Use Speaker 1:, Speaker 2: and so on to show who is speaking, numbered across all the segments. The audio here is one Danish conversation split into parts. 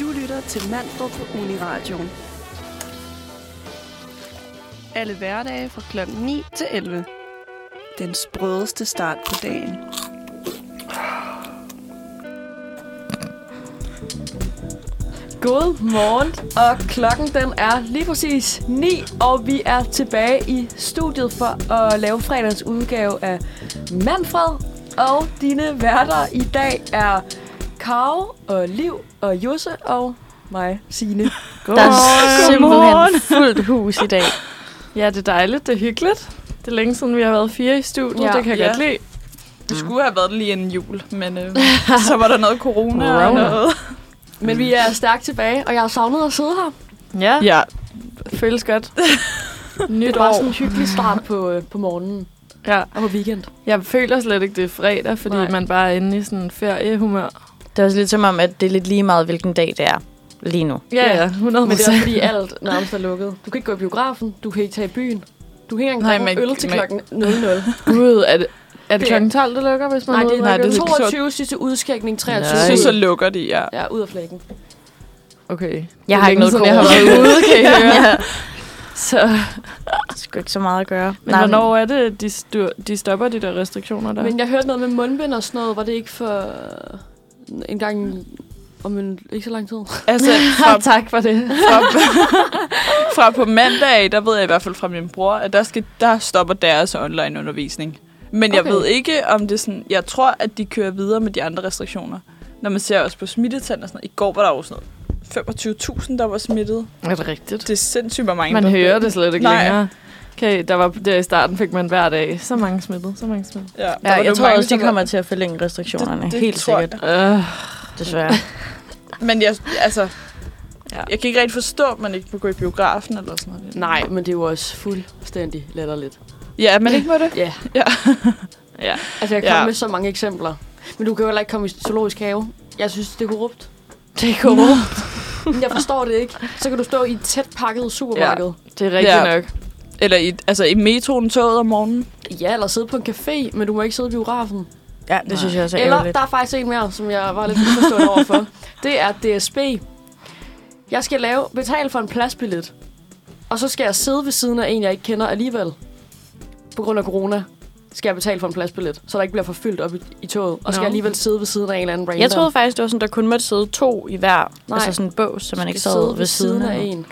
Speaker 1: Du lytter til Manfred på Uniradioen. Alle hverdage fra kl. 9 til 11. Den sprødeste start på dagen.
Speaker 2: God morgen, og klokken den er lige præcis 9, og vi er tilbage i studiet for at lave fredagens udgave af Manfred. Og dine værter i dag er Karo og Liv og Jusse og mig, Signe.
Speaker 3: Der er
Speaker 4: Godmorgen.
Speaker 3: simpelthen fuldt hus i dag.
Speaker 4: Ja, det er dejligt. Det er hyggeligt. Det er længe siden, vi har været fire i studiet.
Speaker 3: Ja.
Speaker 4: Ja. Det kan jeg
Speaker 1: Ja.
Speaker 4: ja. godt lide.
Speaker 1: Det skulle have været lige inden jul, men øh, så var der noget corona og
Speaker 3: Corona.
Speaker 1: noget.
Speaker 2: Men vi er stærkt tilbage, og jeg har savnet at sidde her.
Speaker 4: Ja. ja. Føles godt.
Speaker 2: Det
Speaker 4: Nyt
Speaker 2: er bare
Speaker 4: år.
Speaker 2: sådan en hyggelig start på, øh, på morgenen
Speaker 4: Ja.
Speaker 2: og på weekend.
Speaker 4: Jeg føler slet ikke, det er fredag, fordi
Speaker 2: Nej.
Speaker 4: Nej. man bare er inde i sådan en feriehumør.
Speaker 3: Det er også lidt som om, at det er lidt lige meget, hvilken dag det er lige nu.
Speaker 4: Ja,
Speaker 2: Ja.
Speaker 4: ja. 100
Speaker 2: Men det er også fordi alt nærmest er lukket. Du kan ikke gå i biografen, du kan ikke tage i byen. Du kan ikke
Speaker 1: Nej,
Speaker 2: engang
Speaker 1: man-
Speaker 2: Nej, øl til
Speaker 1: man-
Speaker 2: klokken 00.
Speaker 4: Gud, er det, er det
Speaker 2: Det er-
Speaker 4: kl. 12, det lukker, hvis man
Speaker 2: Nej, det er,
Speaker 4: udrykker?
Speaker 2: Nej, det er
Speaker 4: så-
Speaker 2: 22 sidste udskækning, 23.
Speaker 3: Nej.
Speaker 1: Så, så lukker de, ja.
Speaker 2: Ja, ud af flækken.
Speaker 4: Okay.
Speaker 3: Jeg har ikke noget
Speaker 4: Jeg har
Speaker 3: corona.
Speaker 4: været ude, kan I høre.
Speaker 3: ja,
Speaker 4: Så,
Speaker 3: det er sgu ikke så meget at gøre.
Speaker 4: men Nej, hvornår er det, de, styr, de stopper de der restriktioner der?
Speaker 2: Men jeg hørte noget med mundbind og sådan noget. Var det ikke for øh, en gang om en, ikke så lang tid?
Speaker 1: Altså, fra,
Speaker 4: tak for det.
Speaker 1: fra, fra på mandag, der ved jeg i hvert fald fra min bror, at der, skal, der stopper deres online undervisning. Men jeg
Speaker 2: Okay.
Speaker 1: ved ikke, om det er sådan... Jeg tror, at de kører videre med de andre restriktioner. Når man ser også på smittetal og sådan noget. I går var der jo sådan noget 25.000, der var smittet.
Speaker 4: Er det rigtigt?
Speaker 1: Det er sindssygt, hvor mange
Speaker 4: Man
Speaker 1: der
Speaker 4: hører
Speaker 1: døde.
Speaker 4: det slet ikke
Speaker 1: Nej.
Speaker 4: længere. Okay, der var der i starten, fik man hver dag så mange smittede, så mange smittede.
Speaker 1: Ja, der var
Speaker 3: Ja,
Speaker 1: nogle
Speaker 3: jeg tror
Speaker 1: mange,
Speaker 3: også,
Speaker 1: som
Speaker 3: de
Speaker 1: var-
Speaker 3: kommer til at forlænge restriktionerne.
Speaker 1: Det-
Speaker 3: Det,
Speaker 1: det
Speaker 3: det Helt
Speaker 1: tror jeg.
Speaker 3: sikkert,
Speaker 1: Øh.
Speaker 4: Uh,
Speaker 3: desværre.
Speaker 1: Men jeg, altså,
Speaker 4: Ja.
Speaker 1: ja. jeg kan ikke rigtig forstå, at man ikke må gå i biografen eller sådan noget.
Speaker 2: Nej, men det er jo også fuldstændig latterligt.
Speaker 1: Ja, men ikke må det.
Speaker 2: Ja.
Speaker 1: Ja.
Speaker 4: Ja.
Speaker 2: Altså, jeg kan
Speaker 1: Ja.
Speaker 2: ja. med så mange eksempler. Men du kan jo heller ikke komme i zoologisk have. Jeg synes, det er korrupt.
Speaker 4: det er korrupt.
Speaker 2: Men Jeg forstår det ikke. Så kan du stå i et tæt pakket supermarked.
Speaker 4: Det er rigtigt
Speaker 1: Ja.
Speaker 4: ja. nok.
Speaker 1: Eller i, altså, i metroen, toget om morgenen.
Speaker 2: Ja. ja, eller sidde på en café, men du må ikke sidde i biografen.
Speaker 3: Ja, det synes jeg også er
Speaker 2: Eller,
Speaker 3: ærgerligt.
Speaker 2: der er faktisk en mere, som jeg var lidt uforstående overfor. Det er DSB. Jeg skal lave, betale for en pladsbillet, og så skal jeg sidde ved siden af en, jeg ikke kender alligevel. På grund af corona skal jeg betale for en pladsbillet, så der ikke bliver for fyldt op i, i toget. Og skal
Speaker 4: Nå.
Speaker 2: jeg alligevel sidde ved siden af en eller anden random.
Speaker 3: Jeg troede faktisk, det var sådan, der kun måtte sidde to i hver.
Speaker 2: Nej.
Speaker 3: Nej. Altså sådan en bås, så man
Speaker 2: Jeg
Speaker 3: ikke
Speaker 2: skal sidde
Speaker 3: sad ved siden af. Hmm.
Speaker 2: en.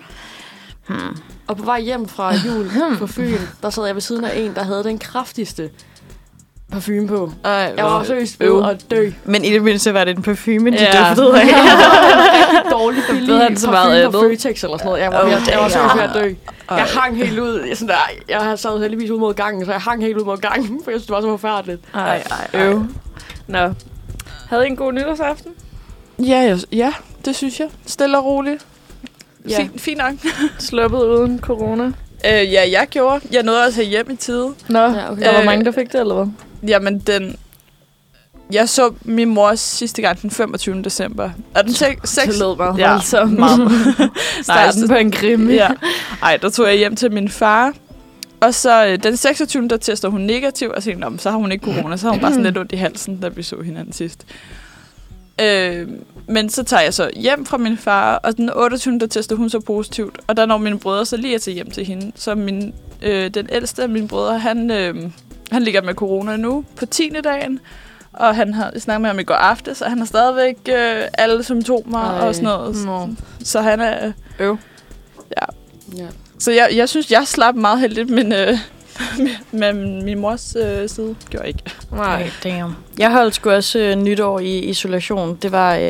Speaker 2: Og på vej hjem fra jul på Fyn, der sad jeg ved siden af en, der havde den kraftigste parfume på.
Speaker 4: Ej,
Speaker 2: Jeg var seriøst ved at dø.
Speaker 3: Men i det mindste var det en parfume, de
Speaker 4: Ja.
Speaker 3: duftede af.
Speaker 2: dårlig billig
Speaker 4: ved han så meget
Speaker 2: parfume fra
Speaker 4: andet.
Speaker 2: Føtex eller sådan noget. Jeg var, jeg, jeg var så ved at dø. Jeg hang helt ud. Jeg, sådan der, jeg sad heldigvis ud mod gangen, så jeg hang helt ud mod gangen, for jeg synes, det var så forfærdeligt.
Speaker 4: Ej, ej, øv. Nå. Havde I en god nytårsaften?
Speaker 1: Ja, jeg, ja, det synes jeg. Stille og roligt.
Speaker 2: Ja.
Speaker 1: Ja. Fint, fint nok.
Speaker 4: Sluppet uden corona?
Speaker 1: Øh, ja, jeg gjorde. Jeg nåede også hjem i tide.
Speaker 4: Nå,
Speaker 2: Ja, okay.
Speaker 4: der var
Speaker 1: Øh,
Speaker 4: mange, der fik det, eller hvad?
Speaker 1: Jamen, den... Jeg så min mor sidste gang den 25. december. Og den 6.
Speaker 4: Det lød meget
Speaker 1: Ja,
Speaker 4: voldsomt.
Speaker 1: meget.
Speaker 4: Starten på en krimi.
Speaker 1: Ja. Ej, der tog jeg hjem til min far. Og så øh, den 26. der tester hun negativ, og så tænkte, jeg, "Nå, men så har hun ikke corona, så har hun bare sådan lidt ondt i halsen, da vi så hinanden sidst. Øh, men så tager jeg så hjem fra min far, og den 28. der tester hun så positivt, og der når mine brødre så lige at tage hjem til hende. Så min, øh, den ældste af mine brødre, han, øh, han ligger med corona nu på 10. dagen, og han har snakket med ham i går aftes, og han har stadigvæk øh, alle symptomer Ej.
Speaker 2: Ej.
Speaker 1: og sådan noget.
Speaker 4: Nå.
Speaker 1: Så han er... Øh,
Speaker 2: Ja.
Speaker 1: så jeg, jeg synes, jeg slap meget heldigt, men, øh, men min mors øh, side gjorde ikke.
Speaker 4: Nej.
Speaker 3: Ej, damn. Jeg holdt sgu også øh, nytår i isolation. Det var, øh,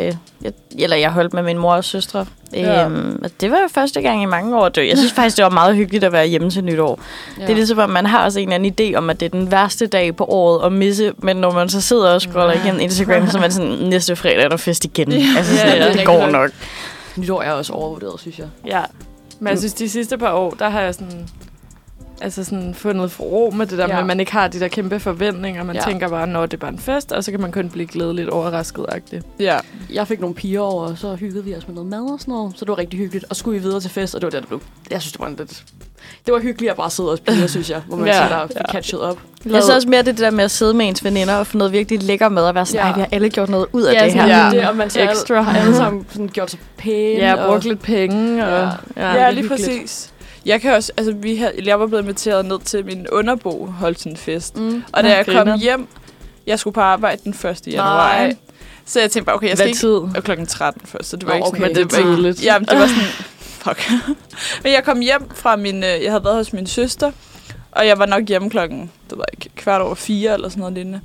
Speaker 3: jeg, eller jeg holdt med min mor og søstre.
Speaker 1: Ja.
Speaker 3: Ja. Øhm, og det var jo første gang i mange år. Det, jeg synes faktisk, det var meget hyggeligt at være hjemme til nytår. Ja. Det er ligesom, at man har også en eller anden idé om, at det er den værste dag på året at misse. Men når man så sidder og scroller igennem Instagram, så er man sådan, næste fredag er der fest igen. Ja. Altså, sådan,
Speaker 4: ja,
Speaker 3: ja,
Speaker 4: det er
Speaker 3: ja, det
Speaker 2: rigtig
Speaker 3: går
Speaker 2: nok.
Speaker 3: nok.
Speaker 2: Nytår er også overvurderet, synes jeg.
Speaker 4: Ja. Men jeg synes, de sidste par år, der har jeg sådan... Altså sådan fundet for ro med det der ja.
Speaker 2: Ja.
Speaker 4: med, at man ikke har de der kæmpe forventninger. Man
Speaker 2: Ja.
Speaker 4: ja. tænker bare, når det er bare en fest, og så kan man kun blive glædeligt overrasket -agtigt.
Speaker 1: Ja.
Speaker 2: Jeg fik nogle piger over, og så hyggede vi os med noget mad og sådan noget, så det var rigtig hyggeligt. Og skulle vi videre til fest, og det var det, der blev. Jeg synes, det var en lidt Det var hyggeligt at bare sidde og spille, synes jeg, hvor man
Speaker 4: Ja.
Speaker 2: ja. sidder og fik
Speaker 1: Ja.
Speaker 2: catchet op.
Speaker 3: Jeg så også mere det der med at sidde med ens veninder og få noget virkelig lækker mad og være sådan,
Speaker 2: Ja.
Speaker 3: nej, vi har alle gjort noget ud af
Speaker 2: Ja,
Speaker 3: det her.
Speaker 2: sådan
Speaker 4: Ja.
Speaker 2: det, og man så
Speaker 4: Ekstra.
Speaker 2: alle, har alle sammen sådan gjort sig pæne.
Speaker 4: Ja,
Speaker 2: og,
Speaker 4: brugt lidt penge. Og,
Speaker 1: Ja, ja
Speaker 2: det er
Speaker 1: lige
Speaker 2: hyggeligt.
Speaker 1: præcis. Jeg kan også, altså vi havde, jeg var blevet inviteret ned til min underbo holdt sin fest.
Speaker 2: Mm.
Speaker 1: Og da
Speaker 4: Nå,
Speaker 1: jeg
Speaker 4: griner.
Speaker 1: kom hjem, jeg skulle på arbejde den 1. januar.
Speaker 2: Nej.
Speaker 1: Så jeg tænkte bare, okay, jeg skal
Speaker 4: Hvad
Speaker 1: ikke...
Speaker 4: tid?
Speaker 1: Og klokken 13 først, så det var
Speaker 2: Nå,
Speaker 1: ikke sådan,
Speaker 2: okay.
Speaker 1: at
Speaker 4: Men det er
Speaker 1: var ikke-
Speaker 4: tidligt.
Speaker 1: Jamen, det var sådan, fuck. Men jeg kom hjem fra min, øh, jeg havde været hos min søster, og jeg var nok hjemme klokken, det var ikke, kvart over fire eller sådan noget lignende.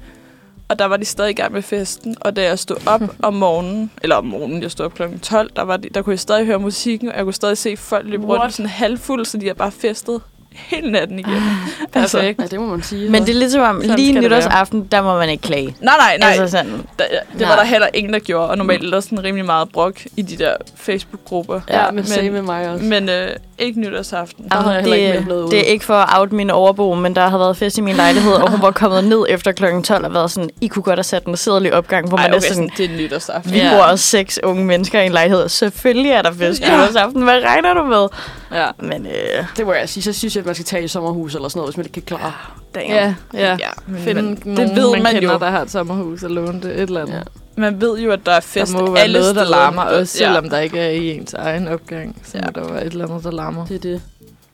Speaker 1: Og der var de stadig i gang med festen, og da jeg stod op om morgenen, eller om morgenen, jeg stod op klokken 12, der, var de, der kunne jeg stadig høre musikken, og jeg kunne stadig se folk løbe
Speaker 2: What?
Speaker 1: rundt sådan halvfuld, så de har bare festet hele natten igennem. altså,
Speaker 4: Perfekt.
Speaker 2: Ja, det må man sige.
Speaker 3: Men det er lidt som om,
Speaker 4: Sådan
Speaker 3: lige
Speaker 4: skal det være.
Speaker 3: nytårsaften, der må man ikke klage.
Speaker 1: nej, nej, nej.
Speaker 3: Altså sådan,
Speaker 1: der, det
Speaker 3: nej.
Speaker 1: var der heller ingen, der gjorde, og normalt er der sådan rimelig meget brok i de der Facebook-grupper.
Speaker 2: ja, men
Speaker 1: men-
Speaker 2: same med mig også.
Speaker 1: Men øh, ikke nytårsaften.
Speaker 3: Ah,
Speaker 2: Der havde jeg heller ikke
Speaker 3: det,
Speaker 2: meldt noget ud.
Speaker 3: det er ikke for at out min overbo, men der havde været fest i min lejlighed, og hun var kommet ned efter kl. 12 og været sådan, I kunne godt have sat en sædelig opgang, hvor man er sådan,
Speaker 1: det er nytårsaften.
Speaker 3: vi
Speaker 1: Ja.
Speaker 3: bor også seks unge mennesker i en lejlighed, og selvfølgelig er der fest
Speaker 1: Ja.
Speaker 3: ja. aften. Hvad regner du med?
Speaker 1: Ja.
Speaker 3: Men øh,
Speaker 2: Det må jeg sige. Så synes jeg, at man skal tage i sommerhus eller sådan noget, hvis man ikke kan klare.
Speaker 3: damn.
Speaker 4: Ja, ja.
Speaker 1: ja. Men,
Speaker 4: Finde
Speaker 1: men,
Speaker 4: nogen,
Speaker 1: det ved man, man
Speaker 4: kender,
Speaker 1: jo.
Speaker 4: der har et sommerhus og låne det et eller andet.
Speaker 2: Ja.
Speaker 4: Ja.
Speaker 1: Man ved jo, at der er fest
Speaker 4: der må være
Speaker 1: alle
Speaker 4: noget, der
Speaker 1: steder.
Speaker 4: larmer, også
Speaker 1: Ja.
Speaker 4: selvom der ikke er i ens egen opgang. Så
Speaker 1: Ja.
Speaker 4: må der være et eller andet, der larmer.
Speaker 2: Det er det.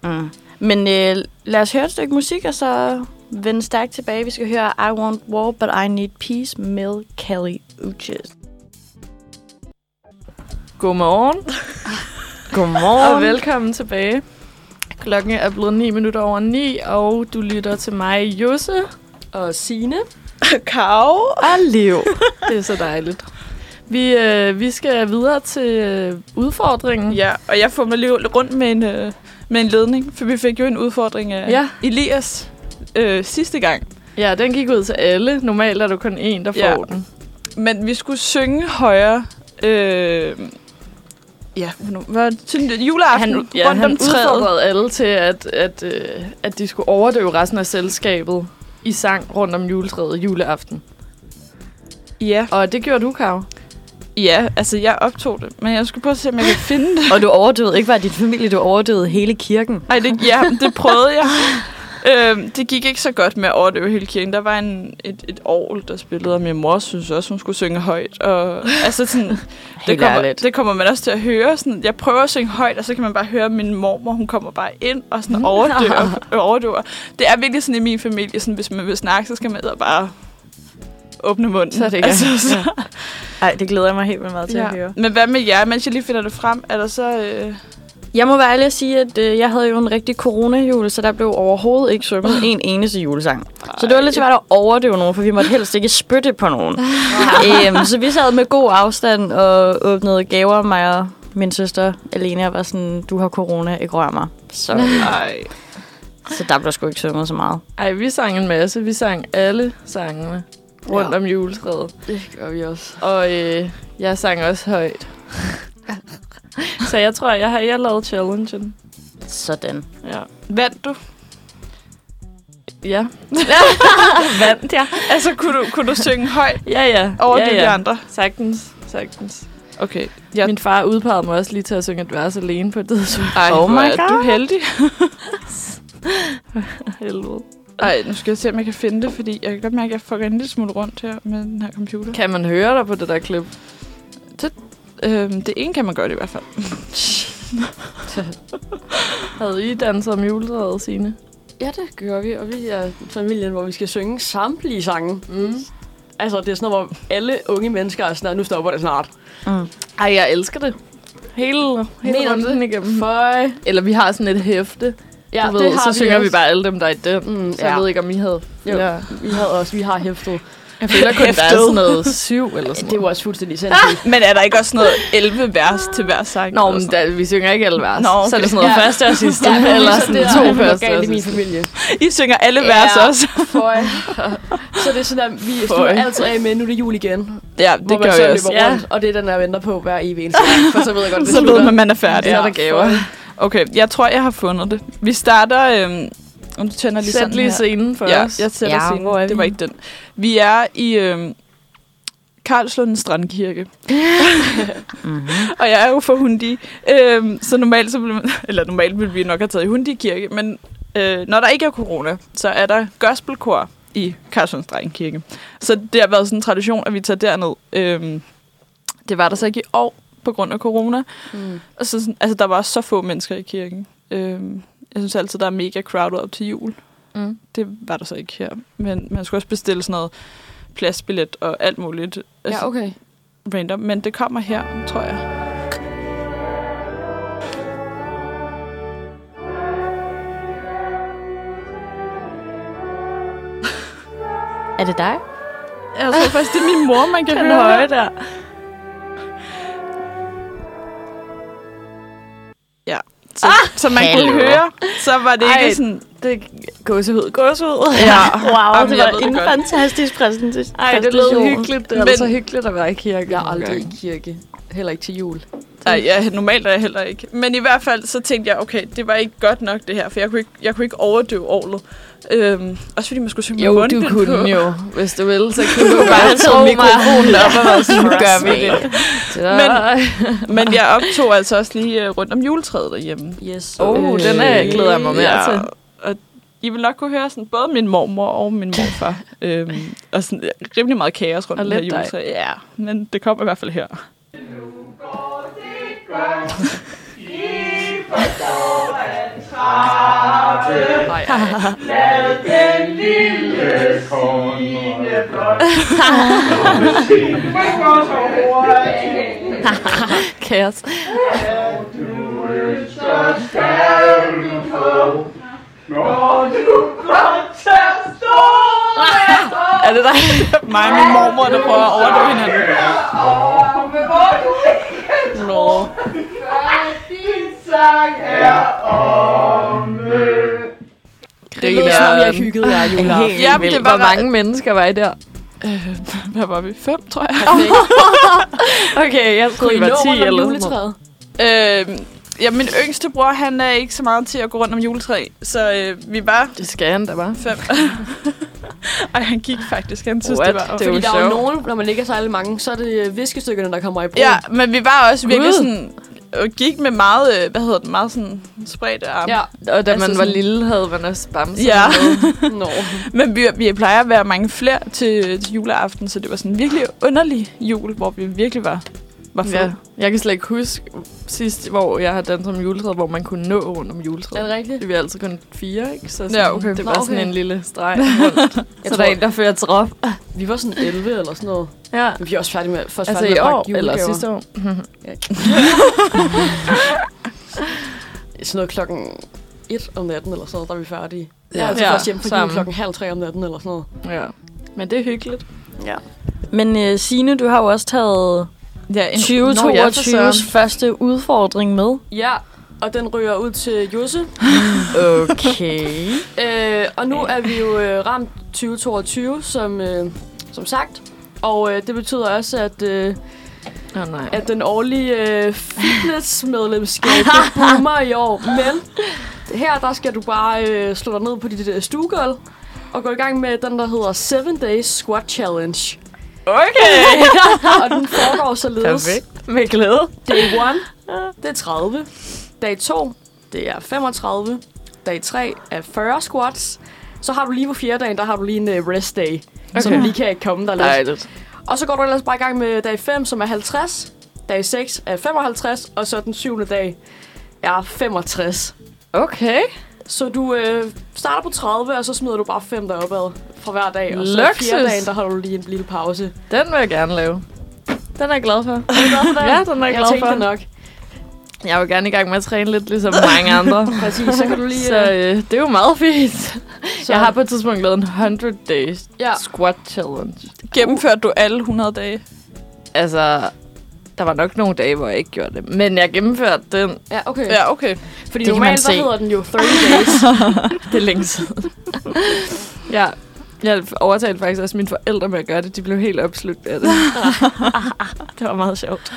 Speaker 3: Mm. Men øh, lad os høre et stykke musik, og så vende stærkt tilbage. Vi skal høre I Want War, But I Need Peace med Kelly Uchis.
Speaker 4: Godmorgen,
Speaker 3: Godmorgen.
Speaker 4: og velkommen tilbage. Klokken er blevet 9 minutter over 9, og du lytter til mig, Josse.
Speaker 2: Og Signe.
Speaker 1: Kakao.
Speaker 3: og liv.
Speaker 4: Det er så dejligt. Vi, øh, vi skal videre til øh, udfordringen.
Speaker 1: Ja, og jeg får mig lige rundt med en, øh, med en ledning, for vi fik jo en udfordring af
Speaker 4: Ja.
Speaker 1: Elias øh, sidste gang.
Speaker 4: ja, den gik ud til alle. Normalt er du kun én, der får
Speaker 1: Ja.
Speaker 4: den.
Speaker 1: Men vi skulle synge højere... Øh, ja, hvornår- hvad var det? Sådan, juleaften
Speaker 4: Han, ja,
Speaker 1: rundt
Speaker 4: han
Speaker 1: om træet.
Speaker 4: udfordrede alle til, at, at, øh, at de skulle overdøve resten af selskabet i sang rundt om juletræet juleaften.
Speaker 1: Ja.
Speaker 4: Og det gjorde du, Kav.
Speaker 1: ja, altså jeg optog det, men jeg skulle prøve at se, om jeg kan finde det.
Speaker 3: og du overdøde ikke bare din familie, du overdøde hele kirken.
Speaker 1: Ej, det, ja, det prøvede jeg. Øhm, det gik ikke så godt med at overdøve hele kirken. Der var en, et, et orgel, der spillede, og min mor synes også, hun skulle synge højt. Og, altså sådan, det,
Speaker 3: Helt
Speaker 1: kommer,
Speaker 3: ærligt.
Speaker 1: det kommer man også til at høre. Sådan, jeg prøver at synge højt, og så kan man bare høre, at min mormor hun kommer bare ind og
Speaker 3: Mm.
Speaker 1: sådan overdøver, overdøver. Det er virkelig sådan i min familie, sådan, hvis man vil snakke, så skal man ud og bare åbne munden.
Speaker 4: Så er det ikke-
Speaker 1: altså, så,
Speaker 3: Ej, det glæder jeg mig helt vildt meget til
Speaker 1: ja.
Speaker 3: at høre.
Speaker 1: Men hvad med jer? Mens jeg lige finder det frem, er der så... Øh,
Speaker 3: Jeg må være ærlig at sige, at øh, jeg havde jo en rigtig coronajule, så der blev overhovedet ikke sunget en eneste julesang. Så det var lidt svært at overdøve nogen, for vi måtte helst ikke spytte på nogen. øhm, så vi sad med god afstand og åbnede gaver, mig og min søster Alena var sådan, du har corona, ikke rør mig. Så,
Speaker 1: ej.
Speaker 3: så der blev sgu ikke sunget så meget.
Speaker 4: Ej, vi sang en masse. Vi sang alle sangene rundt
Speaker 2: Ja.
Speaker 4: ja. om juletræet.
Speaker 2: Det gør vi også.
Speaker 4: Og øh, jeg sang også højt. så jeg tror, jeg har jeg har lavet challengen.
Speaker 3: Sådan.
Speaker 4: Ja.
Speaker 1: Vandt du?
Speaker 4: Ja. Vandt jeg.
Speaker 1: Altså, kunne du, kunne du synge højt?
Speaker 4: Ja, ja.
Speaker 1: over
Speaker 4: ja,
Speaker 1: ja, de
Speaker 4: ja.
Speaker 1: ja. andre.
Speaker 4: Sagtens, sagtens.
Speaker 1: Okay.
Speaker 4: Ja.
Speaker 1: Ja.
Speaker 4: Min far udpegede mig også lige til at synge et vers alene på et tidspunkt.
Speaker 1: Ej,
Speaker 3: Oh
Speaker 1: oh
Speaker 3: my
Speaker 1: my God. du
Speaker 3: God.
Speaker 1: er heldig.
Speaker 4: Helvede.
Speaker 1: Ej, nu skal jeg se, om jeg kan finde det, fordi jeg kan godt mærke, at jeg fucker en lille smule rundt her med den her computer.
Speaker 4: Kan man høre dig på det der klip?
Speaker 1: Øhm, det ene kan man godt i hvert fald.
Speaker 4: Havde I danset om juletræet, Signe?
Speaker 2: Ja, det gør vi. Og vi er familien, hvor vi skal synge samtlige sange.
Speaker 4: Mm.
Speaker 2: Altså, det er sådan noget, hvor alle unge mennesker er sådan, "Nå, nu stopper det snart.
Speaker 3: Mm.
Speaker 4: Ej, jeg elsker det. Hele, hele
Speaker 2: Mener du
Speaker 4: runden igennem. Føj. Eller vi har sådan et hæfte.
Speaker 2: Ja,
Speaker 4: du ved, så synger vi bare alle dem, der er i den.
Speaker 2: Mm,
Speaker 4: Så ja. jeg ved ikke, om I havde...
Speaker 2: Jo.
Speaker 4: Ja.
Speaker 2: Vi havde også, vi har hæftet.
Speaker 4: Jeg føler kun, der er
Speaker 1: Hæftet.
Speaker 4: sådan noget syv eller sådan
Speaker 2: Det
Speaker 4: noget.
Speaker 2: var også fuldstændig sindssygt.
Speaker 1: Men er der ikke også noget 11 vers til hver sang?
Speaker 4: Nå,
Speaker 1: eller
Speaker 4: men
Speaker 1: sådan?
Speaker 4: da, vi synger ikke alle vers.
Speaker 1: Nå, okay.
Speaker 4: Så er det sådan noget
Speaker 2: Ja.
Speaker 4: første og sidste.
Speaker 2: det er
Speaker 4: eller
Speaker 2: så
Speaker 4: sådan
Speaker 2: det,
Speaker 4: to
Speaker 2: der går
Speaker 4: første og
Speaker 2: galt i min
Speaker 4: sidste.
Speaker 2: familie.
Speaker 1: I synger alle
Speaker 2: Ja.
Speaker 1: yeah. vers også.
Speaker 2: Føj. Så det er sådan, at vi
Speaker 4: Føj.
Speaker 2: slutter altid af med, nu er det jul igen.
Speaker 1: Ja,
Speaker 2: hvor
Speaker 1: det
Speaker 2: man
Speaker 1: gør
Speaker 2: så
Speaker 1: jeg også.
Speaker 2: løber
Speaker 4: Ja.
Speaker 2: rundt, og det er den, jeg venter på hver evig eneste gang, for så ved jeg godt, det
Speaker 1: Så ved
Speaker 2: slutter.
Speaker 1: man, man er færdig.
Speaker 2: Ja,
Speaker 1: Ja, der gaver. Okay, jeg tror, jeg har fundet det. Vi starter... Øhm, om du tænder lige
Speaker 4: Sæt
Speaker 1: sådan
Speaker 4: lige
Speaker 1: her.
Speaker 4: scenen for
Speaker 1: Ja,
Speaker 4: os.
Speaker 1: jeg sætter
Speaker 3: Ja,
Speaker 1: ja, scenen.
Speaker 3: hvor er vi?
Speaker 1: Det var ikke den. Vi er i øhm, Karlslund Strandkirke. og jeg er jo for hundi. Øhm, så normalt, så ville man, eller normalt ville vi nok have taget i hundi kirke, men øh, når der ikke er corona, så er der gospelkor i Karlslund Strandkirke. Så det har været sådan en tradition, at vi tager derned. Øhm, det var der så ikke i år på grund af corona.
Speaker 2: Mm.
Speaker 1: Og så, sådan- altså, der var så få mennesker i kirken. Øhm, jeg synes altid, der er mega crowded op til jul.
Speaker 4: Mm.
Speaker 1: Det var der så ikke her. Men man skulle også bestille sådan noget pladsbillet og alt muligt. Altså,
Speaker 4: Ja, okay.
Speaker 1: random. Men det kommer her, tror jeg.
Speaker 3: Er det dig?
Speaker 1: Jeg tror faktisk, det er min mor, man kan
Speaker 3: Den
Speaker 1: høre.
Speaker 3: høje der.
Speaker 1: Så, ah, så man
Speaker 3: hallo.
Speaker 1: kunne høre. Så var det
Speaker 4: Ej.
Speaker 1: ikke sådan... Det
Speaker 4: Gåsehud.
Speaker 1: gåsehud. Ja.
Speaker 3: Wow,
Speaker 1: Jamen,
Speaker 3: det
Speaker 1: jeg
Speaker 3: var
Speaker 1: ved det
Speaker 3: en
Speaker 1: godt.
Speaker 3: fantastisk præsentation.
Speaker 2: Ej, det lød hyggeligt. Det er
Speaker 1: Men-
Speaker 2: altså hyggeligt at være i kirke. Jeg er aldrig
Speaker 1: Okay.
Speaker 2: i kirke. Heller ikke til jul.
Speaker 1: Ej, ja, normalt er jeg heller ikke. Men i hvert fald, så tænkte jeg, okay, det var ikke godt nok det her, for jeg kunne ikke, jeg kunne ikke overdøve årlet. Øhm, også fordi man skulle synge med
Speaker 4: Jo, du
Speaker 1: mundbind på.
Speaker 4: kunne jo, hvis du ville. Så kunne du bare have
Speaker 3: Tro
Speaker 4: taget
Speaker 3: mig.
Speaker 4: mikrofonen op og været sådan, nu gør vi
Speaker 3: Trust
Speaker 4: det.
Speaker 1: Men,
Speaker 4: Øh.
Speaker 1: men jeg optog altså også lige øh, rundt om juletræet derhjemme. Øh,
Speaker 2: Yes. Øh,
Speaker 4: Oh, den er, glæder jeg mig mere
Speaker 1: ja,
Speaker 4: til.
Speaker 1: Og I vil nok kunne høre sådan, både min mormor og min morfar. øhm, og sådan øh, rimelig meget kaos rundt
Speaker 4: Og
Speaker 1: om det her
Speaker 4: lidt dig.
Speaker 1: juletræ. Ja, men det kommer i hvert fald her.
Speaker 4: Kaos.
Speaker 1: Er det dig? Mig og min mormor, der prøver at overdøve hinanden. Nå.
Speaker 2: Det lyder som om, jeg hyggede jer i juleaften.
Speaker 1: Ja, men det
Speaker 4: Hvor
Speaker 1: var
Speaker 4: mange mennesker var I der?
Speaker 1: Hvad var vi? Fem, tror jeg.
Speaker 4: Okay, jeg troede, I var 10 eller sådan noget.
Speaker 2: juletræet?
Speaker 1: Øh, ja, min yngste bror, han er ikke så meget til at gå rundt om juletræet, så øh, vi var
Speaker 4: Det skal han da bare.
Speaker 1: fem. Ej, han gik faktisk. Han synes,
Speaker 4: What?
Speaker 1: det var...
Speaker 4: Det
Speaker 2: Fordi
Speaker 4: jo
Speaker 2: der er jo
Speaker 4: sjovt.
Speaker 2: nogen, når man ikke er særlig mange, så er det øh, viskestykkerne, der kommer i brug.
Speaker 1: Ja, men vi var også virkelig
Speaker 4: Gud.
Speaker 1: sådan... Og gik med meget, øh, hvad hedder det, meget sådan spredte arme.
Speaker 2: ja.
Speaker 4: Og da
Speaker 1: Altså
Speaker 4: man var
Speaker 1: sådan-
Speaker 4: lille, havde man også bamser.
Speaker 1: Ja,
Speaker 2: Nå.
Speaker 1: men vi, vi plejer at være mange flere til, til juleaften, så det var sådan en virkelig underlig jul, hvor vi virkelig var, var få.
Speaker 4: Ja, jeg kan slet ikke huske sidst, hvor jeg har danset om juletræet, hvor man kunne nå rundt om juletræet.
Speaker 2: Er det rigtigt?
Speaker 4: Det var altid kun fire, ikke? Så
Speaker 1: Ja, okay.
Speaker 4: det
Speaker 2: Nå,
Speaker 4: var sådan
Speaker 2: okay.
Speaker 4: en lille streg rundt.
Speaker 2: Jeg
Speaker 4: så
Speaker 2: tror,
Speaker 4: der er en, der fører trop.
Speaker 2: vi var sådan 11 eller sådan noget.
Speaker 4: Ja.
Speaker 2: Men vi er også færdige med, først
Speaker 4: Altså
Speaker 2: færdige
Speaker 4: i
Speaker 2: med at
Speaker 4: år,
Speaker 2: pakke
Speaker 4: eller
Speaker 2: julegaver.
Speaker 4: sidste år.
Speaker 2: Sådan noget klokken 1 om natten eller sådan noget, der er vi færdige. Ja,
Speaker 4: Ja.
Speaker 2: ja altså
Speaker 1: Ja,
Speaker 2: først hjemme fra jul
Speaker 4: samme.
Speaker 2: klokken halv tre om natten eller sådan noget.
Speaker 4: Ja. Men det er hyggeligt.
Speaker 3: Men øh, Signe, du har jo også taget
Speaker 1: Ja, en,
Speaker 3: 2022's første udfordring med.
Speaker 2: Ja, og den ryger ud til Josse.
Speaker 3: Okay.
Speaker 2: Øh, og nu er vi jo øh, ramt 2022, som, øh, som sagt. Og øh, det betyder også, at, øh,
Speaker 4: Åh oh, nej.
Speaker 2: at den årlige øh, fitnessmedlemskab det boomer i år. Men her der skal du bare øh, slå dig ned på dit øh, stuegulv og gå i gang med den, der hedder 7 Days Squat Challenge.
Speaker 1: Okay.
Speaker 2: Og den foregår således.
Speaker 4: Perfekt. Med glæde.
Speaker 2: Day 1, det er 30. Dag 2, det er 35. Dag 3 er 40 squats. Så har du lige på fjerde dagen, der har du lige en øh, rest day, okay. så du
Speaker 4: Okay.
Speaker 2: lige kan komme der lidt.
Speaker 4: Dejligt.
Speaker 2: Og så går du ellers bare i gang med dag 5, som er 50. Dag 6 er 55, og så den syvende dag er 65.
Speaker 4: Okay.
Speaker 2: Så du øh, starter på 30, og så smider du bare 5 deropad fra hver dag. Og så
Speaker 4: Luksus.
Speaker 2: fjerde dagen, der har du lige en lille pause.
Speaker 4: Den vil jeg gerne lave. Den er jeg glad for.
Speaker 2: Er du glad for det?
Speaker 4: Ja, den er jeg
Speaker 2: jeg
Speaker 4: glad
Speaker 2: tænkte
Speaker 4: for.
Speaker 2: det nok.
Speaker 4: Jeg vil gerne i gang med at træne lidt, ligesom mange andre.
Speaker 2: Præcis, så kan du lige...
Speaker 4: Så øh, det er jo meget fint.
Speaker 2: så,
Speaker 4: Jeg har på et tidspunkt lavet en 100 days
Speaker 2: Ja.
Speaker 4: squat challenge.
Speaker 1: Gennemførte du alle 100 dage?
Speaker 4: Altså, der var nok nogle dage, hvor jeg ikke gjorde det. Men jeg gennemførte den.
Speaker 2: Ja, okay.
Speaker 1: Ja, okay.
Speaker 2: Fordi
Speaker 3: Det kan man
Speaker 2: normalt, der
Speaker 3: se.
Speaker 2: hedder den jo 30 days.
Speaker 4: Det er længe siden. ja. Jeg overtalte faktisk også mine forældre med at gøre det. De blev helt opslugt af det.
Speaker 3: Det var meget sjovt.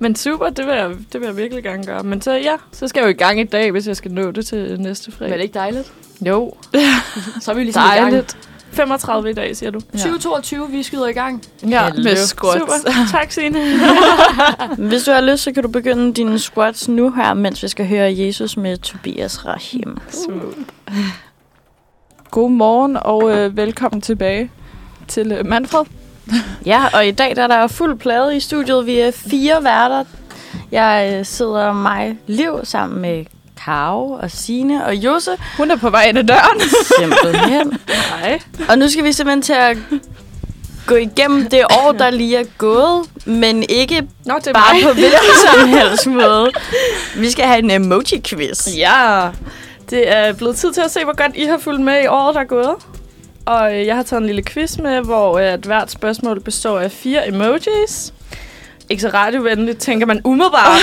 Speaker 4: Men super, det vil, jeg, det vil jeg virkelig gerne gøre. Men så ja, så skal jeg jo i gang i dag, hvis jeg skal nå det til næste fredag.
Speaker 2: Men er det ikke dejligt?
Speaker 4: Jo,
Speaker 2: Så er vi ligesom i gang.
Speaker 4: dejligt.
Speaker 1: 35 i dag, siger du.
Speaker 2: 2022, vi skyder i gang.
Speaker 1: Ja,
Speaker 3: Hello.
Speaker 1: med squats.
Speaker 4: Super. Tak, Signe.
Speaker 3: Hvis du har lyst, så kan du begynde dine squats nu her, mens vi skal høre Jesus med Tobias Rahim.
Speaker 1: Uh. God morgen og øh, velkommen tilbage til øh, Manfred.
Speaker 3: Ja, og i dag der er der fuld plade i studiet. Vi er fire værter. Jeg øh, sidder mig liv sammen med Karo og Sine og Jose
Speaker 1: Hun er på vej ind ad døren.
Speaker 3: simpelthen.
Speaker 4: Nej.
Speaker 3: Og nu skal vi simpelthen til at gå igennem det år, der lige er gået, men ikke
Speaker 4: Nå, det er
Speaker 3: bare på hvilken som helst måde. Vi skal have en emoji-quiz.
Speaker 4: Ja, det er blevet tid til at se, hvor godt I har fulgt med i året, der er gået. Og øh, jeg har taget en lille quiz med, hvor øh, at hvert spørgsmål består af fire emojis. Ikke så radiovenligt, tænker man umiddelbart.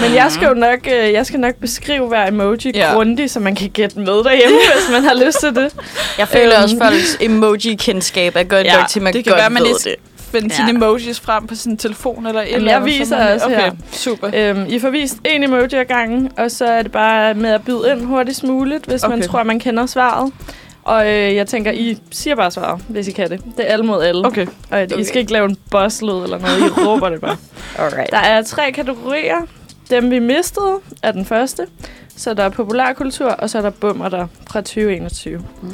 Speaker 4: Men jeg skal jo nok, øh, jeg skal nok beskrive hver emoji
Speaker 1: Ja.
Speaker 4: ja. grundigt, så man kan gætte med derhjemme, hvis man har lyst til det.
Speaker 3: Jeg føler
Speaker 4: Øhm.
Speaker 3: også, folks emoji-kendskab er godt
Speaker 4: Ja,
Speaker 3: nok til, at man
Speaker 1: det kan
Speaker 3: godt
Speaker 1: være, man
Speaker 3: ved
Speaker 1: lige-
Speaker 3: det.
Speaker 1: Find sine emojis frem på sin telefon eller et
Speaker 4: Jamen,
Speaker 1: eller
Speaker 4: jeg
Speaker 1: andet, så
Speaker 4: viser
Speaker 1: man-
Speaker 4: også
Speaker 1: Okay,
Speaker 4: her.
Speaker 1: super.
Speaker 4: Øhm, I får vist en emoji ad gangen, og så er det bare med at byde ind hurtigst muligt, hvis okay. man
Speaker 1: Okay.
Speaker 4: tror, man kender svaret. Og øh, jeg tænker, I siger bare svaret, hvis I kan det. Det er alle mod alle.
Speaker 1: Okay.
Speaker 4: Og okay. I skal ikke lave en bosslyd eller noget, I råber det bare.
Speaker 3: Alright.
Speaker 4: Der er tre kategorier. Dem vi mistede er den første. Så der er populærkultur, og så er der bummer der fra 2021. Mm.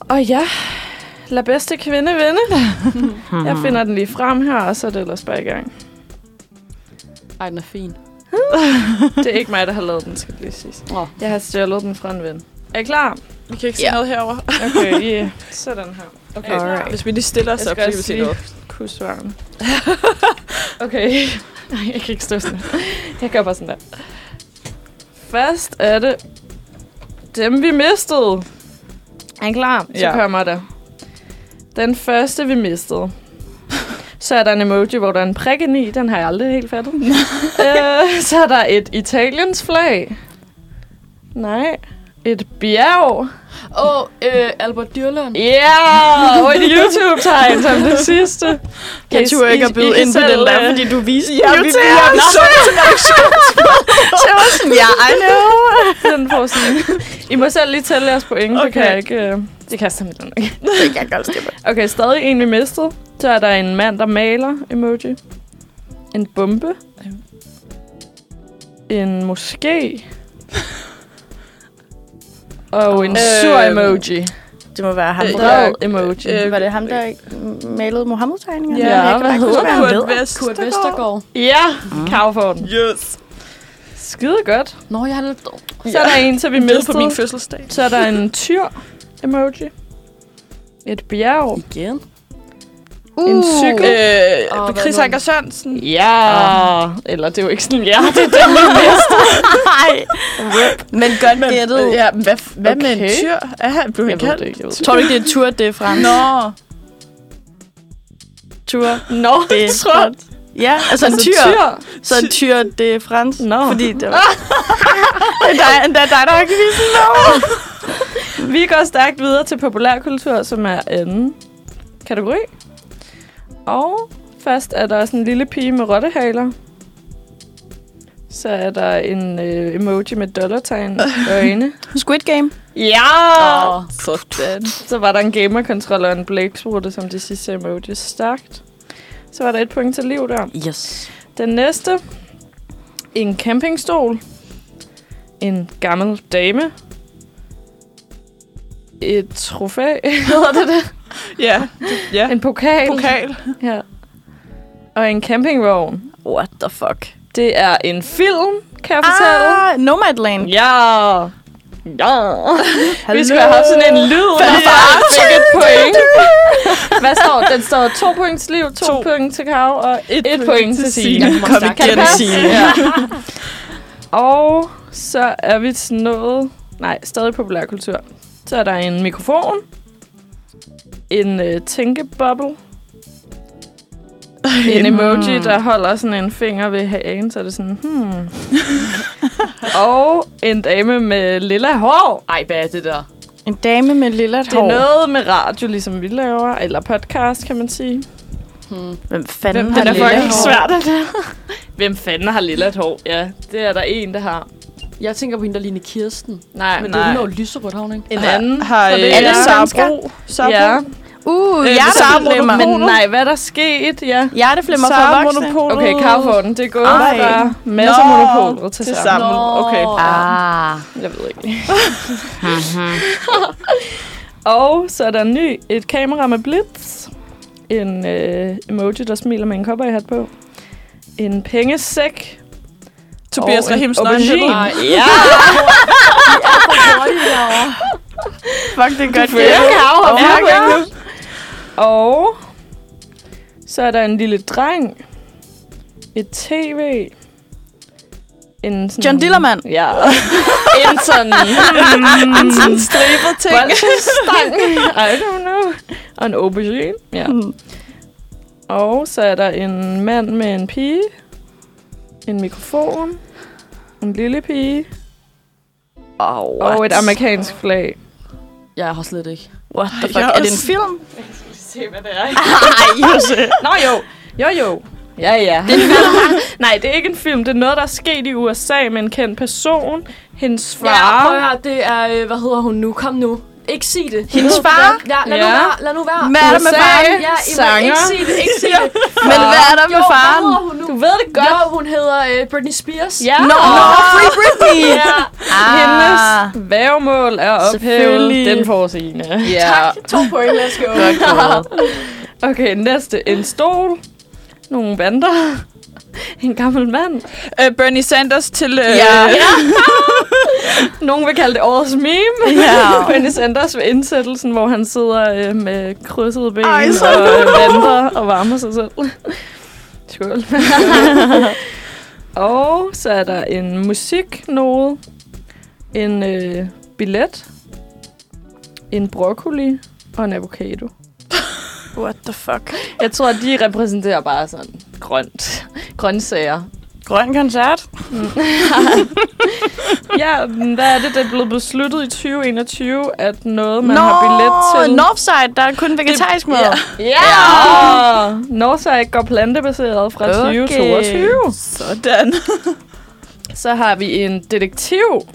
Speaker 4: Og ja, lad bedste kvinde vinde.
Speaker 3: Mm.
Speaker 4: Jeg
Speaker 3: Hmm.
Speaker 4: finder den lige frem her, og så er det ellers bare i gang.
Speaker 2: Ej, den er fin.
Speaker 4: Det er ikke mig, der har lavet den, skal det lige siges.
Speaker 2: Nå.
Speaker 4: Jeg har stjålet den fra en ven. Er I klar?
Speaker 1: Vi kan ikke se
Speaker 3: Ja.
Speaker 1: noget herover.
Speaker 4: Okay, yeah. sådan her.
Speaker 1: Okay.
Speaker 4: Alright.
Speaker 1: Hvis vi lige stiller os
Speaker 4: Jeg
Speaker 1: op, så
Speaker 4: skal
Speaker 1: kan vi
Speaker 4: også
Speaker 1: se
Speaker 4: lige-
Speaker 1: noget.
Speaker 4: kunne svare. okay. Nej, jeg kan ikke stå sådan. Jeg gør bare sådan der. Først er det dem, vi mistede. Er I klar? Så
Speaker 1: Ja.
Speaker 4: kommer der. Den første, vi mistede. Så er der en emoji, hvor der er en prik ind i. Den har jeg aldrig helt fattet. øh, så er der et Italiens flag. Nej. Et bjerg.
Speaker 2: Åh, oh, øh, Albert Dyrlund.
Speaker 4: Ja, yeah! og et YouTube-tegn som det sidste.
Speaker 3: Jeg turde ikke at byde ind på den
Speaker 4: øh,
Speaker 3: der, fordi du viser
Speaker 4: Ja, vi bliver
Speaker 3: Ja, I know.
Speaker 4: den får sådan. I må selv lige tælle jeres point, okay. det kan
Speaker 3: Okay.
Speaker 4: jeg ikke... øh, Det kan jeg simpelthen ikke.
Speaker 3: Det kan jeg godt skippe.
Speaker 4: Okay, stadig en vi mistede. Så er der en mand, der maler emoji. En bombe. En måske. Og en
Speaker 1: Øhm,
Speaker 4: sur emoji.
Speaker 3: Det må være ham.
Speaker 1: Øh,
Speaker 3: der-
Speaker 1: ja.
Speaker 4: Vred emoji.
Speaker 1: øh,
Speaker 3: Var det ham, der ikke malede Mohammed-tegninger?
Speaker 4: Ja,
Speaker 3: jeg kan
Speaker 4: hvad
Speaker 3: ikke
Speaker 4: hedder
Speaker 3: huske, hvad han
Speaker 1: Kurt
Speaker 3: hedder.
Speaker 2: Kurt
Speaker 1: Vestergaard.
Speaker 2: Vestergaard.
Speaker 4: Ja, Carrefour.
Speaker 1: Yes.
Speaker 4: Skide godt.
Speaker 2: Nå, jeg har lidt...
Speaker 4: Så er der en, så vi
Speaker 1: Med på
Speaker 4: mistede.
Speaker 1: min fødselsdag.
Speaker 4: Så er der en tyr emoji. Et bjerg.
Speaker 2: Igen.
Speaker 4: En cykel.
Speaker 1: Uh. Øh,
Speaker 2: Åh,
Speaker 1: oh,
Speaker 2: hvad
Speaker 1: Chris
Speaker 2: nu?
Speaker 1: Anker Sørensen.
Speaker 4: Uh. Øh, Ja. Eller det er jo ikke sådan, ja, Ah. det
Speaker 3: Nej. Men godt gættet.
Speaker 4: øh,
Speaker 1: ja, men hvad, f- hvad okay. med en
Speaker 4: Okay.
Speaker 1: tyr? Er han blevet
Speaker 4: Jeg ved
Speaker 1: kaldt?
Speaker 4: det ikke. Jeg ved
Speaker 3: Tror du ikke, det er tur, det er fransk?
Speaker 1: Nå,
Speaker 3: tur.
Speaker 4: Nå,
Speaker 3: Det er fransk. Ja, altså en tyr. Så en tyr, det er fransk.
Speaker 4: Nå.
Speaker 3: Fordi det var... det er dig, endda dig, der har kvist.
Speaker 4: Vi går stærkt videre til populærkultur, som er anden kategori. Og først er der også en lille pige med rottehaler. Så er der en øh, emoji med dollartegn og øjne.
Speaker 3: Squid Game.
Speaker 4: Ja!
Speaker 2: Åh,
Speaker 1: sådan.
Speaker 4: Så var der en gamerkontrol og en blæksprutte som de sidste emojis stærkt. Så var der et point til liv der.
Speaker 3: Yes.
Speaker 4: Den næste. En campingstol. En gammel dame. Et trofæ. Hedder det det?
Speaker 1: Ja, ja. En
Speaker 4: En pokal.
Speaker 1: pokal.
Speaker 4: Ja. Og en campingvogn.
Speaker 3: What the fuck?
Speaker 4: Det er en film, kan jeg fortælle. Ah!
Speaker 3: Nomadland.
Speaker 4: Ja. Ja.
Speaker 3: Hallo.
Speaker 4: Vi skulle have haft sådan en lyd, når far fik et point. Hvad står? Den står to point til liv,
Speaker 1: To.
Speaker 4: to, to. point til Kav og et, et point til Signe.
Speaker 2: Signe.
Speaker 3: Kom
Speaker 4: Kan det
Speaker 3: igen,
Speaker 4: passe?
Speaker 3: Signe.
Speaker 4: Og så er vi til noget... Nej, stadig populærkultur. Så er der en mikrofon. En øh, tænkeboble. En emoji, der holder sådan en finger ved hagen, så er det sådan, hmm. og en dame med lilla hår.
Speaker 2: Ej, hvad er det der?
Speaker 3: En dame med lilla
Speaker 4: Det er
Speaker 3: hår.
Speaker 4: noget med radio, ligesom vi laver, eller podcast, kan man sige.
Speaker 3: Hvem fanden
Speaker 4: Hvem
Speaker 3: har
Speaker 4: den er
Speaker 3: lilla
Speaker 4: fucking
Speaker 3: hår?
Speaker 4: svært at Hvem fanden har lilla hår? Ja, det er der en, der har.
Speaker 2: Jeg tænker på hende, der ligner Kirsten.
Speaker 4: Nej,
Speaker 2: Men
Speaker 4: men
Speaker 2: det er
Speaker 4: nej.
Speaker 2: jo noget lyserødt, har hun ikke?
Speaker 4: En anden.
Speaker 1: Har
Speaker 4: Så
Speaker 1: øh,
Speaker 4: det er-
Speaker 3: Alle
Speaker 1: Sara
Speaker 3: svensker?
Speaker 1: Bro- Sara Bro-
Speaker 4: Ja.
Speaker 3: Uh,
Speaker 4: Øh,
Speaker 3: hjerteflimmer.
Speaker 4: Sara Men nej, hvad er der sket? Ja.
Speaker 3: Hjerteflimmer for
Speaker 4: Sara
Speaker 3: voksne.
Speaker 1: Monopolet.
Speaker 4: Okay, Carrefour'en, det er gået
Speaker 3: Ej.
Speaker 4: fra masser
Speaker 1: Nå,
Speaker 4: af monopolet til,
Speaker 1: til
Speaker 4: til
Speaker 1: sammen.
Speaker 4: sammen.
Speaker 1: Okay.
Speaker 3: Ah.
Speaker 4: Jeg ved ikke. Og så er der en ny. Et kamera med blitz. En øh, emoji, der smiler med en cowboyhat på. En pengesæk.
Speaker 1: Tobias
Speaker 4: Og en
Speaker 1: Rahims
Speaker 4: aubergine.
Speaker 1: nøgenbillede.
Speaker 4: Nej,
Speaker 3: Ja, fuck, det er godt.
Speaker 4: føler
Speaker 3: Jeg kan afholde
Speaker 4: Ja,
Speaker 3: fuck, ja.
Speaker 4: Og så er der en lille dreng. Et tv. En sådan,
Speaker 3: John Dillermand.
Speaker 4: Ja. en sådan... en sådan stribet ting. Boldstang. I don't know. Og en aubergine. Ja.
Speaker 3: Mm.
Speaker 4: Og så er der en mand med en pige. En mikrofon. En lille pige.
Speaker 3: Oh,
Speaker 4: What? Og et amerikansk flag.
Speaker 2: Jeg har slet ikke.
Speaker 3: What the
Speaker 1: Jeg
Speaker 3: fuck?
Speaker 1: er
Speaker 3: Er det en
Speaker 1: også-
Speaker 3: film?
Speaker 4: Se, hvad det er.
Speaker 3: Nej, Jose.
Speaker 4: Nå jo. Jo jo. Ja, ja. Nej, det er ikke en film. Det er noget, der er sket i USA med en kendt person. Hendes far.
Speaker 2: Ja, prøv at høre, det er, øh, hvad hedder hun nu? Kom nu. Ikke sig det.
Speaker 3: Hendes
Speaker 2: Ved du
Speaker 3: far?
Speaker 2: hvad? Ja, lad nu
Speaker 4: Ja.
Speaker 2: være, lad nu være.
Speaker 3: Hvad er der med
Speaker 4: USA?
Speaker 3: faren?
Speaker 2: Ja, Emma,
Speaker 4: Sanger.
Speaker 2: ikke sig det, ikke sig det.
Speaker 3: Men hvad er der
Speaker 2: Jo,
Speaker 3: med
Speaker 2: hvad
Speaker 3: faren?
Speaker 2: hedder hun nu?
Speaker 4: Du ved det godt.
Speaker 2: Jo, hun hedder øh, Britney Spears.
Speaker 4: Ja.
Speaker 3: Nå, Free Britney!
Speaker 4: ja. Hendes vævemål er
Speaker 3: Selvfølgelig.
Speaker 4: ophævet. Den får Signe.
Speaker 3: Ja.
Speaker 2: To point, let's go.
Speaker 3: Godt gået.
Speaker 4: Okay, næste. En stol. Nogle bander. En gammel mand.
Speaker 1: Øh, Bernie Sanders til... Øh,
Speaker 3: Ja.
Speaker 4: Nogen vil kalde det årets meme.
Speaker 3: Ja.
Speaker 4: Bernie Sanders ved indsættelsen, hvor han sidder øh, med krydsede ben
Speaker 1: Ej, så
Speaker 4: og øh, venter og varmer sig selv. Skål. og så er der en musiknode, en øh, billet, en broccoli og en avocado.
Speaker 3: What the fuck?
Speaker 4: Jeg tror, at de repræsenterer bare sådan grønt. Grøntsager.
Speaker 3: Grøn koncert?
Speaker 4: Ja, men hvad er det, der er blevet besluttet i 2021, at noget, man har billet til...
Speaker 3: Northside, der er kun vegetarisk mad.
Speaker 4: Ja! Northside går plantebaseret fra
Speaker 3: Okay.
Speaker 4: 2022.
Speaker 1: Sådan.
Speaker 4: Så har vi en detektiv.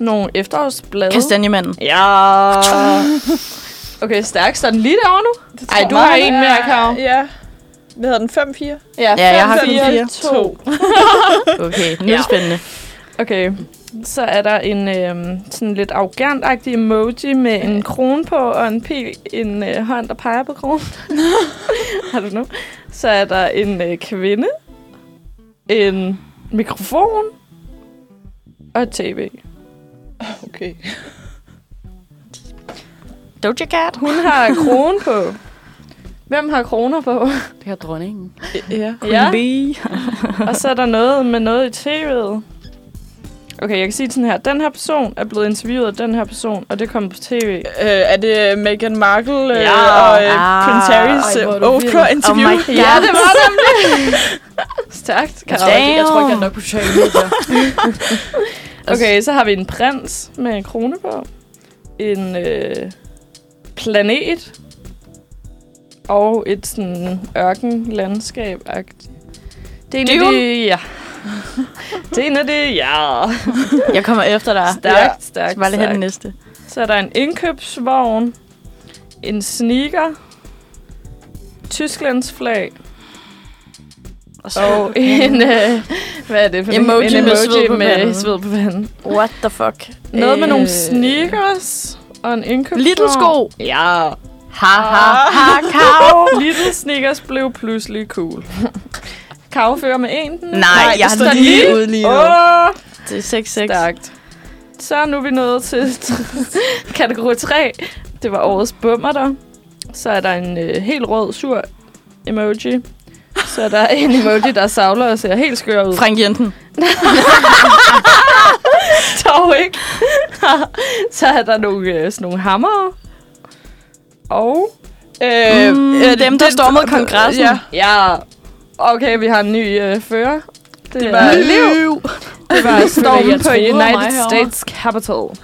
Speaker 4: Nogle efterårsblade.
Speaker 3: Kastanjemanden.
Speaker 4: Ja. Okay, stærk. Så er den lige derovre nu. Ej, du
Speaker 1: jeg.
Speaker 4: har en mere, Karo.
Speaker 1: Ja. Hvad hedder den? 5-4?
Speaker 3: Ja, jeg har
Speaker 4: fem,
Speaker 3: kun
Speaker 4: fire, to.
Speaker 3: Okay, nu er det spændende.
Speaker 4: Okay, så er der en øh, sådan lidt arrogant emoji med en krone på, og en pil, en øh, hånd, der peger på kronen. Har du nu? Så er der en øh, kvinde, en mikrofon og et tv.
Speaker 1: Okay.
Speaker 3: Doja Cat.
Speaker 4: Hun har krone på. Hvem har kroner på?
Speaker 2: Det her dronningen.
Speaker 1: Ja.
Speaker 4: ja,
Speaker 3: Bee.
Speaker 4: og så er der noget med noget i tv'et. Okay, jeg kan sige det sådan her. Den her person er blevet interviewet af den her person, og det kom på tv.
Speaker 1: Øh, er det Meghan Markle øh,
Speaker 4: Ja.
Speaker 1: og øh,
Speaker 3: Ah.
Speaker 1: Prince Harrys
Speaker 2: Ej, hvor er
Speaker 1: øh,
Speaker 2: du vild.
Speaker 1: Oprah interview?
Speaker 3: Oh my god.
Speaker 4: Ja, det var nemlig. Stærkt,
Speaker 2: Jeg
Speaker 4: Karo.
Speaker 2: tror, ikke, jeg tror ikke, jeg er nok på sociale medier.
Speaker 3: Altså-
Speaker 4: Okay, så har vi en prins med en krone på. En øh, planet. Og et sådan ørkenlandskab -agtigt. Det er en af
Speaker 3: Dune?
Speaker 4: de... Ja. Det er en af de... Ja.
Speaker 3: Jeg kommer efter dig.
Speaker 4: Stærkt, stærkt,
Speaker 3: Jeg skal bare lige have den
Speaker 4: stærkt.
Speaker 3: næste.
Speaker 4: Så er der en indkøbsvogn. En sneaker. Tysklands flag. Og en, øh, hvad er det for en-
Speaker 3: Emoji
Speaker 4: en
Speaker 3: med sved på
Speaker 4: med
Speaker 3: panden.
Speaker 4: sved på panden.
Speaker 3: What the fuck?
Speaker 4: Noget øh. med nogle
Speaker 3: Øh,
Speaker 4: sneakers og en indkøbsvogn.
Speaker 3: Little sko.
Speaker 4: Ja. Ah.
Speaker 3: Ha, ha, ha, kav.
Speaker 4: Little sneakers blev pludselig cool. Kau fører med en. den.
Speaker 3: Nej, jeg
Speaker 4: det
Speaker 3: har
Speaker 4: står
Speaker 3: lige ude lige nu.
Speaker 4: Åh,
Speaker 3: Det er 6-6.
Speaker 4: stærkt. Så er nu vi nået til kategori 3. Det var årets bummer der. Så er der en øh, helt rød, sur emoji. Så er der en emoji, der savler og ser helt skør ud.
Speaker 3: Frank Jensen.
Speaker 4: Dog ikke. så er der nogle, øh, sådan nogle hammer. Og...
Speaker 1: Øh,
Speaker 3: Mm,
Speaker 1: øh,
Speaker 3: dem, der
Speaker 1: den-
Speaker 3: stormede kongressen.
Speaker 1: Ja.
Speaker 4: Ja, okay, vi har en ny øh, fører. Det, det
Speaker 1: var-
Speaker 4: liv. Det var stormen på
Speaker 2: troede mig
Speaker 4: United
Speaker 2: herovre.
Speaker 4: States Capitol.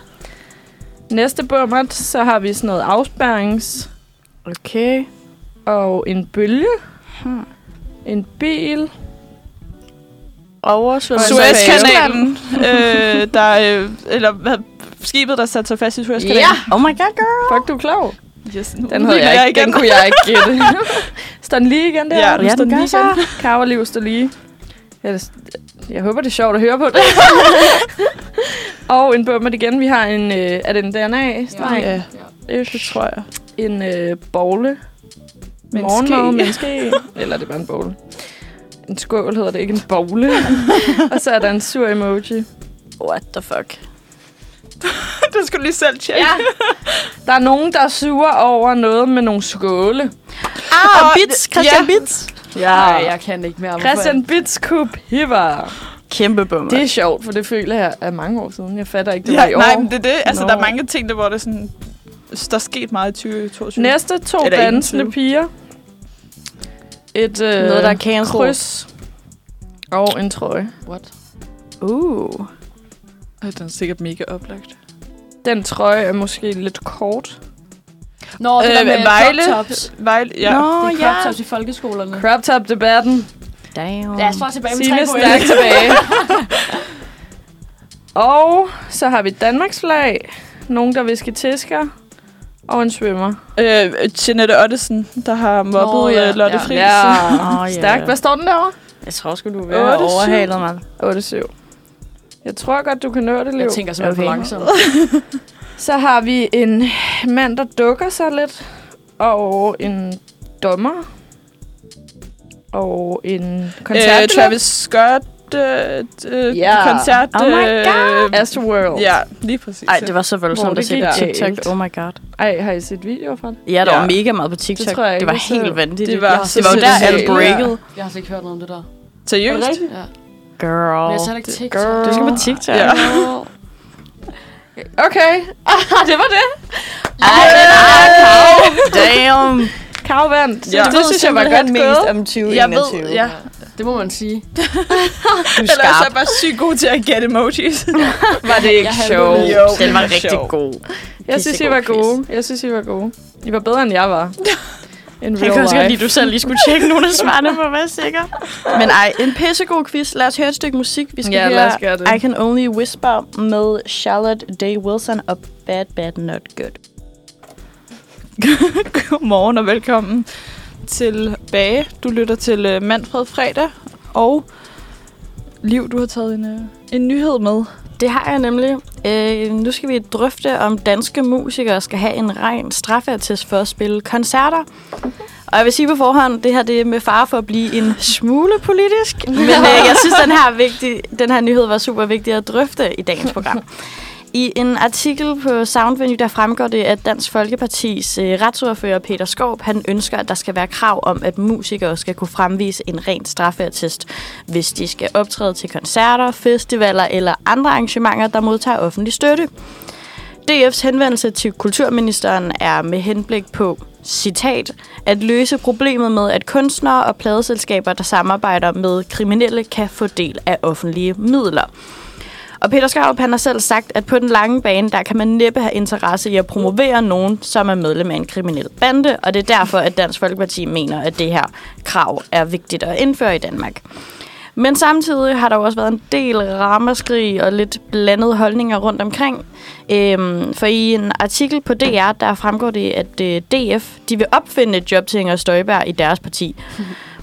Speaker 4: Næste bummert, så har vi sådan noget afspærrings
Speaker 3: Okay.
Speaker 4: og en bølge. En bil. oversvømmet.
Speaker 1: Suezkanalen, øh, der, øh, eller hvad, skibet, der satte sig fast i Suezkanalen.
Speaker 2: Ja!
Speaker 3: Oh my god, girl.
Speaker 4: Fuck, du er klog.
Speaker 1: Yes, nu
Speaker 4: Den, havde
Speaker 1: ligner
Speaker 4: jeg ikke,
Speaker 1: igen.
Speaker 4: den kunne jeg ikke gætte. står den lige igen der?
Speaker 1: Ja,
Speaker 4: du
Speaker 3: ja,
Speaker 4: står
Speaker 3: den gør
Speaker 4: lige
Speaker 3: så.
Speaker 4: igen. Karverliv står lige. Ja, det, jeg håber, det er sjovt at høre på det. og en bummer igen. Vi har en, øh, er det en DNA-streng?
Speaker 1: Ja,
Speaker 4: det tror jeg. En øh, bogle.
Speaker 1: Men
Speaker 4: Morgenmad,
Speaker 1: ske.
Speaker 4: måske. Eller det var en bogle. En skål hedder det ikke en bogle. og så er der en sur emoji.
Speaker 3: What the fuck?
Speaker 1: det skulle du lige selv tjekke. Ja.
Speaker 4: Der er nogen, der er sure over noget med nogle skåle.
Speaker 3: Ah,
Speaker 1: Og-
Speaker 3: Bits. Christian
Speaker 1: ja.
Speaker 3: Bits.
Speaker 2: Ja. Nej, jeg kan ikke mere. om, hvorfor
Speaker 4: Christian Bitskub Hiver.
Speaker 3: Kæmpe bummer.
Speaker 4: Det er sjovt, for det føler jeg er mange år siden. Jeg fatter ikke, det var
Speaker 1: Ja,
Speaker 4: i
Speaker 1: nej,
Speaker 4: år.
Speaker 1: men det er det. Altså,
Speaker 4: Nå.
Speaker 1: der er mange ting, der, hvor det er sådan... Der er sket meget i 2022.
Speaker 4: Næste to
Speaker 1: Eller
Speaker 4: dansende
Speaker 1: 21.
Speaker 4: piger. Et øh,
Speaker 3: Noget, der er cancelled.
Speaker 4: kryds. Og en trøje.
Speaker 2: jeg- What?
Speaker 3: Uh.
Speaker 1: Ej, Den er sikkert mega oplagt.
Speaker 4: Den trøje er måske lidt kort.
Speaker 2: Nå, det øh, der med
Speaker 1: Vejle.
Speaker 2: crop tops.
Speaker 1: Vejle, ja.
Speaker 3: Nå,
Speaker 2: Det er
Speaker 3: ja.
Speaker 2: crop tops i folkeskolerne.
Speaker 4: Crop top-debatten.
Speaker 3: Damn.
Speaker 2: Lad os bare tilbage med tre
Speaker 4: Signe
Speaker 2: point.
Speaker 4: stærkt tilbage. og så har vi Danmarks flag. Nogen, der visker tisker. Og en svømmer.
Speaker 1: Øh, Jeanette Ottesen, der har mobbet
Speaker 2: Nå,
Speaker 1: oh,
Speaker 2: ja,
Speaker 1: ja, Lotte
Speaker 2: ja.
Speaker 1: ja, Friis.
Speaker 3: Oh, yeah.
Speaker 4: Ah, Stærkt. Hvad står den derovre?
Speaker 3: Jeg tror sgu, du er
Speaker 4: Otte,
Speaker 3: være
Speaker 4: syv.
Speaker 3: overhalet, mand.
Speaker 4: 8-7. Jeg tror godt, du kan nå det, Liv.
Speaker 2: Jeg tænker simpelthen for
Speaker 3: Okay.
Speaker 2: langsomt.
Speaker 4: Så har vi en mand, der dukker sig lidt. Og en dommer. Og en koncert.
Speaker 1: Øh, Travis Scott øh, øh,
Speaker 4: Ja.
Speaker 1: koncert.
Speaker 3: Oh my
Speaker 1: god.
Speaker 4: Astroworld.
Speaker 1: ja, lige præcis.
Speaker 3: Ej, det var så
Speaker 4: Hvor
Speaker 3: voldsomt
Speaker 4: det
Speaker 3: at se
Speaker 4: gik
Speaker 3: på
Speaker 4: galt.
Speaker 3: TikTok. Oh my god.
Speaker 4: Ej, har I set videoer fra den?
Speaker 3: Ja, der
Speaker 1: Ja.
Speaker 3: var mega meget på TikTok.
Speaker 4: tror jeg
Speaker 3: det
Speaker 4: ikke,
Speaker 3: var
Speaker 4: jeg så.
Speaker 3: helt vanvittigt.
Speaker 1: Det var
Speaker 3: Ja.
Speaker 1: så
Speaker 3: det var jo der,
Speaker 1: sindssygt.
Speaker 3: alt breaket.
Speaker 2: Jeg har slet ikke hørt noget om det der.
Speaker 1: Seriøst?
Speaker 2: Ja.
Speaker 3: Girl.
Speaker 2: Men jeg tager ikke TikTok.
Speaker 4: Girl.
Speaker 3: Du skal på TikTok.
Speaker 1: Ja.
Speaker 4: Okay. Ah, det var det.
Speaker 3: Ej, den er kav. Damn.
Speaker 4: Kav vandt.
Speaker 1: Ja.
Speaker 4: Det synes jeg var godt
Speaker 3: mest
Speaker 4: gået.
Speaker 3: om 2021.
Speaker 1: Jeg ved, ja.
Speaker 2: Det må man sige.
Speaker 3: Du er
Speaker 1: Eller er
Speaker 3: skarp.
Speaker 1: jeg bare sygt god til at gætte emojis.
Speaker 4: Var det ikke
Speaker 2: Jeg havde
Speaker 4: sjovt?
Speaker 2: det.
Speaker 1: Jo,
Speaker 3: Den var
Speaker 1: det er
Speaker 3: rigtig
Speaker 1: sjov.
Speaker 3: god.
Speaker 4: Jeg synes, I var
Speaker 3: Pissegod quiz.
Speaker 4: gode. Jeg synes, I var gode. I var bedre, end jeg var. En
Speaker 3: Jeg
Speaker 4: real
Speaker 3: kan også
Speaker 4: life.
Speaker 3: godt lide, at du selv lige skulle tjekke nogle af svarene for at være sikker. Men ej, en pissegod quiz. Lad os høre et stykke musik. Vi skal
Speaker 4: Ja,
Speaker 3: høre
Speaker 4: lad os gøre det.
Speaker 3: I Can Only Whisper med Charlotte Day Wilson og Bad Bad Not Good.
Speaker 1: Godmorgen og velkommen tilbage. Du lytter til øh, Manfred Fredag, og Liv, du har taget en, øh, en nyhed med.
Speaker 3: Det har jeg nemlig. Øh, nu skal vi drøfte, om danske musikere skal have en ren straffeattest for at spille koncerter. Og jeg vil sige på forhånd, det her det er med fare for at blive en smule politisk. Men øh, jeg synes, den her, vigtig, den her nyhed var super vigtig at drøfte i dagens program. I en artikel på Soundvenue, der fremgår det, at Dansk Folkepartis øh, retsordfører Peter Skov, han ønsker, at der skal være krav om, at musikere skal kunne fremvise en ren straffeattest, hvis de skal optræde til koncerter, festivaler eller andre arrangementer, der modtager offentlig støtte. DF's henvendelse til kulturministeren er med henblik på, citat, at løse problemet med, at kunstnere og pladeselskaber, der samarbejder med kriminelle, kan få del af offentlige midler. Og Peter Skarp, han har selv sagt, at på den lange bane, der kan man næppe have interesse i at promovere nogen, som er medlem af en kriminel bande, og det er derfor, at Dansk Folkeparti mener, at det her krav er vigtigt at indføre i Danmark. Men samtidig har der jo også været en del ramaskrig og lidt blandede holdninger rundt omkring. Øhm, for i en artikel på DR, der fremgår det, at øh, DF de vil opfinde et job til Inger Støjberg i deres parti.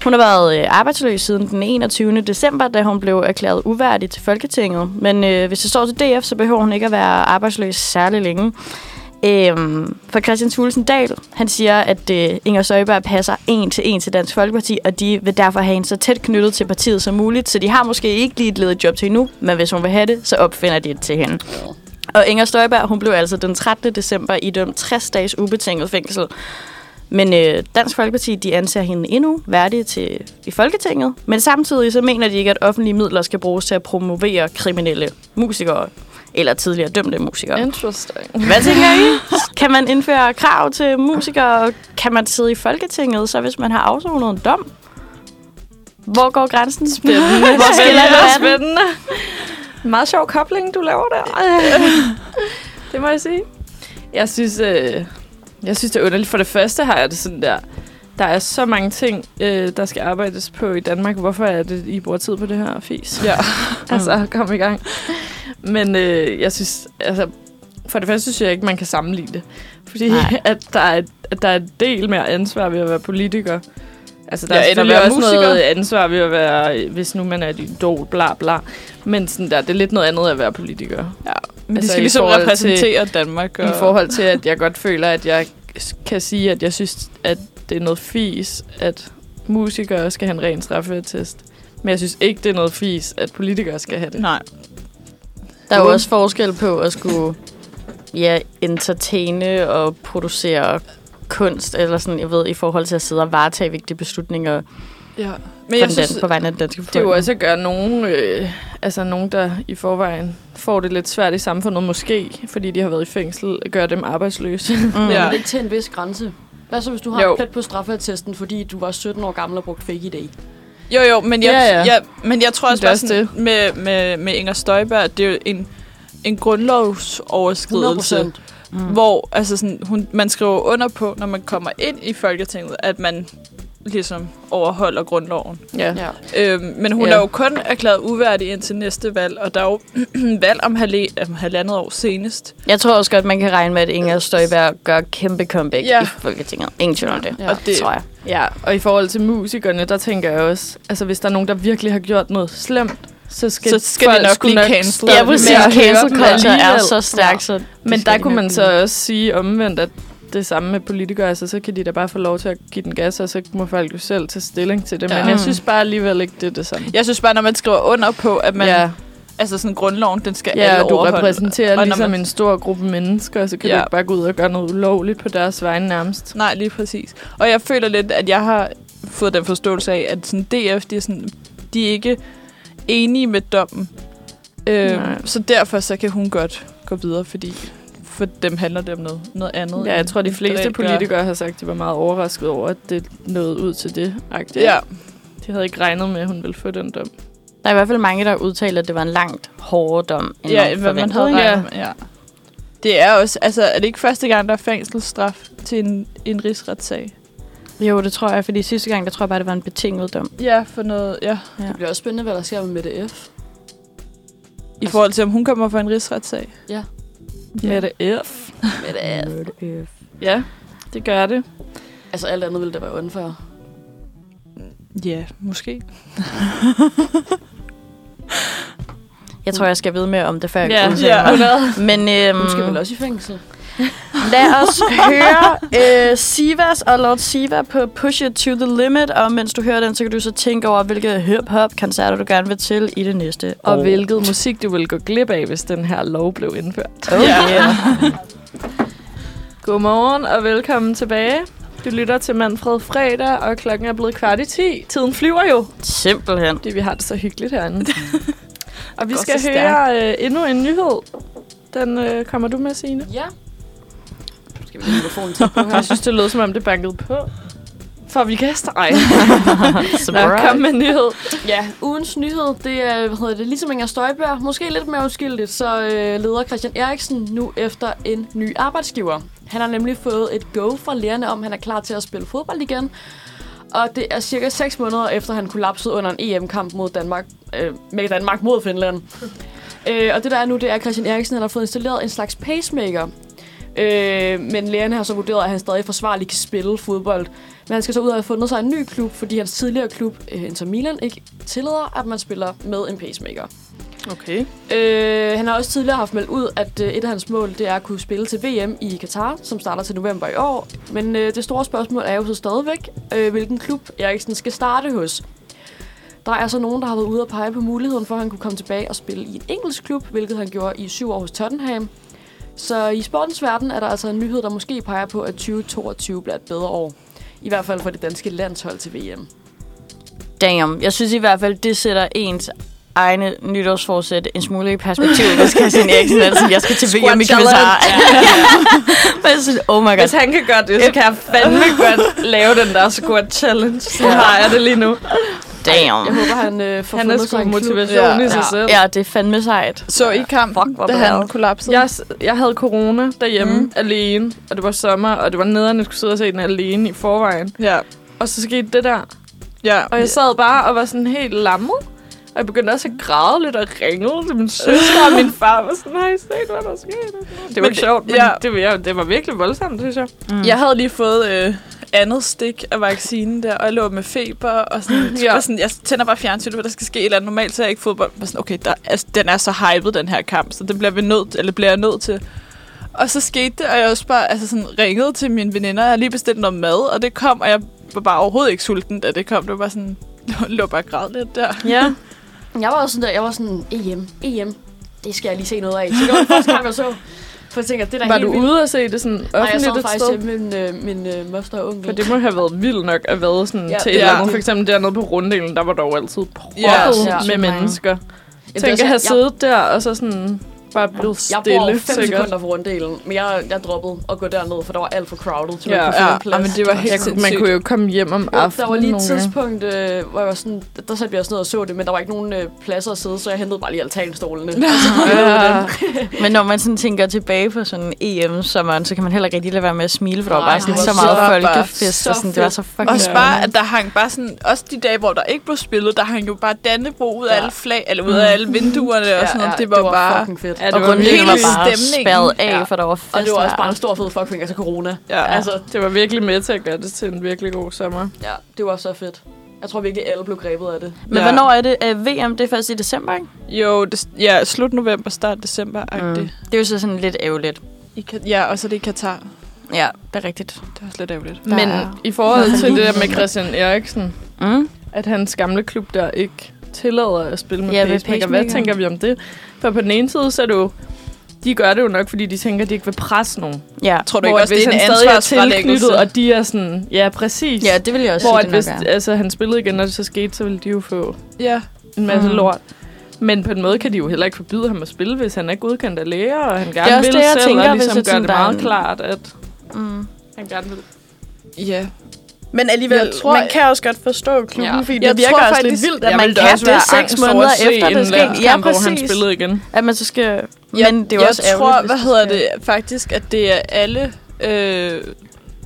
Speaker 3: Hun har været øh, arbejdsløs siden den 21. december, da hun blev erklæret uværdig til Folketinget. Men øh, hvis det står til DF, så behøver hun ikke at være arbejdsløs særlig længe. Øhm, for Christian Thulesen Dahl, han siger, at øh, Inger Støjberg passer en til en til Dansk Folkeparti, og de vil derfor have hende så tæt knyttet til partiet som muligt, så de har måske ikke lige et ledigt job til endnu, men hvis hun vil have det, så opfinder de det til hende. Og Inger Støjberg, hun blev altså den 13. december idømt 60 dages ubetinget fængsel. Men øh, Dansk Folkeparti, de anser hende endnu værdig til i Folketinget, men samtidig så mener de ikke, at offentlige midler skal bruges til at promovere kriminelle musikere eller tidligere dømte musikere.
Speaker 4: Interesting.
Speaker 3: Hvad tænker I? Kan man indføre krav til musikere? Kan man sidde i Folketinget, så hvis man har afsonet en dom? Hvor går grænsen? Spændende. Hvor skiller det vandet?
Speaker 4: spændende. Meget sjov kobling, du laver der. det må jeg sige. Jeg synes, øh, jeg synes, det er underligt. For det første har jeg det sådan der... Der er så mange ting, øh, der skal arbejdes på i Danmark. Hvorfor er det, I bruger tid på det her fis?
Speaker 1: Ja.
Speaker 4: altså, kom i gang. Men øh, jeg synes, altså, for det første synes jeg ikke, man kan sammenligne det. Fordi
Speaker 3: Nej.
Speaker 4: at der, er, at der er en del mere ansvar ved at være politiker. Altså, der
Speaker 1: Ja,
Speaker 4: ja, er
Speaker 1: end at
Speaker 4: selvfølgelig
Speaker 1: være
Speaker 4: også musiker.
Speaker 1: musiker.
Speaker 4: noget ansvar ved at være, hvis nu man er et idol, bla bla. Men sådan der, det er lidt noget andet at være politiker.
Speaker 1: Men altså, de
Speaker 4: Altså,
Speaker 1: skal
Speaker 4: i
Speaker 1: ligesom
Speaker 4: forhold til-
Speaker 1: repræsentere til, Danmark. Og...
Speaker 4: I forhold til, at jeg godt føler, at jeg kan sige, at jeg synes, at det er noget fis, at musikere skal have en ren straffetest. Men jeg synes ikke, det er noget fis, at politikere skal have det.
Speaker 1: Nej.
Speaker 3: Der er jo
Speaker 4: Mm.
Speaker 3: også forskel på at skulle ja, entertaine og producere kunst, eller sådan, jeg ved, i forhold til at sidde og varetage vigtige beslutninger
Speaker 1: Ja.
Speaker 3: på,
Speaker 1: Men jeg
Speaker 3: den
Speaker 1: synes,
Speaker 3: dan- på vegne af den danske
Speaker 4: Det er jo
Speaker 3: befolkning.
Speaker 4: også at gøre nogen, øh, altså nogen, der i forvejen får det lidt svært i samfundet, måske fordi de har været i fængsel, gøre dem arbejdsløse.
Speaker 3: mm.
Speaker 1: Ja.
Speaker 3: ja.
Speaker 2: Men ikke til en vis grænse. Hvad så, hvis du har
Speaker 4: Jo.
Speaker 2: jo. plet på straffeattesten, fordi du var 17 år gammel og brugte fake ID?
Speaker 1: Jo, jo, men jeg,
Speaker 4: Ja,
Speaker 1: ja,
Speaker 4: ja.
Speaker 1: ja. men jeg tror også,
Speaker 4: Det er
Speaker 1: bare
Speaker 4: også
Speaker 1: sådan, med, med, med Inger Støjberg, at det er jo en, en
Speaker 2: 100
Speaker 1: grundlovsoverskridelse,
Speaker 2: procent.
Speaker 1: mm. hvor altså sådan, hun, man skriver under på, når man kommer ind i Folketinget, at man ligesom overholder grundloven.
Speaker 4: ja.
Speaker 2: Ja.
Speaker 1: Øhm, men hun
Speaker 4: Ja.
Speaker 1: ja. er jo kun erklæret uværdig indtil næste valg, og der er jo valg om, halve, om halvandet år senest.
Speaker 3: Jeg tror også godt, man kan regne med, at Inger Støjberg gør kæmpe comeback
Speaker 1: Ja.
Speaker 3: i Folketinget. Ingen tvivl om det,
Speaker 2: Ja.
Speaker 1: Og det,
Speaker 3: tror jeg.
Speaker 4: Ja, og i forhold til musikerne, der tænker jeg også, altså hvis der er nogen, der virkelig har gjort noget slemt, så skal,
Speaker 1: Så skal det
Speaker 4: folk
Speaker 1: nok
Speaker 4: skulle
Speaker 1: blive cancelled.
Speaker 4: stoppe
Speaker 3: Ja,
Speaker 1: Ja,
Speaker 4: med
Speaker 3: præcis.
Speaker 4: at høre
Speaker 3: Cancel
Speaker 4: dem
Speaker 3: culture er
Speaker 4: alligevel.
Speaker 3: så stærk, så...
Speaker 4: Men der kunne man så også sige omvendt, at det samme med politikere, altså så kan de da bare få lov til at give den gas, og så må folk jo selv tage stilling til det. Ja.
Speaker 1: Ja.
Speaker 4: Men jeg synes bare alligevel ikke, det er det samme.
Speaker 1: jeg synes bare, når man skriver under på, at man, ja.
Speaker 4: ja,
Speaker 1: altså sådan, grundloven, den skal
Speaker 4: ja
Speaker 1: alle
Speaker 4: og du
Speaker 1: overholde.
Speaker 4: repræsenterer
Speaker 1: og når
Speaker 4: ligesom
Speaker 1: man-
Speaker 4: en stor gruppe mennesker, så kan ja.
Speaker 1: Ja.
Speaker 4: du ikke bare gå ud og gøre noget ulovligt på deres vegne nærmest.
Speaker 1: Nej, lige præcis. Og jeg føler lidt, at jeg har fået den forståelse af, at sådan DF, de er, sådan, de er ikke enige med dommen.
Speaker 4: Nej.
Speaker 1: Øhm, så derfor så kan hun godt gå videre, fordi for dem handler det om noget, noget andet.
Speaker 4: Ja, jeg
Speaker 1: end-
Speaker 4: tror, de
Speaker 1: end
Speaker 4: fleste
Speaker 1: privat gør.
Speaker 4: politikere har sagt, at de var meget overrasket over, at det nåede ud til det. -agtigt.
Speaker 1: Ja,
Speaker 4: De havde ikke regnet med, at hun ville få den dom.
Speaker 3: Der er i hvert fald mange, der udtaler, at det var en langt hårdere dom, end
Speaker 1: ja
Speaker 3: man
Speaker 1: hvad man
Speaker 3: forventede.
Speaker 1: havde regnet med. Ja. Det er også, altså er det ikke første gang, der er fængselsstraf til en, en rigsretssag?
Speaker 3: Jo, det tror jeg, fordi sidste gang, der tror jeg bare, det var en betinget dom.
Speaker 1: Ja, for noget, ja.
Speaker 2: Det bliver også spændende, hvad der sker med Mette F.
Speaker 1: I forhold til, om hun kommer for en rigsretssag.
Speaker 4: Ja.
Speaker 1: Ja.
Speaker 4: Mette F.
Speaker 2: Mette F.
Speaker 4: Ja, det gør det.
Speaker 2: Altså alt andet ville da være unfair.
Speaker 1: Ja, måske.
Speaker 3: Jeg tror, jeg skal vide mere om det, før jeg
Speaker 4: Ja.
Speaker 3: kan udtale
Speaker 1: Ja.
Speaker 3: mig. Men øhm,
Speaker 2: Hun skal vel også i fængsel?
Speaker 3: lad os høre øh, Sivas og Lord Siva på Push It To The Limit, og mens du hører den, så kan du så tænke over, hvilke hip-hop-koncerter du gerne vil til i det næste
Speaker 4: Og
Speaker 3: år.
Speaker 4: hvilket musik du ville gå glip af, hvis den her lov blev indført.
Speaker 3: Oh, yeah.
Speaker 4: Godmorgen og velkommen tilbage. Du lytter til Manfred Fredag, og klokken er blevet kvart i 10. Tiden flyver jo,
Speaker 3: Simpelthen.
Speaker 4: fordi vi har det så hyggeligt herinde. og vi
Speaker 1: Går
Speaker 4: skal
Speaker 1: så
Speaker 4: høre øh, endnu en nyhed. Den øh, kommer du med, Signe?
Speaker 2: Ja. Nu Skal vi lige mikrofonen tæt på
Speaker 4: Jeg
Speaker 2: her?
Speaker 4: synes, det lød, som om det bankede på. For vi gæster. Ej, Nå,
Speaker 3: Surprise.
Speaker 4: kom med en nyhed.
Speaker 2: Ja, ugens nyhed, det er, hvad hedder det, ligesom Inger Støjberg, måske lidt mere uskyldigt, så øh, leder Christian Eriksen nu efter en ny arbejdsgiver. Han har nemlig fået et go fra lærerne om, at han er klar til at spille fodbold igen. Og det er cirka 6 måneder efter, han kollapsede under en EM-kamp mod Danmark, øh, med Danmark mod Finland. Øh, og det der er nu, det er, at Christian Eriksen han har fået installeret en slags pacemaker. Øh, men lægerne har så vurderet, at han stadig forsvarligt kan spille fodbold. Men han skal så ud og have fundet sig en ny klub, fordi hans tidligere klub, øh, Inter Milan, ikke tillader, at man spiller med en pacemaker.
Speaker 1: Okay.
Speaker 2: Øh, han har også tidligere haft meldt ud, at øh, et af hans mål, det er at kunne spille til VM i Katar, som starter til november i år. Men øh, det store spørgsmål er jo så stadigvæk, øh, hvilken klub Eriksen skal starte hos. Der er så nogen, der har været ude og pege på muligheden for, at han kunne komme tilbage og spille i en engelsk klub, hvilket han gjorde i syv år hos Tottenham. Så i sportens verden er der altså en nyhed, der måske peger på, at 2022 bliver et bedre år. I hvert fald for det danske landshold til VM.
Speaker 3: Damn. Jeg synes i hvert fald, det sætter ens egne nytårsforsæt en smule i perspektiv, hvis Christian Eriksen er sådan, jeg skal til VM i Katar. Men jeg synes, oh my
Speaker 4: Hvis
Speaker 3: god.
Speaker 4: han kan gøre det, så kan jeg fandme godt lave den der squat challenge. Så har jeg det lige nu.
Speaker 2: Jeg
Speaker 3: Damn.
Speaker 2: håber, han øh, får
Speaker 4: Han er
Speaker 2: fundet
Speaker 4: sgu
Speaker 2: sig en klub.
Speaker 4: motivation i sig
Speaker 2: Ja.
Speaker 4: selv.
Speaker 3: Ja, det er fandme sejt.
Speaker 1: Så i kampen,
Speaker 3: Fuck, hvor
Speaker 1: da
Speaker 3: blev
Speaker 1: han
Speaker 3: jeg-
Speaker 1: kollapsede?
Speaker 4: Jeg, jeg havde corona derhjemme mm. alene, og det var sommer, og det var nederen, at jeg skulle sidde og se den alene i forvejen.
Speaker 1: ja.
Speaker 4: og så skete det der.
Speaker 1: Ja.
Speaker 4: Og jeg sad bare og var sådan helt lammet. Og jeg begyndte også at græde lidt og ringede til min søster og min far. var sådan, nej, Sten, hvad er der sket? Det var
Speaker 1: Men
Speaker 4: ikke
Speaker 1: det-
Speaker 4: sjovt, men
Speaker 1: ja.
Speaker 4: det, var, ja, det var virkelig voldsomt, synes jeg.
Speaker 1: Mm. Jeg havde lige fået øh, andet stik af vaccinen der, og jeg lå med feber, og sådan,
Speaker 4: Ja.
Speaker 1: ja. og sådan jeg tænder bare fjernsynet, hvad der skal ske, et eller andet. normalt så er jeg ikke fodbold. Jeg var sådan, okay, der, altså, den er så hyped, den her kamp, så det bliver, vi nødt, eller bliver jeg nødt til. Og så skete det, og jeg også bare altså sådan, ringede til mine veninder, jeg havde lige bestilt noget mad, og det kom, og jeg var bare overhovedet ikke sulten, da det kom. Det var bare sådan, jeg lå bare og græd lidt der.
Speaker 3: Ja.
Speaker 2: Jeg var også sådan der, jeg var sådan, "E EM, EM, det skal jeg lige se noget af. Så det var den første kamp, jeg så. For jeg tænker, det er da
Speaker 4: Var
Speaker 2: helt
Speaker 4: du
Speaker 2: vildt.
Speaker 4: ude og se det sådan
Speaker 2: Nej, jeg
Speaker 4: offentligt
Speaker 2: sad
Speaker 4: et
Speaker 2: faktisk
Speaker 4: sted?
Speaker 2: til min, øh, min øh, moster og onkel.
Speaker 4: For det må have været vildt nok at være sådan
Speaker 2: Ja,
Speaker 4: ja, til
Speaker 1: det
Speaker 4: et
Speaker 1: er
Speaker 4: eller andet.
Speaker 1: det.
Speaker 4: For eksempel dernede på runddelen, der var der jo altid proppet
Speaker 1: Ja,
Speaker 4: ja,
Speaker 3: sindssygt
Speaker 4: med
Speaker 3: mange.
Speaker 4: mennesker.
Speaker 2: det
Speaker 4: Tænk
Speaker 2: også-
Speaker 4: at have
Speaker 2: jeg-
Speaker 4: siddet der, og så sådan bare blevet
Speaker 2: Jeg bor 5
Speaker 4: stille, sikkert.
Speaker 2: sekunder fra runddelen, men jeg, jeg droppede at gå derned, for der var alt for crowded, så man
Speaker 4: Ja,
Speaker 2: kunne finde en
Speaker 1: ja, men
Speaker 2: plads.
Speaker 1: det var
Speaker 4: Jeg
Speaker 1: helt
Speaker 4: kunne, man kunne jo komme hjem om
Speaker 2: Jo,
Speaker 4: aftenen.
Speaker 2: der var lige et
Speaker 4: nogle gange.
Speaker 2: tidspunkt, øh, hvor jeg var sådan, der satte vi os ned og så det, men der var ikke nogen øh, pladser at sidde, så jeg hentede bare lige altanstolene.
Speaker 4: Ja.
Speaker 3: Men når man sådan tænker tilbage på sådan EM-sommeren, så kan man heller ikke rigtig lade være med at smile, for der var
Speaker 2: Nej,
Speaker 3: bare sådan
Speaker 2: det
Speaker 3: så
Speaker 2: var
Speaker 3: meget
Speaker 1: så-
Speaker 3: folkefest,
Speaker 2: så
Speaker 3: og sådan, det var
Speaker 2: fedt.
Speaker 3: så fucking
Speaker 1: Også
Speaker 3: fedt.
Speaker 1: bare, at der hang bare sådan, også de dage, hvor der ikke blev spillet, der hang jo bare Dannebro ud af
Speaker 2: Ja.
Speaker 1: alle flag, eller ud af alle vinduerne og sådan noget. Det var,
Speaker 2: det var
Speaker 1: bare...
Speaker 2: fucking fedt.
Speaker 4: Ja,
Speaker 3: og
Speaker 4: det var
Speaker 3: runddelen
Speaker 1: virkelig
Speaker 3: var bare
Speaker 1: stemningen.
Speaker 3: spærret af,
Speaker 2: Ja.
Speaker 3: for der var fest.
Speaker 2: og det var også
Speaker 3: der.
Speaker 2: bare en stor fed fuckfinger til corona.
Speaker 1: Ja.
Speaker 2: Altså,
Speaker 4: Det var virkelig med til at gøre det til en virkelig god sommer.
Speaker 2: ja, det var så fedt. Jeg tror virkelig, alle blev grebet af det.
Speaker 3: Men
Speaker 1: Ja.
Speaker 3: hvornår er det? Uh, VM, det er først i december, ikke?
Speaker 1: Jo, det, ja, slut november, start december. Mm.
Speaker 3: Det er jo så sådan lidt ærgerligt.
Speaker 1: I, Ka- ja, og så er det i Katar.
Speaker 3: Ja, det er rigtigt.
Speaker 1: Det er også lidt ærgerligt.
Speaker 3: Der
Speaker 4: Men
Speaker 3: er-
Speaker 4: i forhold til det der med Christian Eriksen,
Speaker 3: Mm.
Speaker 4: at hans gamle klub der ikke tillader at spille med
Speaker 3: Ja,
Speaker 4: ja,
Speaker 3: med
Speaker 4: pacemaker. pacemaker. Hvad
Speaker 3: pacemaker.
Speaker 4: tænker vi om det? For på den ene side, så er det jo... De gør det jo nok, fordi de tænker, at de ikke vil presse nogen.
Speaker 3: Ja.
Speaker 1: Tror du ikke
Speaker 4: Hvor at
Speaker 1: også, det er
Speaker 4: hvis
Speaker 1: en
Speaker 4: han stadig er tilknyttet,
Speaker 1: ansvarsfralæggelse?
Speaker 4: og de er sådan... Ja, præcis.
Speaker 3: ja, det vil jeg også
Speaker 4: Hvor
Speaker 3: sige,
Speaker 4: at
Speaker 3: det nok
Speaker 4: hvis
Speaker 3: er.
Speaker 4: altså, han spillede igen, når det så skete, så ville de jo få
Speaker 1: Ja.
Speaker 4: en masse
Speaker 3: Mm.
Speaker 4: mm. lort. Men på en måde kan de jo heller ikke forbyde ham at spille, hvis han er godkendt af læger, og han
Speaker 3: Det er
Speaker 4: gerne
Speaker 3: også
Speaker 4: vil
Speaker 3: det, jeg
Speaker 4: selv,
Speaker 3: tænker, øh,
Speaker 4: og
Speaker 3: hvis
Speaker 4: ligesom
Speaker 3: jeg
Speaker 4: gør
Speaker 3: sådan,
Speaker 4: det
Speaker 3: der er
Speaker 4: meget
Speaker 3: en-
Speaker 4: klart, at
Speaker 3: Mm.
Speaker 4: han gerne vil.
Speaker 1: Ja. Men alligevel...
Speaker 4: Jeg tror-
Speaker 1: man kan,
Speaker 4: også godt forstå klubben,
Speaker 2: Ja.
Speaker 4: fordi
Speaker 3: Jeg tror faktisk, at man kan det seks måneder efter, det sker. Ja,
Speaker 4: Ja, hvor han
Speaker 3: præcis.
Speaker 4: spillede igen.
Speaker 3: At man så skal...
Speaker 1: jeg,
Speaker 3: men det er jo
Speaker 1: jeg
Speaker 3: også
Speaker 1: tror,
Speaker 3: ærgerligt, hvis
Speaker 1: hvad
Speaker 3: det
Speaker 1: hedder
Speaker 3: skal-
Speaker 1: det faktisk, at det er alle... Øh,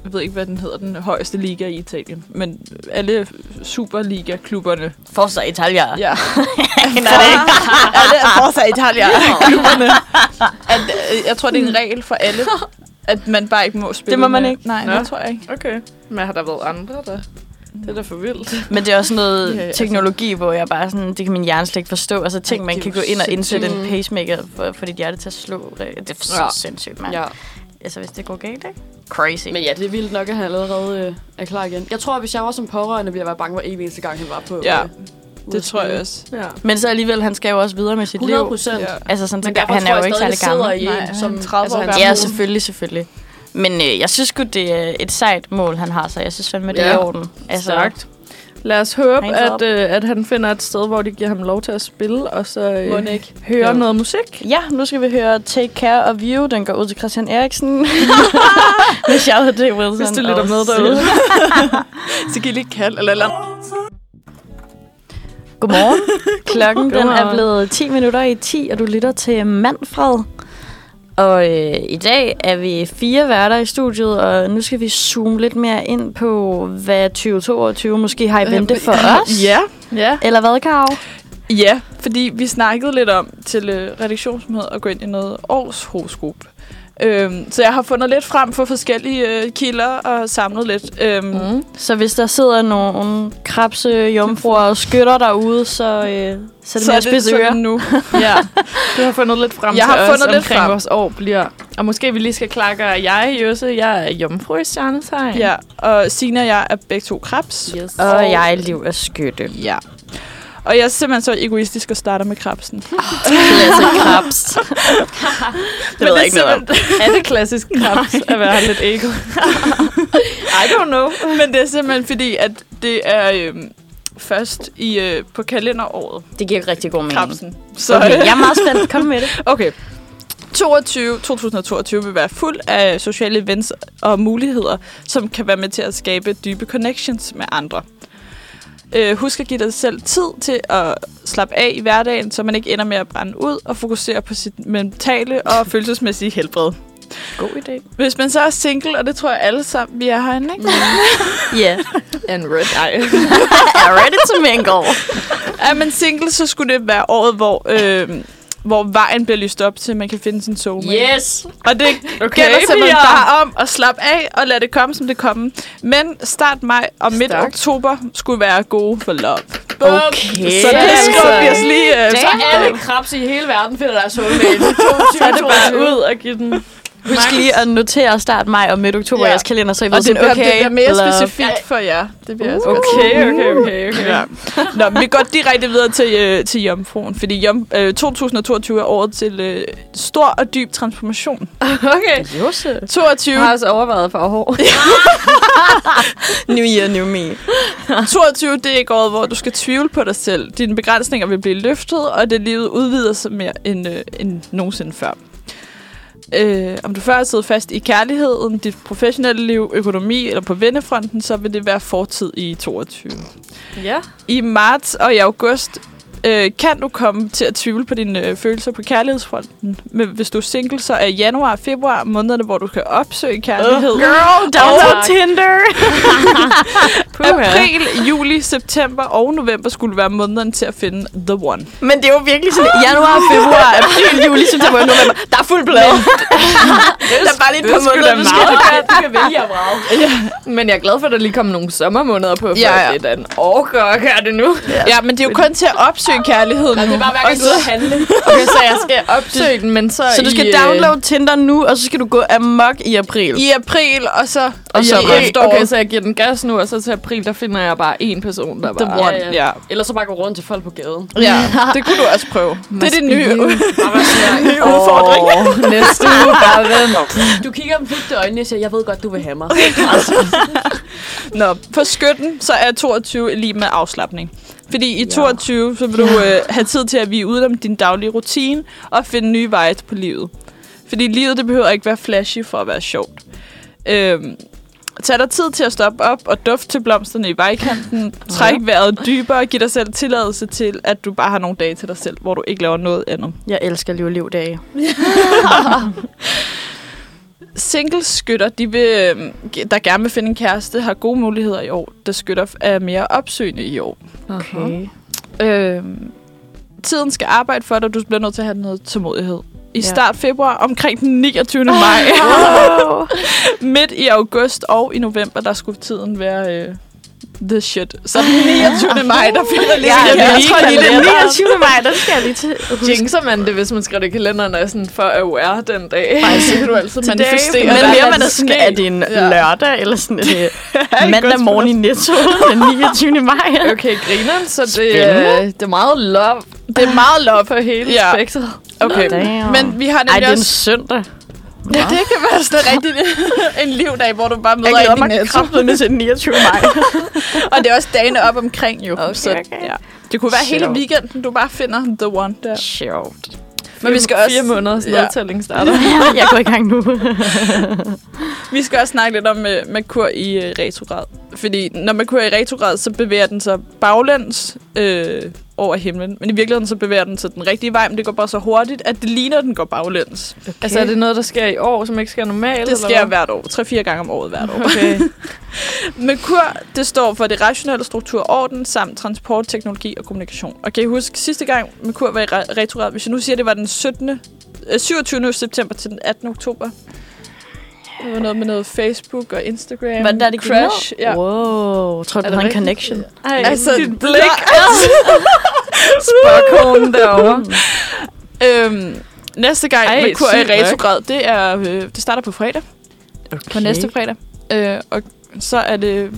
Speaker 1: jeg ved ikke, hvad den hedder, den højeste liga i Italien. Men alle Superliga-klubberne.
Speaker 3: Forza Italia. Ja.
Speaker 1: Kender det ikke? Alle er Forza Italia-klubberne. At, øh, jeg tror, det er en regel for alle, at man bare ikke må spille
Speaker 3: Det må man
Speaker 1: med-
Speaker 3: ikke.
Speaker 1: Nej,
Speaker 4: Nå.
Speaker 1: det tror jeg ikke.
Speaker 4: Okay. Men har der været andre, der... Det er da for vildt.
Speaker 3: Men det er også noget
Speaker 1: Ja,
Speaker 3: ja,
Speaker 1: altså-
Speaker 3: teknologi, hvor jeg bare sådan, det kan min hjerne slet ikke forstå. Altså ting,
Speaker 1: Ej,
Speaker 3: man
Speaker 1: det er
Speaker 3: kan
Speaker 1: jo
Speaker 3: gå ind og indsætte en
Speaker 2: sindssygt.
Speaker 3: pacemaker for, for dit hjerte til at slå. øh, Det er så
Speaker 2: Ja.
Speaker 3: sindssygt, mand.
Speaker 2: Ja.
Speaker 3: Altså hvis det går galt, ikke? Crazy.
Speaker 2: Men ja, det er vildt nok, at han allerede øh, er klar igen. Jeg tror, at hvis jeg var som pårørende, ville jeg være bange hver evig eneste gang, han var på.
Speaker 1: Ja,
Speaker 2: øh, ude
Speaker 1: Det
Speaker 2: at
Speaker 1: tror
Speaker 2: spille.
Speaker 1: jeg også.
Speaker 4: Ja.
Speaker 3: Men så alligevel, han skal jo også videre med sit
Speaker 2: 100
Speaker 3: liv.
Speaker 2: procent.
Speaker 1: Ja.
Speaker 3: Altså sådan, så
Speaker 2: Men
Speaker 3: ga-
Speaker 2: derfor
Speaker 3: han
Speaker 2: tror
Speaker 3: er jo
Speaker 2: jeg
Speaker 3: ikke
Speaker 2: stadig,
Speaker 3: særlig
Speaker 2: det sidder
Speaker 1: Nej,
Speaker 2: i
Speaker 3: gammel.
Speaker 2: en,
Speaker 1: han
Speaker 2: som
Speaker 1: er 30 år
Speaker 2: han-
Speaker 1: gammel.
Speaker 3: Ja, selvfølgelig, selvfølgelig. Men øh, jeg synes sgu, det er et sejt mål, han har, så jeg synes fandme, det er
Speaker 2: Ja.
Speaker 3: i orden. Altså,
Speaker 4: Stærkt. Lad os håbe,
Speaker 3: Hands
Speaker 4: at,
Speaker 3: up.
Speaker 4: øh, at han finder et sted, hvor de giver ham lov til at spille, og så
Speaker 2: Må
Speaker 4: øh,
Speaker 2: den ikke?
Speaker 4: høre
Speaker 3: Jo.
Speaker 4: noget musik.
Speaker 3: Ja, nu skal vi høre Take Care of You. Den går ud til Christian Eriksen. Med Charlotte D. Wilson.
Speaker 4: Hvis du lytter
Speaker 3: og
Speaker 4: med derude.
Speaker 1: Så giv lige kald eller eller
Speaker 3: Godmorgen. Klokken den er
Speaker 4: Godmorgen.
Speaker 3: blevet 10 minutter i 10, og du lytter til Manfred. Og øh, i dag er vi fire værter i studiet, og nu skal vi zoome lidt mere ind på, hvad 2022 måske har i vente for os.
Speaker 1: Ja.
Speaker 4: Øh, Ja.
Speaker 3: Eller hvad, Karo?
Speaker 1: Ja, fordi vi snakkede lidt om til øh, redaktionsmødet at gå ind i noget års horoskop. Øhm, så jeg har fundet lidt frem for forskellige øh, kilder og samlet lidt. Øhm, mm.
Speaker 3: Så hvis der sidder nogle krabse, jomfruer og skytter derude, så, øh, så er det så
Speaker 1: så
Speaker 3: mere spidse ører.
Speaker 1: nu.
Speaker 4: ja. Du har fundet lidt frem
Speaker 1: Jeg
Speaker 4: til
Speaker 1: har
Speaker 4: os
Speaker 1: fundet lidt
Speaker 4: omkring
Speaker 1: frem.
Speaker 4: vores år bliver. Og måske vi lige skal klakke, at jeg, Jøsse, jeg er jomfru i stjernetegn.
Speaker 1: Ja, og Sina og jeg er begge to krebs.
Speaker 4: Yes.
Speaker 3: Og jeg er liv af skytte.
Speaker 1: Ja. Og jeg er simpelthen så egoistisk og starter med krebsen. Det
Speaker 3: Klasse krabs. det ved jeg ikke noget om.
Speaker 4: er det klassisk krebs at være lidt ego?
Speaker 1: I don't know. Men det er simpelthen fordi, at det er øhm, først i øh, på kalenderåret,
Speaker 3: Det giver rigtig god
Speaker 4: Mm.
Speaker 3: mening.
Speaker 1: krebsen. Så,
Speaker 3: Okay,
Speaker 1: øh,
Speaker 3: jeg er meget spændt. Kom med det.
Speaker 1: Okay. 22, 2022 vil være fuld af sociale events og muligheder, som kan være med til at skabe dybe connections med andre. Øh, husk at give dig selv tid til at slappe af i hverdagen, så man ikke ender med at brænde ud og fokusere på sit mentale og følelsesmæssige helbred.
Speaker 4: God idé.
Speaker 1: Hvis man så er single, og det tror jeg alle sammen, vi er herinde, ikke?
Speaker 3: Ja.
Speaker 4: and red. Ej.
Speaker 3: I'm ready to mingle.
Speaker 1: Er man single, så skulle det være året, hvor, øh, hvor vejen bliver lyst op til, at man kan finde sin soulmate.
Speaker 3: Yes.
Speaker 1: Og det okay, gælder simpelthen bare om at slappe af og lade det komme, som det kommer. Men start maj og midt
Speaker 4: Stærkt.
Speaker 1: oktober skulle være gode for love. Bum.
Speaker 3: Okay.
Speaker 1: Så det skubber vi os lige øh,
Speaker 3: Damn.
Speaker 1: sammen.
Speaker 2: Alle krebs i hele verden finder deres soulmate.
Speaker 4: Så er det bare ud og give den.
Speaker 3: Husk lige at notere start maj og midt oktober i
Speaker 1: Ja.
Speaker 3: jeres kalender, så I ved,
Speaker 1: Og det,
Speaker 3: sådan,
Speaker 1: okay, det bliver mere
Speaker 3: love.
Speaker 1: specifikt for jer. Det bliver uh.
Speaker 4: Okay, okay, okay. okay.
Speaker 1: Ja. Nå, men vi går direkte videre til, øh, til jomfruen, fordi jom, øh, 2022 er året til øh, stor og dyb transformation.
Speaker 4: Okay.
Speaker 2: Jose.
Speaker 1: 22,
Speaker 4: Jeg har også overvejet for hår.
Speaker 3: new year, new me.
Speaker 1: 22 det er ikke året, hvor du skal tvivle på dig selv. Dine begrænsninger vil blive løftet, og det livet udvider sig mere end, øh, end nogensinde før. Øh, om du før har siddet fast i kærligheden, dit professionelle liv, økonomi eller på vennefronten, så vil det være fortid i 22.
Speaker 4: Ja.
Speaker 1: I marts og i august øh, kan du komme til at tvivle på dine øh, følelser på kærlighedsfronten. Men hvis du er single, så er januar og februar månederne, hvor du kan opsøge kærlighed.
Speaker 3: Girl,
Speaker 1: download
Speaker 3: Tinder.
Speaker 1: April, juli, september og november skulle være månederne til at finde the one.
Speaker 3: Men det er jo virkelig sådan, januar, februar, april, juli, september, november. Der er fuld blad. der er bare lige et par måneder, du skal.
Speaker 2: Du kan vælge at vrage.
Speaker 4: Men jeg er glad for, at der lige kom nogle sommermåneder på, for
Speaker 1: Ja,
Speaker 4: ja,
Speaker 1: ja.
Speaker 4: ja. det er da en orker at gøre det nu.
Speaker 1: Ja, ja men det er jo kun til at opsøge kærligheden nu.
Speaker 2: Det er bare hver
Speaker 1: Og
Speaker 2: gang du er ude at handle.
Speaker 4: Okay, så jeg skal opsøge den, men så
Speaker 3: Så du skal
Speaker 4: i, øh,
Speaker 3: downloade Tinder nu, og så skal du gå amok i april.
Speaker 1: I april, og så
Speaker 4: Og
Speaker 1: i
Speaker 4: så
Speaker 1: efteråret.
Speaker 4: øh, okay, så jeg giver den gas nu, og så til april, der finder jeg bare en person, der
Speaker 1: The
Speaker 4: bare...
Speaker 1: one,
Speaker 2: ja,
Speaker 1: ja.
Speaker 2: Ellers så bare gå rundt til folk på gaden.
Speaker 1: ja. Det kunne du også prøve. det er det nye.
Speaker 2: Bare være sådan her.
Speaker 1: Nye udfordring.
Speaker 4: Næste uge, bare vent.
Speaker 2: Du kigger dem flygt i øjnene og siger, jeg ved godt, du vil have mig.
Speaker 1: Nå, på skytten, så er 22 lige med afslappning. Fordi i 22, så vil du øh, have tid til at vige udenom din daglige rutine og finde nye veje på livet. Fordi livet, det behøver ikke være flashy for at være sjovt. Øhm, tag dig tid til at stoppe op og dufte til blomsterne i vejkanten. Træk vejret dybere og giv dig selv tilladelse til, at du bare har nogle dage til dig selv, hvor du ikke laver noget andet.
Speaker 3: Jeg elsker liv livdage.
Speaker 1: Singleskytter, de vil, øh, der gerne vil finde en kæreste, har gode muligheder i år, da skytter er mere opsøgende i år.
Speaker 3: Okay.
Speaker 1: Øh, tiden skal arbejde for dig, og du bliver nødt til at have noget tålmodighed. I
Speaker 3: Ja.
Speaker 1: start februar, omkring den 29. maj, midt i august og i november, der skulle tiden være øh, the shit. Så den 29. maj, der finder lige
Speaker 3: Ja,
Speaker 1: ja,
Speaker 3: ja,
Speaker 1: ja,
Speaker 3: jeg tror, det er
Speaker 1: lige
Speaker 3: den
Speaker 1: det.
Speaker 3: 29. maj, der skal jeg lige til.
Speaker 4: Jinxer man det, hvis man skriver det i kalenderen, og er sådan for aware den dag? Nej, så kan du altid manifestere.
Speaker 3: Men
Speaker 1: hvad
Speaker 3: mere
Speaker 1: der
Speaker 3: man er sådan,
Speaker 1: sker.
Speaker 3: er det en lørdag, eller sådan er det mandag
Speaker 1: godt
Speaker 3: morgen i Netto, den 29. maj?
Speaker 4: Okay, grineren, så det,
Speaker 3: Spændende.
Speaker 4: øh, det er meget love. Det er meget love for hele
Speaker 1: Ja.
Speaker 4: ja. spektret.
Speaker 1: Okay,
Speaker 3: Damn.
Speaker 1: men vi har
Speaker 3: Ej, det
Speaker 1: nemlig
Speaker 3: er en
Speaker 1: også...
Speaker 3: søndag.
Speaker 1: Ja, det kan være sådan rigtig en livdag, hvor du bare møder
Speaker 3: Jeg glæder
Speaker 1: ind i
Speaker 3: mig
Speaker 1: netto.
Speaker 3: kraftedeme til den 29. maj.
Speaker 1: Og det er også dagene op omkring jo. Okay, så,
Speaker 3: okay.
Speaker 1: Ja. Det kunne være hele
Speaker 3: Sjovt.
Speaker 1: weekenden, du bare finder the one der.
Speaker 3: Sjovt.
Speaker 1: Men vi skal også...
Speaker 4: Fire måneders
Speaker 1: Ja.
Speaker 4: nedtælling starter.
Speaker 3: Jeg går i gang nu.
Speaker 1: Øhm, Vi skal også snakke lidt om øh, Merkur i øh, retrograd. Fordi når Merkur er i retrograd, så bevæger den sig baglæns øh, over himlen. Men i virkeligheden, så bevæger den sig den rigtige vej, men det går bare så hurtigt, at det ligner, at den går baglæns. Okay.
Speaker 4: Altså, er det noget, der sker i år, som ikke sker normalt?
Speaker 1: Det sker
Speaker 4: eller
Speaker 1: hvert år. 3-4 gange om året hvert år.
Speaker 4: hvad? Okay.
Speaker 1: Merkur, det står for det rationelle struktur og orden, samt transport, teknologi og kommunikation. Og kan I huske, sidste gang Merkur var i re- retrograd, hvis jeg nu siger, at det var den 17. øh, 27. september til den 18. oktober. Det var noget med noget Facebook og Instagram.
Speaker 3: Var det der, det gik
Speaker 1: Crash, ja.
Speaker 3: Wow, tror du,
Speaker 4: Er
Speaker 3: du
Speaker 4: det
Speaker 3: har en
Speaker 4: rigtigt?
Speaker 3: connection?
Speaker 4: Ej,
Speaker 1: Altså,
Speaker 4: dit
Speaker 1: der-
Speaker 4: blik. Sparkonen derovre.
Speaker 1: Øhm, næste gang Ej,
Speaker 4: Ej,
Speaker 1: Merkur er i
Speaker 4: sygt nok.
Speaker 1: retrograd, det er øh, det starter på fredag, okay. på næste fredag. Øh, og så er det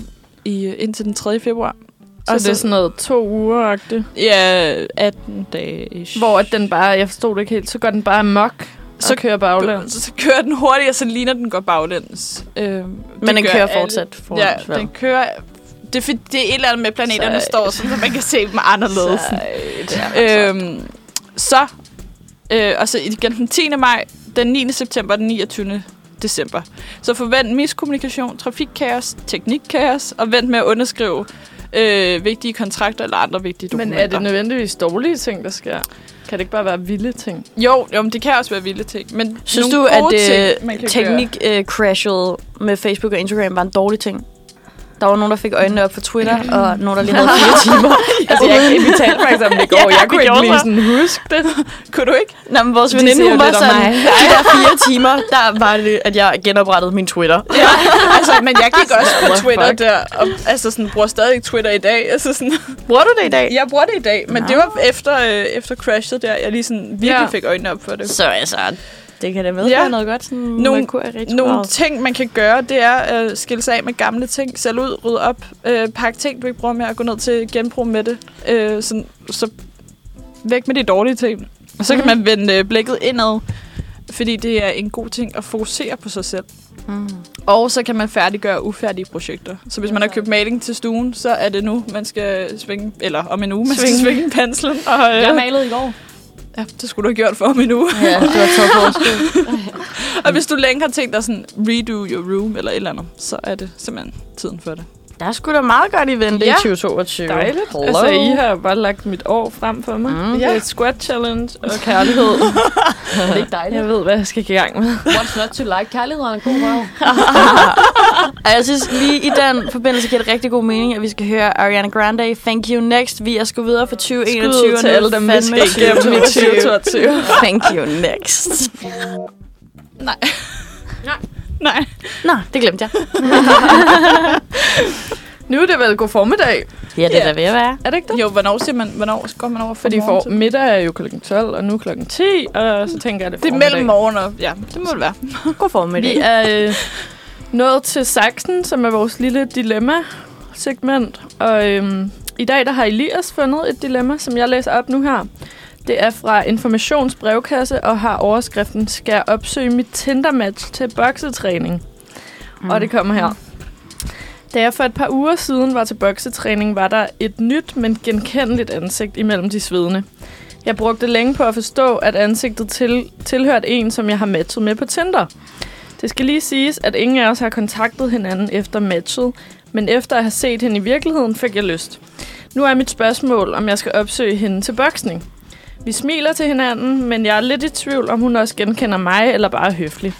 Speaker 1: i, øh, indtil den 3. februar.
Speaker 4: Så det er sådan noget to uger -agtigt.
Speaker 1: ja, 18 dage.
Speaker 4: Hvor at den bare, jeg forstod det ikke helt, så går den bare amok.
Speaker 1: Så
Speaker 4: Så kører baglæns.
Speaker 1: Så, så kører den hurtigt, og så ligner den går baglæns. Øh,
Speaker 3: Men den kører fortsat foran.
Speaker 1: Ja, den kører... Det er, fordi- det er et eller andet med, planeterne
Speaker 3: Sejt.
Speaker 1: står sådan, så man kan se dem anderledes.
Speaker 2: Øh,
Speaker 1: Øhm, så, øh, og så igen den 10. maj, den 9. september og den 29. december. Så forvent miskommunikation, trafikkaos, teknikkaos, og vent med at underskrive øh, vigtige kontrakter eller andre vigtige
Speaker 4: Men
Speaker 1: dokumenter.
Speaker 4: er det nødvendigvis dårlige ting, der sker? Kan det ikke bare være vilde ting?
Speaker 1: Jo, jo, men det kan også være vilde ting. Men
Speaker 3: Synes du,
Speaker 1: nogle
Speaker 3: at
Speaker 1: gode ting, man
Speaker 3: øh,
Speaker 1: kan gøre.
Speaker 3: teknik øh, crashet med Facebook og Instagram var en dårlig ting? Der Der var nogen, der fik øjnene op på Twitter, og nogen, der lige havde fire timer.
Speaker 4: Altså, jeg, vi talte faktisk om det i går.
Speaker 3: Ja,
Speaker 4: jeg kunne
Speaker 3: vi
Speaker 4: ikke
Speaker 3: gjorde
Speaker 4: lige
Speaker 3: så.
Speaker 4: sådan huske det. Kunne du ikke?
Speaker 3: Nå, men vores
Speaker 2: De
Speaker 3: veninde,
Speaker 2: siger
Speaker 3: hun
Speaker 2: jo
Speaker 3: var
Speaker 2: lidt om
Speaker 3: sådan,
Speaker 2: mig.
Speaker 3: de der fire timer, der var det, at jeg genoprettede min Twitter.
Speaker 1: Ja, altså, men jeg gik også på
Speaker 3: What the
Speaker 1: Twitter
Speaker 3: fuck?
Speaker 1: der, og altså sådan, bruger stadig Twitter i dag. Altså sådan,
Speaker 3: Bruger du det i dag?
Speaker 1: jeg bruger det i dag, men
Speaker 3: Nå.
Speaker 1: det var efter, øh, efter crashet der, jeg lige sådan virkelig
Speaker 4: Ja.
Speaker 1: ja. fik øjnene op for det.
Speaker 3: Så altså, det kan da medføre
Speaker 1: Ja.
Speaker 3: noget godt. Sådan
Speaker 1: Nogle-
Speaker 3: Merkur er rigtig
Speaker 1: Nogle
Speaker 3: meget.
Speaker 1: ting, man kan gøre, det er at øh, skille sig af med gamle ting, sælge ud, rydde op, øh, pakke ting, du ikke bruger mere, og gå ned til genbrug med det. Øh, sådan, så væk med de dårlige ting. Og så kan
Speaker 3: Mhm.
Speaker 1: man vende øh, blikket indad, fordi det er en god ting at fokusere på sig selv.
Speaker 3: Mm.
Speaker 1: Og så kan man færdiggøre ufærdige projekter. Så hvis man har købt maling til stuen, så er det nu, man skal svinge, eller om en uge, man skal
Speaker 3: Svinge.
Speaker 1: svinge penslen. Og, øh,
Speaker 2: Jeg malede i går.
Speaker 1: ja, det skulle du have gjort for om en uge.
Speaker 3: Ja, det var top
Speaker 1: Og hvis du længe har tænkt dig sådan, redo your room eller et eller andet, så er det simpelthen tiden for det.
Speaker 3: Der er sgu da meget godt i vente
Speaker 1: Ja.
Speaker 3: i 2022.
Speaker 4: Dejligt.
Speaker 3: Hello.
Speaker 4: Altså, I har jo bare lagt mit år frem for mig.
Speaker 3: Mm.
Speaker 4: Mm. Ja.
Speaker 1: Ja.
Speaker 4: Et squat challenge og kærlighed.
Speaker 2: Er det ikke dejligt?
Speaker 4: jeg ved, hvad jeg skal i gang med.
Speaker 2: What's not to like? Kærlighed er en god røv.
Speaker 3: Og jeg synes lige i den forbindelse giver det rigtig god mening, at vi skal høre Ariana Grande, Thank You Next. Vi er sgu videre for 2021.
Speaker 4: Skud til
Speaker 3: og nu
Speaker 4: alle dem, vi
Speaker 3: fandme
Speaker 4: skal igennem i 2022.
Speaker 3: Thank You Next.
Speaker 1: Nej. Nej.
Speaker 3: Nå, det glemte jeg.
Speaker 4: Nu er det vel god formiddag.
Speaker 3: Ja, det
Speaker 1: Ja.
Speaker 3: er da ved at være.
Speaker 4: Er det ikke det?
Speaker 1: Jo, hvornår, siger man, hvornår går man over for
Speaker 4: Fordi for middag er jo klokken 12, og nu er klokken 10, og så tænker jeg, det er
Speaker 1: Det er
Speaker 4: formiddag.
Speaker 1: mellem morgen og... Ja, det må det være.
Speaker 3: God formiddag.
Speaker 4: Vi er øh, nået til Saxen, som er vores lille dilemma-segment. Og øhm, i dag der har Elias fundet et dilemma, som jeg læser op nu her. Det er fra Informations brevkasse og har overskriften Skal jeg opsøge mit Tinder-match til boksetræning? Mm. Og det kommer her. Da jeg for et par uger siden var til boksetræning, var der et nyt, men genkendeligt ansigt imellem de svedende. Jeg brugte længe på at forstå, at ansigtet til, tilhørte en, som jeg har matchet med på Tinder. Det skal lige siges, at ingen af os har kontaktet hinanden efter matchet, men efter at have set hende i virkeligheden, fik jeg lyst. Nu er mit spørgsmål, om jeg skal opsøge hende til boksning. Vi smiler til hinanden, men jeg er lidt i tvivl, om hun også genkender mig eller bare er høflig.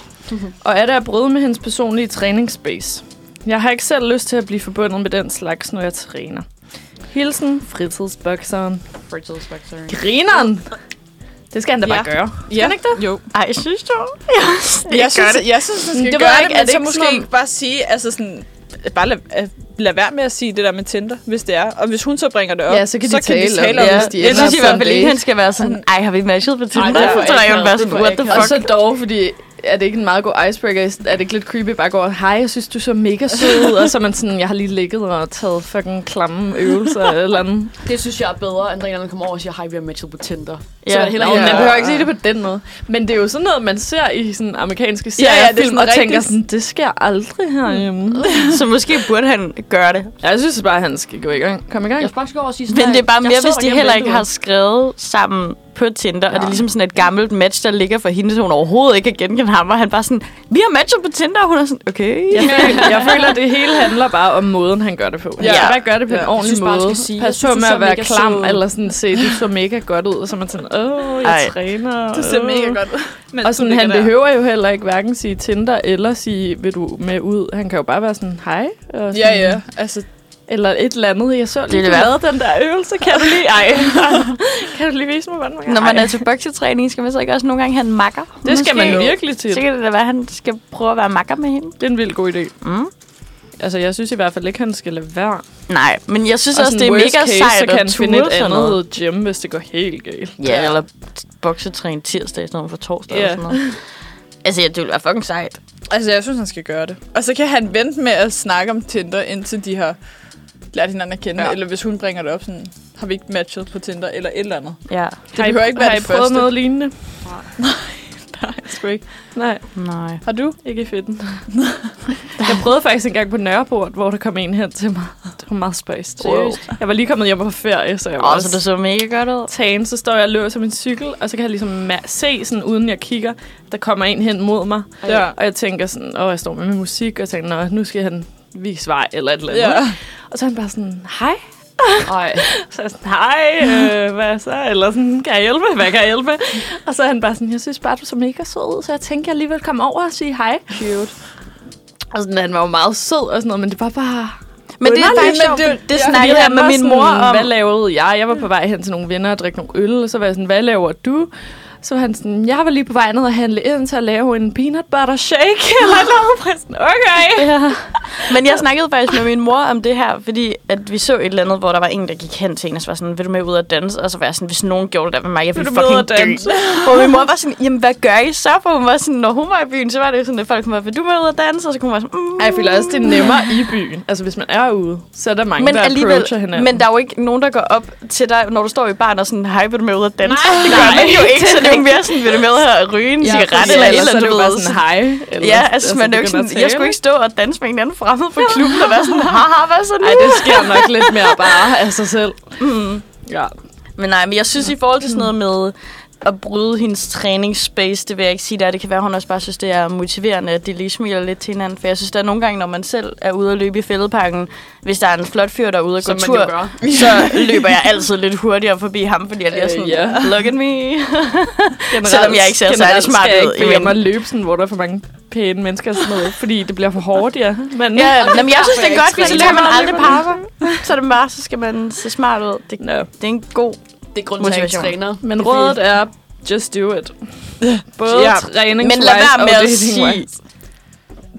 Speaker 4: Og er det at bryde med hendes personlige træningsspace? Jeg har ikke selv lyst til at blive forbundet med den slags, når jeg træner. Hilsen, fritidsbokseren. Grineren! Det skal han da bare
Speaker 1: Ja.
Speaker 4: gøre.
Speaker 1: Skal ja. ikke det? Jo.
Speaker 3: Ej, synes du?
Speaker 1: Det jeg, synes, jeg synes, man skal det
Speaker 4: Det ved
Speaker 1: gøre
Speaker 4: jeg
Speaker 1: ikke,
Speaker 4: ikke,
Speaker 1: det,
Speaker 4: er
Speaker 1: men
Speaker 4: det
Speaker 1: så måske
Speaker 4: ikke sådan-
Speaker 1: ikke bare sige, altså sådan, bare lad, at- lad være med at sige det der med Tinder, hvis det er. Og hvis hun så bringer det op,
Speaker 2: Ja, så kan de tale om
Speaker 1: tale
Speaker 2: det,
Speaker 1: om
Speaker 2: hvis
Speaker 1: det.
Speaker 2: de
Speaker 3: jeg
Speaker 2: ender
Speaker 3: synes i
Speaker 2: på
Speaker 3: hvert
Speaker 2: en
Speaker 3: fald ikke,
Speaker 2: date.
Speaker 3: han skal være sådan, ej, har vi matchet på Tinder?
Speaker 1: det er for
Speaker 3: Så tror jeg, jeg vil
Speaker 1: akavet, det
Speaker 3: være
Speaker 1: er
Speaker 3: sådan,
Speaker 1: for
Speaker 3: what the
Speaker 2: Og
Speaker 3: fuck?
Speaker 2: så dog, fordi er det ikke en meget god icebreaker? Er det ikke lidt creepy bare at gå, hej, jeg synes, du er så mega sød.
Speaker 4: ud, og så er man sådan, jeg har lige ligget og taget fucking klamme øvelser eller andet.
Speaker 2: det synes jeg er bedre, end der en eller anden kommer over og siger, hej, vi har matchet på Tinder.
Speaker 3: Ja.
Speaker 2: Så er det heller
Speaker 4: Nå,
Speaker 2: ikke.
Speaker 4: man
Speaker 1: Ja.
Speaker 4: behøver ikke sige det på den måde. Men det er jo sådan noget, man ser i sådan amerikanske serier
Speaker 1: ja, det er
Speaker 4: og film,
Speaker 1: sådan
Speaker 4: og
Speaker 1: rigtig Mm.
Speaker 4: tænker
Speaker 1: sådan-
Speaker 4: sådan, det sker aldrig herhjemme.
Speaker 3: Så måske burde han gøre det.
Speaker 4: Jeg synes bare, han skal gå i gang. Kom i gang.
Speaker 2: Jeg skal bare gå over og sige sådan,
Speaker 3: Men det er bare
Speaker 2: "Nej,
Speaker 3: mere,
Speaker 2: jeg
Speaker 3: hvis
Speaker 2: så
Speaker 3: de
Speaker 2: dig
Speaker 3: heller
Speaker 2: gennem
Speaker 3: ikke har
Speaker 2: vinduet."
Speaker 3: skrevet sammen på Tinder, ja. og det er ligesom sådan et gammelt match, der ligger for hende, så hun overhovedet ikke kan genkende ham, og han bare sådan, vi har matchet på Tinder, og hun er sådan, okay.
Speaker 4: Jeg føler, jeg føler, at det hele handler bare om måden, han gør det på. Han
Speaker 3: Ja.
Speaker 4: skal bare gøre det på en
Speaker 1: Ja.
Speaker 4: ordentlig
Speaker 2: Jeg synes bare, han
Speaker 4: måde.
Speaker 2: skal sige,
Speaker 4: Pas
Speaker 2: jeg
Speaker 4: på
Speaker 2: synes,
Speaker 4: med
Speaker 2: du
Speaker 4: at
Speaker 2: så
Speaker 4: være
Speaker 2: mega
Speaker 4: klam,
Speaker 2: sød ud.
Speaker 4: eller sådan se, du så mega godt ud. Og så er man sådan, åh, jeg
Speaker 3: Ej.
Speaker 4: træner.
Speaker 1: Det ser
Speaker 4: åh."
Speaker 1: mega godt ud. Men
Speaker 4: Og sådan,
Speaker 1: ligger
Speaker 4: han
Speaker 1: der.
Speaker 4: behøver jo heller ikke hverken sige Tinder eller sige, vil du med ud? Han kan jo bare være sådan, hej. Og sådan,
Speaker 1: Ja, ja. Altså,
Speaker 4: Eller et eller andet. Jeg så lige,
Speaker 3: det
Speaker 4: det du
Speaker 3: værste.
Speaker 4: lavede den der øvelse. Kan du lige? Ej. kan du lige vise mig, hvordan man gør?
Speaker 3: Når man
Speaker 4: Ej.
Speaker 3: er til boksetræning, skal man så ikke også nogle gange have en makker?
Speaker 4: det skal
Speaker 3: Måske.
Speaker 4: man virkelig til.
Speaker 3: Så kan det da være, at han skal prøve at være makker med hende.
Speaker 4: Det er en vild god idé.
Speaker 3: Mm.
Speaker 4: Altså, jeg synes i hvert fald ikke, han skal lade være.
Speaker 3: Nej, men jeg synes
Speaker 4: Og
Speaker 3: også,
Speaker 4: sådan
Speaker 3: det er mega
Speaker 4: worst case, så
Speaker 3: sejt
Speaker 4: kan
Speaker 3: at
Speaker 4: han finde
Speaker 3: ture
Speaker 4: et
Speaker 3: sådan noget.
Speaker 4: andet gym, hvis det går helt galt.
Speaker 3: Ja, eller boksetræne tirsdag i stedet for torsdag
Speaker 4: Ja.
Speaker 3: eller sådan noget. Altså, ja, det ville være fucking sejt.
Speaker 1: altså, jeg synes, han skal gøre det. Og så kan han vente med at snakke om Tinder, indtil de har lært hinanden at kende.
Speaker 4: Ja.
Speaker 1: Ja. Eller hvis hun bringer det op, sådan, har vi ikke matchet på Tinder, eller et eller andet.
Speaker 3: Ja.
Speaker 1: Det behøver ikke være
Speaker 4: har I
Speaker 1: det
Speaker 4: prøvet
Speaker 1: første.
Speaker 4: noget lignende?
Speaker 1: Nej, sgu ikke.
Speaker 4: Nej.
Speaker 3: Nej.
Speaker 4: Har du? Ikke i fedten. jeg prøvede faktisk engang på Nørreport, hvor der kom en hen til mig. Det var meget spøjst.
Speaker 2: Seriøst?
Speaker 4: Jeg var lige kommet hjem på ferie, så jeg var
Speaker 3: Åh,
Speaker 4: også
Speaker 3: så det så mega godt ud.
Speaker 4: tagen, så står jeg og løser min cykel, og så kan jeg ligesom ma- se, sådan, uden jeg kigger, der kommer en hen mod mig.
Speaker 1: Ja.
Speaker 4: Og jeg tænker sådan, åh, jeg står med min musik, og jeg tænker, nå, nu skal han vise vej, eller et eller andet.
Speaker 1: Ja.
Speaker 4: Og så er han bare sådan, hej.
Speaker 2: Ej,
Speaker 4: Så er jeg sådan, hej, øh, hvad så? Eller sådan, kan jeg hjælpe? Hvad kan jeg hjælpe? Og så er han bare sådan, jeg synes bare, du så mega sød ud, så jeg tænker, jeg alligevel komme over og sige hej. Cute. Og sådan, han var jo meget sød og sådan noget, men det var bare...
Speaker 3: Men det
Speaker 4: Nej,
Speaker 3: er
Speaker 4: men
Speaker 3: faktisk sjovt.
Speaker 4: det-
Speaker 3: Det, det
Speaker 4: Ja,
Speaker 3: snakkede
Speaker 4: fordi
Speaker 3: jeg
Speaker 4: han
Speaker 3: med
Speaker 4: var
Speaker 3: min
Speaker 4: sådan,
Speaker 3: mor om.
Speaker 4: Hvad lavede jeg? Jeg var på vej hen til nogle venner og drikke nogle øl, og så var jeg sådan, hvad laver du? Så var han sådan, jeg var lige på vej ned og handle ind til at lave en peanut butter shake. Eller noget, Og jeg var sådan, okay.
Speaker 3: Ja. Men jeg snakkede faktisk med min mor om det her, fordi at vi så et eller andet, hvor der var en, der gik hen til en, og så var sådan, vil du med ud og danse? Og så var jeg sådan, hvis nogen gjorde det der med mig, jeg ville
Speaker 4: Vil du med ud
Speaker 3: fucking
Speaker 4: og danse?
Speaker 3: dø. Hvor min mor var sådan, jamen hvad gør I så? For hun var sådan, når hun var i byen, så var det sådan, at folk kom op, vil du med ud og danse? Og så kunne hun være sådan, mm.
Speaker 4: Ej, jeg føler også, det er nemmere i byen. Altså, hvis man er ude, så er der mange,
Speaker 3: Men
Speaker 4: der
Speaker 3: alligevel,
Speaker 4: approacher hinanden.
Speaker 3: men der er jo ikke nogen, der går op til dig, når du står i baren og sådan, hej, vil du med ud og danse? Nej, det gør man jo ikke, så det er jo mere sådan, vil du med her og ryge en
Speaker 1: Ja,
Speaker 3: cigaret
Speaker 1: præcis.
Speaker 3: eller et
Speaker 4: ellers
Speaker 3: eller
Speaker 4: så er det
Speaker 3: andet,
Speaker 4: jo
Speaker 3: du ved.
Speaker 4: bare sådan,
Speaker 3: sådan-
Speaker 4: hej.
Speaker 3: Ja, altså, man er jo ikke
Speaker 4: begynder at
Speaker 3: sådan, jeg skulle
Speaker 4: tale.
Speaker 3: ikke stå og danse med en anden fremmed på klubben og være sådan, haha, hvad så nu?
Speaker 4: Ej, det sker nok lidt mere bare af sig selv. Mm. Ja.
Speaker 3: Men nej, men jeg synes i forhold til sådan noget med at bryde hendes træningsspace, det vil jeg ikke sige der. Det kan være, hun også bare synes, det er motiverende, at de lige smiler lidt til hinanden. For jeg synes, der er nogle gange, når man selv er ude at løbe i fældeparken, hvis der er en flot fyr, der er ude og gå
Speaker 4: Som man
Speaker 3: tur,
Speaker 4: jo gør.
Speaker 3: så løber jeg altid lidt hurtigere forbi ham, fordi jeg lige er
Speaker 4: Øh,
Speaker 3: sådan,
Speaker 4: ja.
Speaker 3: look at me.
Speaker 4: Generelt,
Speaker 3: Selvom jeg ikke ser særlig
Speaker 4: generelt
Speaker 3: smart
Speaker 4: skal jeg
Speaker 3: ud,
Speaker 4: ikke begynde at
Speaker 3: men-
Speaker 4: løbe sådan, hvor der er for mange pæne mennesker og sådan noget, fordi det bliver for hårdt, ja. Men,
Speaker 3: Ja, jamen, jeg synes, det er godt,
Speaker 4: fordi
Speaker 3: hvis
Speaker 4: så
Speaker 3: så kan
Speaker 4: løber
Speaker 3: man
Speaker 4: man
Speaker 3: aldrig
Speaker 4: lidt.
Speaker 3: pakke. Så er det bare, så skal man se smart ud. Det,
Speaker 4: Nå.
Speaker 3: det er en god...
Speaker 2: Det er grunden til, at jeg ikke træner.
Speaker 3: Motivation.
Speaker 4: men rådet er, just do it. Både
Speaker 3: Ja.
Speaker 4: ja.
Speaker 3: Men
Speaker 4: træning
Speaker 3: lad være med at sige,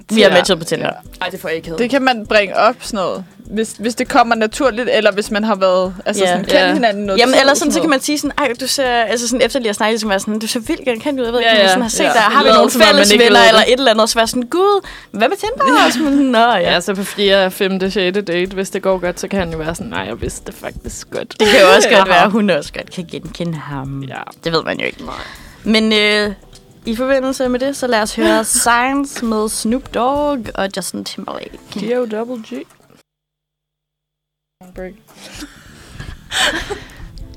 Speaker 3: vi er
Speaker 4: Ja.
Speaker 3: med til på Tinder.
Speaker 2: Ej, det får jeg ikke hed.
Speaker 1: Det kan man bringe op, sådan noget. Hvis, hvis det kommer naturligt, eller hvis man har været, altså
Speaker 3: Ja.
Speaker 1: yeah. sådan, kendt
Speaker 4: Ja.
Speaker 1: yeah. hinanden noget.
Speaker 3: Jamen,
Speaker 1: tid
Speaker 3: ellers
Speaker 1: og
Speaker 3: sådan, så kan
Speaker 1: noget.
Speaker 3: man sige sådan, ej, du ser, altså sådan, efter lige at snakke, så kan man være sådan, du ser vildt genkendt ud, jeg ved ikke,
Speaker 4: Ja,
Speaker 3: om jeg
Speaker 4: ja,
Speaker 3: sådan har set
Speaker 4: ja.
Speaker 3: dig, har vi
Speaker 4: Lader
Speaker 3: nogle
Speaker 4: som om, man
Speaker 3: fælles
Speaker 4: ikke
Speaker 3: venner
Speaker 4: ved
Speaker 3: eller
Speaker 4: det.
Speaker 3: et eller andet, og så være sådan, gud, hvad med Tinder? Og så er man sådan, Nå, ja.
Speaker 4: Ja, så på 4., 5., 6. date, hvis det går godt, så kan han jo være sådan, nej, jeg vidste det faktisk godt.
Speaker 3: Det kan jo også godt
Speaker 4: Aha.
Speaker 3: være, at hun også godt kan genkende ham.
Speaker 4: Ja.
Speaker 3: Det ved man jo ikke. Men øh, i forbindelse med det, så lad os høre Science med Snoop Dogg og Justin Timberlake.
Speaker 4: G.O. Double G.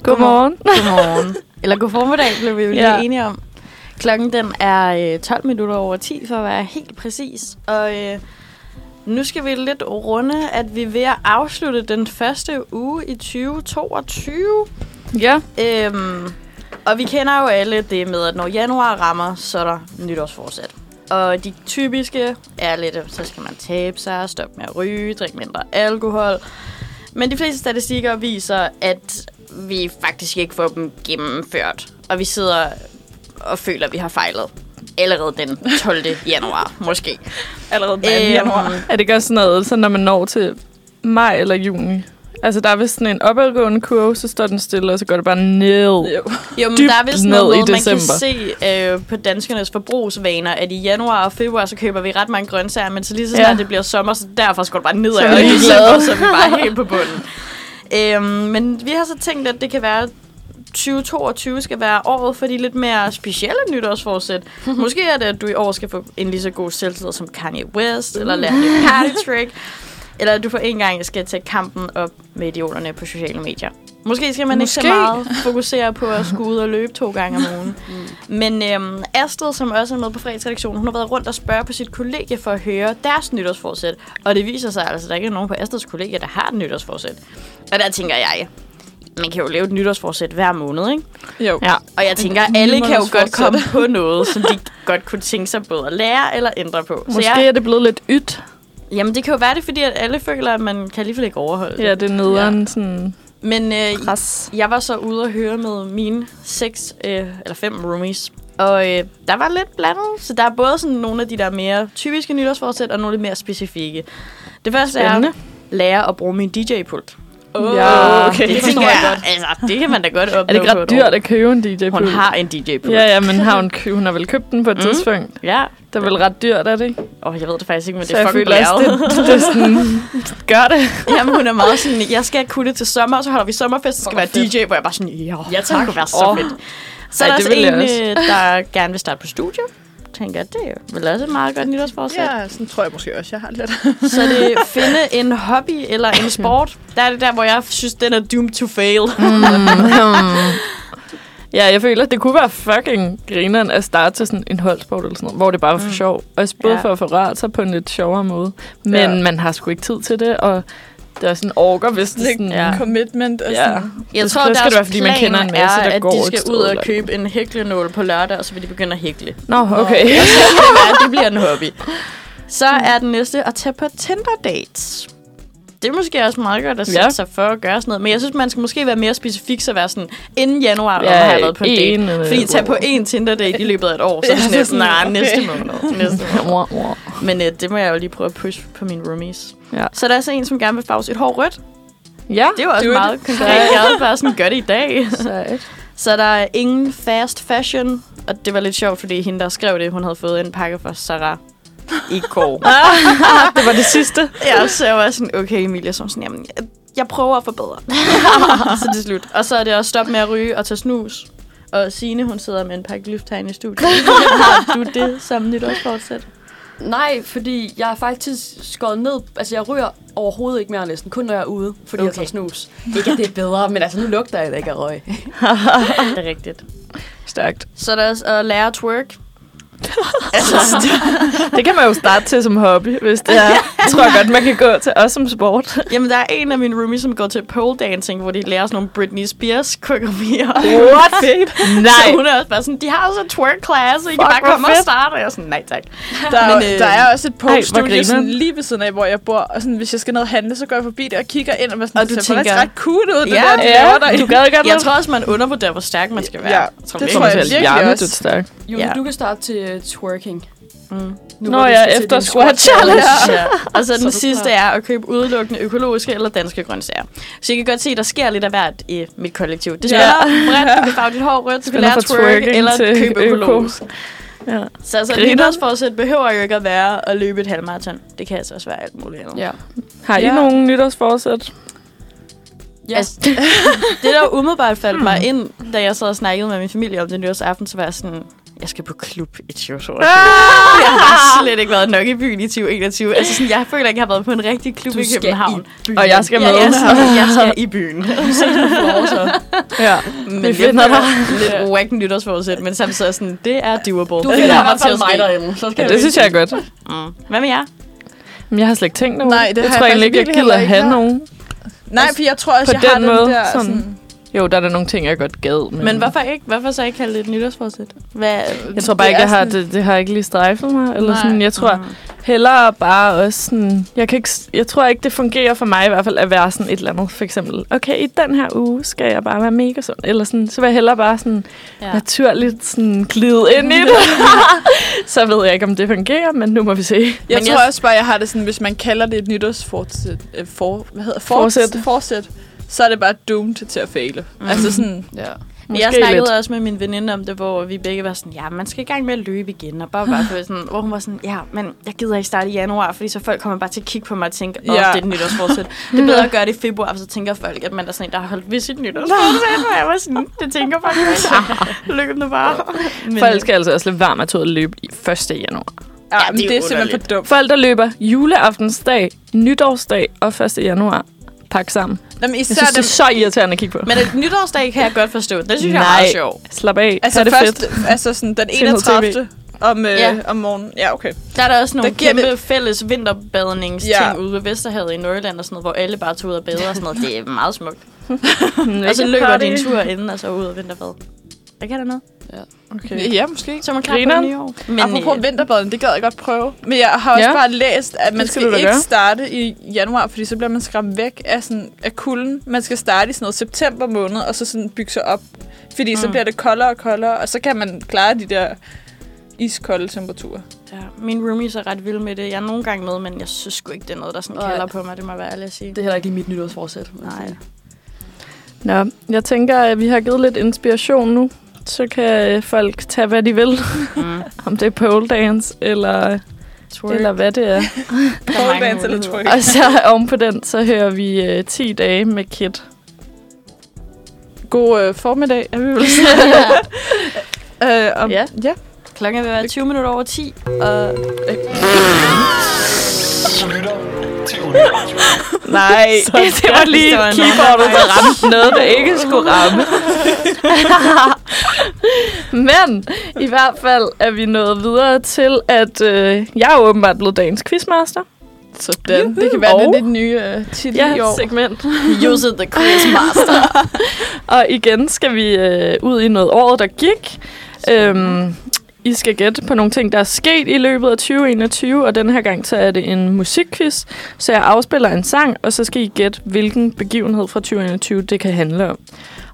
Speaker 4: Godmorgen.
Speaker 3: Godmorgen. Eller god formiddag, blev vi jo lige
Speaker 4: Ja.
Speaker 3: enige om. Klokken den er øh, 12 minutter over 10, for at være helt præcis. Og øh, nu skal vi lidt runde, at vi er ved at afslutte den første uge i 2022.
Speaker 4: Ja.
Speaker 3: Øhm, og vi kender jo alle det med, at når januar rammer, så er der nytårsforsæt. Og de typiske er lidt, at så skal man tabe sig, stoppe med at ryge, drikke mindre alkohol. Men de fleste statistikker viser, at vi faktisk ikke får dem gennemført. Og vi sidder og føler, at vi har fejlet. Allerede den 12. januar, måske.
Speaker 4: Allerede den
Speaker 3: Øhm.
Speaker 4: anden januar. Er det gør sådan noget, så når man når til maj eller juni? Altså, der er vist sådan en opadgående kurve, så står den stille, og så går det bare ned. Jo.
Speaker 3: Jo, men
Speaker 4: dybt
Speaker 3: der er vist noget,
Speaker 4: ned i
Speaker 3: med, man kan
Speaker 4: december.
Speaker 3: se øh, på danskernes forbrugsvaner, at i januar og februar, så køber vi ret mange grøntsager, men så lige så snart
Speaker 4: Ja.
Speaker 3: det bliver sommer, så derfor skal det bare ned
Speaker 4: Så er
Speaker 3: og
Speaker 4: vi
Speaker 3: i
Speaker 4: lige
Speaker 3: december,
Speaker 4: glade.
Speaker 3: så er vi bare helt på bunden. Øhm, men vi har så tænkt, at det kan være, 2022 skal være året for de lidt mere specielle nytårsforsæt. Måske er det, at du i år skal få en lige så god selvtillid som Kanye West, eller lære et nyt party trick, eller at du for en gang skal tage kampen op med idioterne på sociale medier. Måske skal man Måske. ikke
Speaker 1: Måske.
Speaker 3: så meget fokusere på at skulle ud og løbe to gange om ugen. Men øhm, Astrid, som også er med på fredagsredaktionen, hun har været rundt og spørge på sit kollegie for at høre deres nytårsforsæt. Og det viser sig altså, at der ikke er nogen på Astrids kollegie, der har et nytårsforsæt. Og der tænker jeg, man kan jo lave et nytårsforsæt hver måned, ikke?
Speaker 1: Jo.
Speaker 3: Ja. Og jeg tænker, at alle kan jo godt
Speaker 1: nytårsforsæt.
Speaker 3: komme på noget, som de godt kunne tænke sig både at lære eller ændre på. Så
Speaker 4: Måske
Speaker 3: jeg,
Speaker 4: er det blevet lidt ydt.
Speaker 3: jamen, det kan jo være det, er fordi at alle føler, at man kan alligevel ikke overholde det.
Speaker 4: Ja, det er nederen sådan...
Speaker 3: Men øh,
Speaker 4: Pres.
Speaker 3: jeg var så ude og høre med mine seks øh, eller fem roomies. Og øh, der var lidt blandet, så der er både sådan nogle af de der mere typiske nytårsforsæt, og nogle lidt mere specifikke. Det første er
Speaker 4: Spændende.
Speaker 3: lære at bruge min DJ-pult.
Speaker 4: Åh, Ja, okay. det
Speaker 3: Det tænker
Speaker 4: forstår jeg
Speaker 3: jeg, altså, det kan man da godt opnå
Speaker 4: Er det ikke
Speaker 3: på
Speaker 4: ret
Speaker 3: et år.
Speaker 4: dyrt at købe en dj
Speaker 3: Hun har en DJ-pult.
Speaker 4: Ja, ja, men har hun, kø- hun har vel købt den på et
Speaker 3: Mm.
Speaker 4: mm. tidspunkt.
Speaker 3: ja.
Speaker 4: Det er vel ret dyrt, er det ikke?
Speaker 3: Åh, oh, jeg ved det faktisk ikke, men
Speaker 4: Så
Speaker 3: det er
Speaker 4: jeg
Speaker 3: fucking
Speaker 4: føler også,
Speaker 3: blæret.
Speaker 4: det, det er sådan... Gør det.
Speaker 3: Jamen, hun er meget sådan, jeg skal kunne det til sommer, og så holder vi sommerfest, så skal være DJ, hvor jeg bare sådan, ja, ja tak. det kunne være så
Speaker 4: Åh.
Speaker 3: fedt. Så
Speaker 4: Ej,
Speaker 3: er der
Speaker 4: det
Speaker 3: også
Speaker 4: ville jeg
Speaker 3: en,
Speaker 4: også.
Speaker 3: øh, der gerne vil starte på studie. Tænker, det er vel også et meget godt nytårsforsæt.
Speaker 1: Ja, sådan tror jeg måske også, jeg har lidt.
Speaker 3: Så er det finde en hobby eller en sport. Der er det der, hvor jeg synes, den er doomed to fail.
Speaker 4: Mm. Ja, jeg føler, at det kunne være fucking grineren at starte til sådan en holdsport eller sådan noget, hvor det bare var for mm. sjov. Også både
Speaker 3: Ja.
Speaker 4: ja. for at få rørt sig på en lidt sjovere måde, men
Speaker 1: Ja.
Speaker 4: ja. man har sgu ikke tid til det, og det er sådan orker, hvis det er sådan...
Speaker 1: Ja. Commitment og
Speaker 4: Ja.
Speaker 1: sådan.
Speaker 3: Jeg
Speaker 4: Det
Speaker 3: tror,
Speaker 4: skal-
Speaker 3: deres
Speaker 4: skal det være, fordi man
Speaker 3: plan
Speaker 4: kender en masse,
Speaker 3: er,
Speaker 4: der
Speaker 3: at
Speaker 4: går
Speaker 3: de
Speaker 4: et
Speaker 3: skal
Speaker 4: sted
Speaker 3: ud og
Speaker 4: eller-
Speaker 3: købe en hæklenål på lørdag, og så vil de begynde at hækle.
Speaker 4: Nå, okay.
Speaker 3: det, være, det bliver en hobby. Så er den næste at tage på Tinder-dates. det er måske også meget godt at sætte
Speaker 4: Ja.
Speaker 3: ja. sig for at gøre sådan noget. Men jeg synes, man skal måske være mere specifik, så være sådan, inden januar, ja,
Speaker 4: Ja,
Speaker 3: har jeg været på en date.
Speaker 4: en, øh,
Speaker 3: Fordi tag på en Tinder-date i løbet af et år, så er det sådan, lidt, nej, næste måned. Næste måned. Men øh, det må jeg jo lige prøve at push på mine roomies.
Speaker 4: Ja.
Speaker 3: Så der er så en, som gerne vil farve sit hår rødt.
Speaker 4: Ja.
Speaker 3: Det er jo også
Speaker 1: Do it.
Speaker 3: meget konkret. Jeg havde bare sådan, gør det i dag.
Speaker 2: Sejt.
Speaker 3: Så der er ingen fast fashion. Og det var lidt sjovt, fordi hende, der skrev det, hun havde fået en pakke fra Sarah i går.
Speaker 4: det var det sidste.
Speaker 3: ja, så jeg var sådan, okay Emilie, så var hun sådan, jamen, jeg, jeg prøver at forbedre. så det er slut. Og så er det også stop med at ryge og tage snus. Og Signe, hun sidder med en pakke lyft herinde i studiet. Har du det som nytårsfortsæt?
Speaker 2: Nej, fordi jeg er faktisk skåret ned. Altså, jeg ryger overhovedet ikke mere næsten. Kun når jeg er ude, fordi okay. jeg
Speaker 3: Okay.
Speaker 2: tager snus. Ikke, at det er bedre, men altså, nu lugter jeg da ikke af røg.
Speaker 3: det er rigtigt.
Speaker 4: Stærkt.
Speaker 3: Så er der også at lære at twerk.
Speaker 4: Det kan man jo starte til som hobby, hvis det er. Jeg tror jeg godt, man kan gå til os som sport.
Speaker 3: Jamen, der er en af mine roomies, som går til pole dancing, hvor de lærer sådan nogle Britney Spears koreografier.
Speaker 4: What? Fedt.
Speaker 3: Så hun er også bare sådan, de har også en twerk class, og I kan
Speaker 4: Fuck,
Speaker 3: bare
Speaker 4: hvor
Speaker 3: komme og
Speaker 4: fedt.
Speaker 3: starte. Og jeg er sådan, nej tak.
Speaker 1: Der,
Speaker 3: Men,
Speaker 1: Men,
Speaker 3: øh,
Speaker 1: øh, der er også et
Speaker 4: grineren.
Speaker 1: punktstudie sådan lige ved siden af, hvor jeg bor. Og sådan, hvis jeg skal ned og handle, så går jeg forbi det og kigger ind, og, var sådan,
Speaker 3: Og
Speaker 1: og
Speaker 3: du
Speaker 1: du det ser faktisk
Speaker 3: tænker-
Speaker 1: ret cool ud, det
Speaker 3: Ja,
Speaker 1: der, de laver derinde.
Speaker 4: du gad godt
Speaker 3: Jeg tror også, man undervurderer, hvor stærk man skal være.
Speaker 1: Ja,
Speaker 3: tror
Speaker 1: det
Speaker 3: man
Speaker 1: tror
Speaker 3: ikke.
Speaker 1: jeg virkelig også.
Speaker 4: stærk.
Speaker 2: Julie,
Speaker 3: Ja.
Speaker 2: ja. du kan starte til uh, twerking.
Speaker 3: Mm.
Speaker 2: Nu,
Speaker 4: Nå
Speaker 2: hvor vi
Speaker 4: ja,
Speaker 2: skal til
Speaker 4: efter
Speaker 2: din
Speaker 4: squat challenge.
Speaker 3: Ja. Og så
Speaker 2: Så
Speaker 3: den
Speaker 2: er du
Speaker 3: sidste er at købe udelukkende økologiske eller danske grøntsager. Så I kan godt se, der sker lidt af hvert i mit kollektiv. Det spiller bredt, du kan farve dit hår rødt, du kan
Speaker 4: Spænder
Speaker 3: lære at
Speaker 4: fra
Speaker 3: twerke
Speaker 4: twerking
Speaker 3: eller
Speaker 4: til
Speaker 3: købe
Speaker 4: øko.
Speaker 3: økologisk.
Speaker 4: Ja.
Speaker 3: Så altså,
Speaker 4: Grineren.
Speaker 3: nytårsforsæt behøver jo ikke at være at løbe et halvmarathon. Det kan altså også være alt muligt andet.
Speaker 2: Ja.
Speaker 4: Har I
Speaker 1: Ja.
Speaker 4: nogen nytårsforsæt?
Speaker 2: Ja.
Speaker 3: Altså, det der umiddelbart faldt mig ind, da jeg sad og snakkede med min familie om det nytårsaften, så var jeg sådan, jeg skal på klub i 2022. Jeg har slet ikke været nok i byen i 2021. Altså sådan, jeg føler ikke, jeg har været på en rigtig klub i København.
Speaker 2: byen.
Speaker 4: Og jeg skal med.
Speaker 3: Ja, jeg, skal, jeg skal i byen.
Speaker 4: Ja.
Speaker 3: men
Speaker 4: Vi
Speaker 3: det
Speaker 4: finder
Speaker 3: bliver
Speaker 4: dig.
Speaker 3: lidt whack nytårsforsæt, men samtidig er sådan, det er doable.
Speaker 2: Du
Speaker 3: Det
Speaker 2: finder i
Speaker 3: kommer
Speaker 2: hvert
Speaker 3: til at
Speaker 2: fald mig
Speaker 3: ske.
Speaker 2: derinde. Så skal
Speaker 4: ja,
Speaker 2: vi-
Speaker 4: det synes jeg er godt.
Speaker 3: Mm. Hvad med jer?
Speaker 4: Men jeg har slet ikke tænkt over
Speaker 1: Nej, det
Speaker 4: Jeg
Speaker 1: har
Speaker 4: tror
Speaker 1: jeg
Speaker 4: egentlig ikke,
Speaker 1: faktisk
Speaker 4: jeg gider
Speaker 1: virkelig
Speaker 4: have
Speaker 1: heller
Speaker 4: nogen.
Speaker 1: Nej, for jeg tror også,
Speaker 4: På
Speaker 1: jeg har
Speaker 4: den
Speaker 1: den
Speaker 4: måde,
Speaker 1: der...
Speaker 4: sådan- Jo, der er der nogle ting, jeg godt gad. Men,
Speaker 3: Men hvorfor, ikke, hvorfor så ikke kalde det et nytårsforsæt? Hvad,
Speaker 4: jeg tror bare
Speaker 1: det
Speaker 4: ikke,
Speaker 1: er
Speaker 4: jeg har,
Speaker 1: sådan-
Speaker 4: det, det har ikke lige strejfet mig. Eller
Speaker 1: Nej.
Speaker 4: sådan, jeg tror
Speaker 3: Mm.
Speaker 4: hellere bare også sådan... Jeg, kan ikke, s- jeg tror ikke, det fungerer for mig i hvert fald at være sådan et eller andet. For eksempel, okay, i den her uge skal jeg bare være mega sund. Eller sådan, så vil jeg hellere bare sådan ja.
Speaker 3: Ja.
Speaker 4: naturligt sådan glide ind i det. så ved jeg ikke, om det fungerer, men nu må vi se.
Speaker 1: Jeg
Speaker 3: Men
Speaker 1: tror
Speaker 3: jeg-
Speaker 1: også bare, jeg har det sådan, hvis man kalder det et nytårsforsæt, øh, for, hvad hedder,
Speaker 4: Forsæt.
Speaker 1: forsæt, så er det bare doomed til at fejle. Mm. Altså sådan,
Speaker 2: Ja.
Speaker 3: Måske jeg
Speaker 4: Måske
Speaker 3: snakkede
Speaker 4: lidt.
Speaker 3: lidt. også med min veninde om det, hvor vi begge var sådan, ja, man skal i gang med at løbe igen. Og bare, bare for sådan, hvor hun var sådan, ja, men jeg gider ikke starte i januar, fordi så folk kommer bare til at kigge på mig og tænke, åh,
Speaker 1: Ja.
Speaker 3: det er et nytårsforsæt. det er bedre at gøre det i februar, for så tænker folk, at man er sådan en, der har holdt ved sit nytårsforsæt. Og jeg var sådan, det tænker folk ikke. Lykke nu bare. Men,
Speaker 4: Folk skal altså også lade være med at tage ud og løbe i 1.
Speaker 1: ja,
Speaker 4: januar.
Speaker 3: det er
Speaker 1: men det,
Speaker 3: jo
Speaker 1: det er simpelthen for dumt.
Speaker 4: Folk, der løber juleaftensdag, nytårsdag og 1. januar, pakke sammen.
Speaker 1: Nå, men
Speaker 4: Jeg
Speaker 1: især
Speaker 4: synes, det
Speaker 1: dem,
Speaker 4: er så irriterende at kigge på.
Speaker 3: men et nytårsdag kan jeg godt forstå. Det synes jeg er
Speaker 4: Nej.
Speaker 3: meget sjovt.
Speaker 4: Slap af,
Speaker 1: altså
Speaker 4: er det
Speaker 1: først,
Speaker 4: fedt.
Speaker 1: altså sådan den
Speaker 4: Se noget
Speaker 1: 31. om, øh,
Speaker 3: Ja.
Speaker 1: ja. om morgenen. Ja, okay.
Speaker 3: Der er der også nogle
Speaker 1: Der giver
Speaker 3: kæmpe
Speaker 1: det-
Speaker 3: fælles vinterbadningsting
Speaker 1: Ja.
Speaker 3: ude ved Vesterhavet i Nordjylland og sådan noget, hvor alle bare tog ud og bader og sådan noget. Det er meget smukt.
Speaker 4: Mm,
Speaker 3: Og så
Speaker 4: ikke
Speaker 3: løber
Speaker 4: party.
Speaker 3: de en tur inden, og så ud og vinterbad. Jeg kan da noget.
Speaker 4: Okay.
Speaker 1: Ja, måske.
Speaker 3: Så er man klar på
Speaker 4: Grineren.
Speaker 3: det nye år.
Speaker 1: Men Apropos øh, vinterbaden, det gad jeg godt prøve. Men jeg har også
Speaker 4: Ja.
Speaker 1: ja. bare læst, at man
Speaker 4: Det skal
Speaker 1: skal,
Speaker 4: du da
Speaker 1: skal ikke
Speaker 4: gøre.
Speaker 1: starte i januar, fordi så bliver man skræmt væk af, sådan, af kulden. Man skal starte i sådan noget september måned, og så sådan bygge sig op. Fordi mm. så
Speaker 3: Mm.
Speaker 1: bliver det koldere og koldere, og så kan man klare de der iskolde temperaturer.
Speaker 3: ja, min roomies er ret vild med det. Jeg er nogle gange med, men jeg synes sgu ikke, det er noget, der sådan
Speaker 2: Nej.
Speaker 3: kalder på mig. Det må jeg være ærlig at sige.
Speaker 2: Det er heller ikke lige mit nytårsforsæt. må jeg
Speaker 3: Nej.
Speaker 2: sige.
Speaker 4: Nå, jeg tænker, at vi har givet lidt inspiration nu. Så kan øh, folk tage, hvad de vil.
Speaker 3: Mm.
Speaker 4: Om det er pole dance, eller,
Speaker 3: Twerk.
Speaker 4: eller hvad det er.
Speaker 3: Der er
Speaker 1: Pole
Speaker 3: mange
Speaker 1: dance eller
Speaker 3: muligheder.
Speaker 1: tryk.
Speaker 4: Og så oven på den, så hører vi øh, 10 dage med Kit.
Speaker 1: God øh, formiddag, er vi vel sige. øh, om,
Speaker 3: Ja.
Speaker 1: ja.
Speaker 3: Klokken er ved at være 20 minutter over 10, og
Speaker 5: Du lytter til Ulytter.
Speaker 4: Nej, det var lige
Speaker 3: det var en
Speaker 4: keyboardet, der ramte noget, der ikke skulle ramme. Men i hvert fald er vi nået videre til, at øh, jeg er åbenbart blevet dagens quizmaster.
Speaker 1: Sådan. Det kan være,
Speaker 4: Og-
Speaker 1: det er den nye øh, titel i år.
Speaker 4: segment.
Speaker 3: use it the quiz master.
Speaker 4: Og igen skal vi øh, ud i noget året, der gik. Øhm, I skal gætte på nogle ting, der er sket i løbet af 2021, og den her gang så er det en musikquiz. Så jeg afspiller en sang, og så skal I gætte, hvilken begivenhed fra 2021 det kan handle om.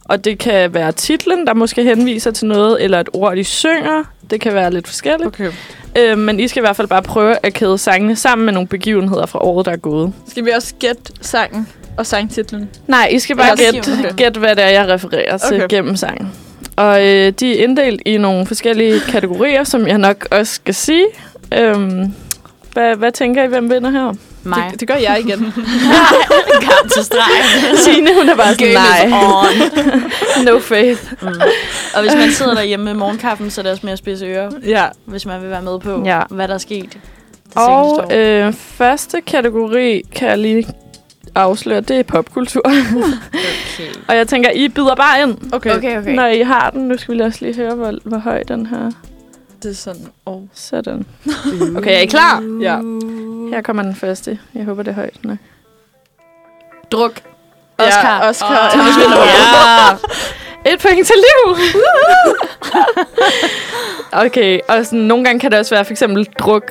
Speaker 4: Og det kan være titlen, der måske henviser til noget, eller et ord, de synger. Det kan være lidt forskelligt.
Speaker 1: Okay.
Speaker 4: Øh, men I skal i hvert fald bare prøve at kæde sangene sammen med nogle begivenheder fra året, der er gået.
Speaker 1: Skal vi også gætte sangen og sangtitlen?
Speaker 4: Nej, I skal bare
Speaker 1: Eller
Speaker 4: gætte,
Speaker 1: begivenheder.
Speaker 4: gæt, hvad det er, jeg refererer til
Speaker 1: Okay.
Speaker 4: okay. gennem sangen. Og øh, de er inddelt i nogle forskellige kategorier, som jeg nok også skal sige. Øhm, hvad, hvad tænker I, hvem vinder her?
Speaker 3: Mig.
Speaker 1: Det, det gør jeg igen.
Speaker 3: Kamp til streg.
Speaker 4: Signe, hun er bare sådan, nej,
Speaker 3: on.
Speaker 4: no faith.
Speaker 3: Mm. Og hvis man sidder derhjemme med morgenkaffen, så er det også med at spidse ører,
Speaker 1: ja.
Speaker 3: hvis man vil være med på,
Speaker 4: Ja.
Speaker 3: ja. hvad der er sket. Det
Speaker 4: Og øh, første kategori kan jeg lige afsløre, det er popkultur.
Speaker 3: okay.
Speaker 4: Og jeg tænker, I bider bare ind,
Speaker 1: Okay. okay.
Speaker 3: okay, okay.
Speaker 4: når I har den. Nu skal vi lige også lige høre, hvor, hvor høj den her
Speaker 1: Det er sådan. Oh.
Speaker 4: Sådan. Okay, er I klar?
Speaker 1: Ja.
Speaker 4: Her kommer den første. Jeg håber, det er højt nok.
Speaker 1: Druk.
Speaker 3: Oscar.
Speaker 1: Ja, Oscar.
Speaker 3: Åh.
Speaker 1: Thomas Vintergaard.
Speaker 4: Et point til liv! okay, og sådan, nogle gange kan det også være for eksempel druk.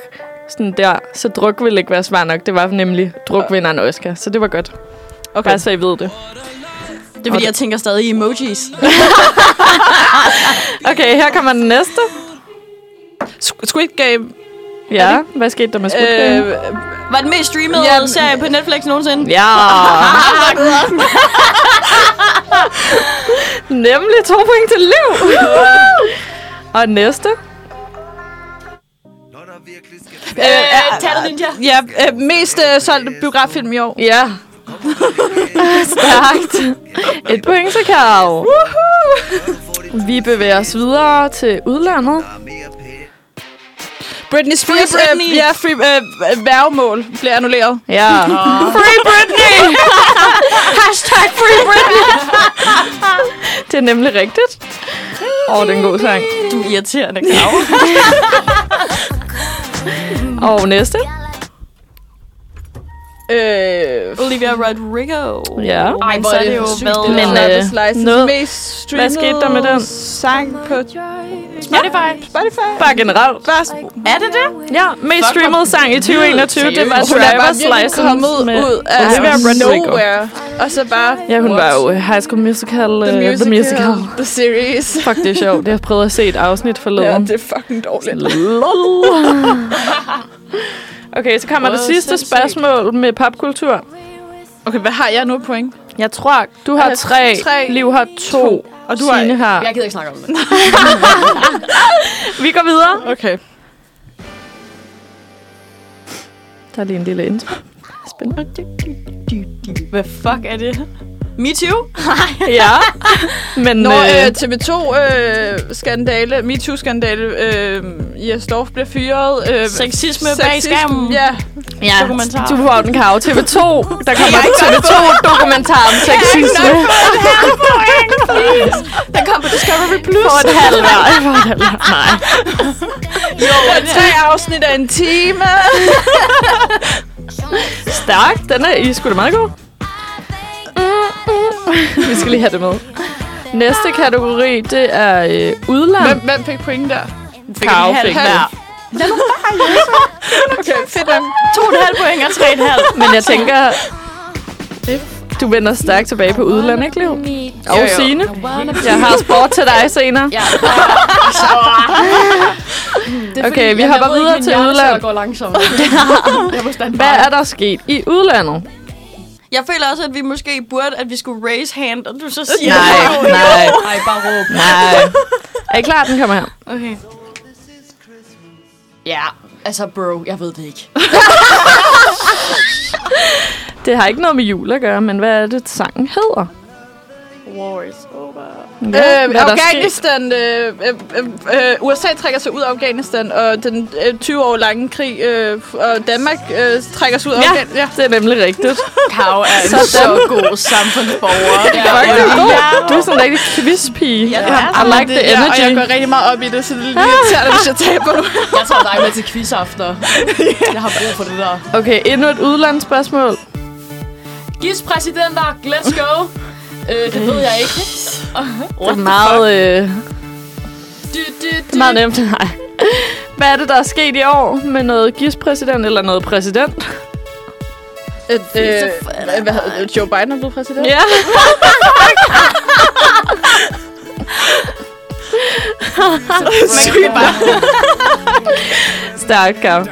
Speaker 4: Sådan der. Så druk ville ikke være smart nok. Det var nemlig drukvinderen Oscar. Så det var godt. Okay. Bare så I ved det.
Speaker 3: Det er fordi, jeg tænker stadig i emojis.
Speaker 4: Okay, her kommer den næste.
Speaker 1: Squ- Squid Game.
Speaker 4: Ja, hvad skete der med Squid Game?
Speaker 1: Øh,
Speaker 3: Var den mest streamede
Speaker 1: Ja.
Speaker 3: ja. serie på Netflix nogensinde?
Speaker 4: Ja. Nemlig to point til liv. og næste.
Speaker 1: øh,
Speaker 3: Øh, Tattle Ninja.
Speaker 1: ja, øh, mest øh, solgte biograffilm i år.
Speaker 4: Ja. Stærkt. Et point til Karl. Vi bevæger os videre til udlandet.
Speaker 1: Britney Spears. Free
Speaker 3: Britney.
Speaker 1: Øh, ja, free, øh, værgemål bliver annulleret.
Speaker 4: Ja.
Speaker 1: Free Britney!
Speaker 3: Hashtag free Britney.
Speaker 4: Det er nemlig rigtigt. Og oh, den god sang.
Speaker 3: Du er irriterende, Krav.
Speaker 4: Og næste.
Speaker 1: øh,
Speaker 3: Olivia Rodrigo.
Speaker 4: Ja.
Speaker 3: Ej,
Speaker 1: Men
Speaker 3: så er det jo været...
Speaker 1: Men,
Speaker 4: Men, øh,
Speaker 1: øh,
Speaker 4: noget-
Speaker 1: mest streamede
Speaker 4: skete der med den?
Speaker 1: sang på
Speaker 3: Spotify.
Speaker 1: Spotify?
Speaker 4: Bare generelt.
Speaker 1: Bare
Speaker 3: Er det det?
Speaker 4: Ja, mest streamet sang i 2021, det var
Speaker 1: hun er bare
Speaker 4: Driver's
Speaker 1: virkelig
Speaker 4: License.
Speaker 1: kommet
Speaker 4: med
Speaker 1: ud af
Speaker 4: Olivia Rodrigo.
Speaker 1: nowhere. Og så bare
Speaker 4: Ja, hun var jo øh, High School Musical,
Speaker 1: the,
Speaker 4: øh,
Speaker 1: musical,
Speaker 4: The Musical.
Speaker 1: the series.
Speaker 4: Fuck, det er sjovt. Jeg har prøvet at se et afsnit
Speaker 1: Ja,
Speaker 4: forleden.
Speaker 1: det er fucking dårligt.
Speaker 4: Okay, så kommer det
Speaker 3: Åh,
Speaker 4: sidste
Speaker 3: sindssygt.
Speaker 4: spørgsmål med popkultur.
Speaker 1: Okay, hvad har jeg nu point?
Speaker 4: Jeg tror, du
Speaker 1: Jeg
Speaker 4: har
Speaker 1: har
Speaker 4: tre,
Speaker 1: tre.
Speaker 4: Liv har to, og
Speaker 1: du
Speaker 4: du
Speaker 1: har
Speaker 4: Signe har...
Speaker 2: Jeg gider ikke snakke om det.
Speaker 4: Vi går videre.
Speaker 1: Okay.
Speaker 4: Der er lige en lille intro. Spændende.
Speaker 3: Hvad fuck er det? Me too?
Speaker 4: Ja, men...
Speaker 1: Når øh,
Speaker 4: øh,
Speaker 1: TV2-skandale, øh, MeToo-skandale, øh, Jes Dorf bliver fyret. Øh,
Speaker 3: Sexisme bag
Speaker 1: sexisme,
Speaker 3: skærmen.
Speaker 1: Ja.
Speaker 3: ja. Dokumentar.
Speaker 4: du får den kav. TV2, der kommer en TV2-dokumentar om sexisme.
Speaker 3: Den kom på Discovery Plus.
Speaker 4: For et halvt år. For et halvt år. Nej.
Speaker 1: Tre afsnit af en time.
Speaker 4: Stærk. Den er I er sgu da meget god. Vi skal lige have det med. Næste kategori, det er øh, udland.
Speaker 1: Hvem, hvem fik point der?
Speaker 4: Kav
Speaker 3: halv
Speaker 4: fik
Speaker 3: hver.
Speaker 4: den.
Speaker 1: Okay, fedt dem.
Speaker 3: To og et halvt point og tre og et halvt.
Speaker 4: Men jeg tænker, du vender stærkt tilbage på udlandet, ikke Liv? Og Signe. Jeg har sport til dig senere.
Speaker 2: Ja. det er
Speaker 4: Okay, vi
Speaker 2: jamen, jeg
Speaker 4: hopper
Speaker 2: ved
Speaker 4: videre
Speaker 2: ikke,
Speaker 4: til
Speaker 2: min hjerneceller
Speaker 4: udland.
Speaker 2: går langsommere. jeg må stande
Speaker 4: Hvad er der sket i udlandet?
Speaker 3: Jeg føler også, at vi måske burde, at vi skulle raise hand, og du så siger...
Speaker 4: nej,
Speaker 2: Ej, bare råb.
Speaker 4: nej. Er I klar, den kommer her?
Speaker 3: Okay.
Speaker 2: Ja, altså bro, jeg ved det ikke.
Speaker 4: Det har ikke noget med jul at gøre, men hvad er det, sangen hedder?
Speaker 3: War is over.
Speaker 4: Hvad,
Speaker 1: Øh,
Speaker 4: hvad er der sket?
Speaker 1: Afghanistan, øh, øh, øh, øh, USA trækker sig ud af Afghanistan, og den øh, 20 år lange krig, øh, f- og Danmark øh, trækker sig ud af
Speaker 4: Ja.
Speaker 1: Afghanistan. Ja.
Speaker 4: Det er nemlig rigtigt.
Speaker 3: Kav er en
Speaker 4: Sådan.
Speaker 3: så god samfundsborger.
Speaker 4: Ja, Fuck, du er god. Du er sådan en rigtig quizpige.
Speaker 3: Ja, det er
Speaker 4: I
Speaker 3: øh,
Speaker 4: like the
Speaker 1: Ja, og jeg
Speaker 4: energy.
Speaker 1: går rigtig meget op i det, så det er lidt irriterende, hvis jeg taber nu.
Speaker 2: Jeg tager dig med til quizafter. Jeg har brug for det der.
Speaker 4: Okay, endnu et udlandsspørgsmål.
Speaker 2: Gis præsidenter, let's go. Øh, det ved jeg ikke.
Speaker 4: Det er meget, øh,
Speaker 2: Du, du,
Speaker 4: meget nemt. Nej. Hvad er det, der er sket i år med noget gispræsident eller noget præsident?
Speaker 1: Et, øh, hvad hedder det? Joe Biden er blevet præsident?
Speaker 4: Ja.
Speaker 1: man kan bare...
Speaker 4: Stærkt, Kav.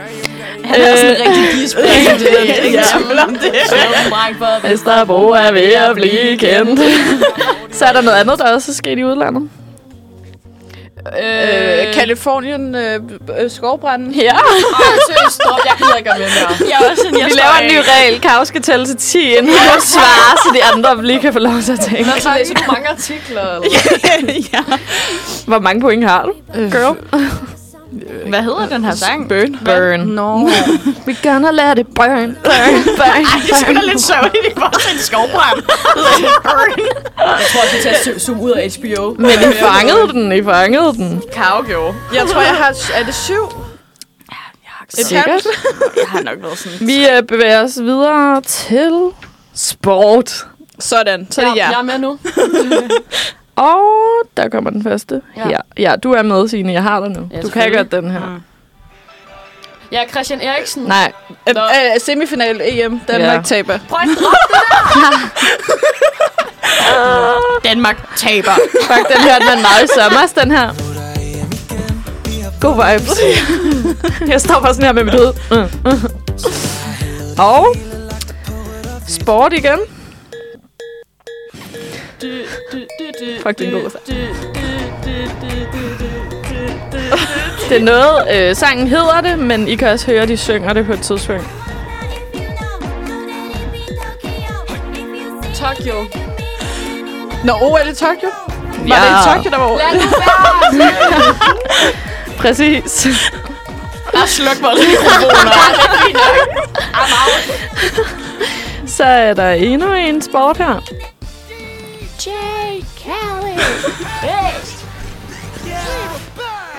Speaker 3: Han er sådan
Speaker 4: Øh,
Speaker 3: en rigtig gispræsident. Det er
Speaker 1: Ja,
Speaker 3: ikke
Speaker 1: ja.
Speaker 3: tvivl om det.
Speaker 4: Vesterbro er ved at blive kendt. Så er der noget andet, der også er sket i udlandet.
Speaker 1: Øh, Kalifornien øh, øh, skovbranden.
Speaker 4: Ja.
Speaker 2: Ej, seriøst, stop. Jeg gider ikke at være med mere.
Speaker 3: Jeg er også en, jeg
Speaker 4: Vi laver en ny regel. Kav skal tælle til 10, inden hun må svare, så de andre lige kan få lov til at tænke.
Speaker 2: Hvad så læser du mange artikler? Eller?
Speaker 1: ja.
Speaker 4: Hvor mange point har du?
Speaker 1: Øh.
Speaker 4: Girl.
Speaker 3: Hvad hedder den her sang?
Speaker 1: Burn.
Speaker 4: Burn.
Speaker 3: No.
Speaker 4: We gonna let it burn, burn, burn.
Speaker 3: Ej, det skulle da lidt sørgeligt, det var sådan en skovbrand.
Speaker 2: Jeg tror, jeg skal tage at zoome ud af HBO.
Speaker 4: Men I fangede den, I fangede den.
Speaker 3: Kau gjorde.
Speaker 1: Jeg tror, jeg har... Er det syv? Et
Speaker 4: Sikkert.
Speaker 1: halvt?
Speaker 3: Jeg har nok været sådan...
Speaker 4: Vi øh, bevæger os videre til sport.
Speaker 1: Sådan, så er det
Speaker 2: Ja, Jeg
Speaker 1: jer.
Speaker 2: er med nu.
Speaker 4: Og der kommer den første.
Speaker 2: Ja.
Speaker 4: Ja, ja, ja du er med, Signe. Jeg har dig nu.
Speaker 2: Ja,
Speaker 4: du kan
Speaker 2: selvfølgelig.
Speaker 4: godt den her. Mm.
Speaker 2: Jeg er Christian Eriksen.
Speaker 4: Nej.
Speaker 1: Øh,
Speaker 2: Nå.
Speaker 1: øh, semifinal EM. Danmark
Speaker 4: Ja.
Speaker 1: taber.
Speaker 2: Prøv at droppe
Speaker 3: Danmark taber.
Speaker 4: Fuck, den hørte man meget i sommer, den her. God vibes. Jeg står bare sådan her med mit hoved. Mm. Og sport igen. Fuck, det er en god Det er noget, øh, sangen hedder det, men I kan også høre, de synger det på et tidspunkt.
Speaker 2: Tokyo.
Speaker 1: Nå, OL i Tokyo? Var det i Tokyo, der var OL?
Speaker 2: Lad nu være.
Speaker 4: Præcis.
Speaker 3: Bare sluk vores mikrofoner.
Speaker 4: Så er der endnu en sport her.
Speaker 2: Jay Kelly. Yes.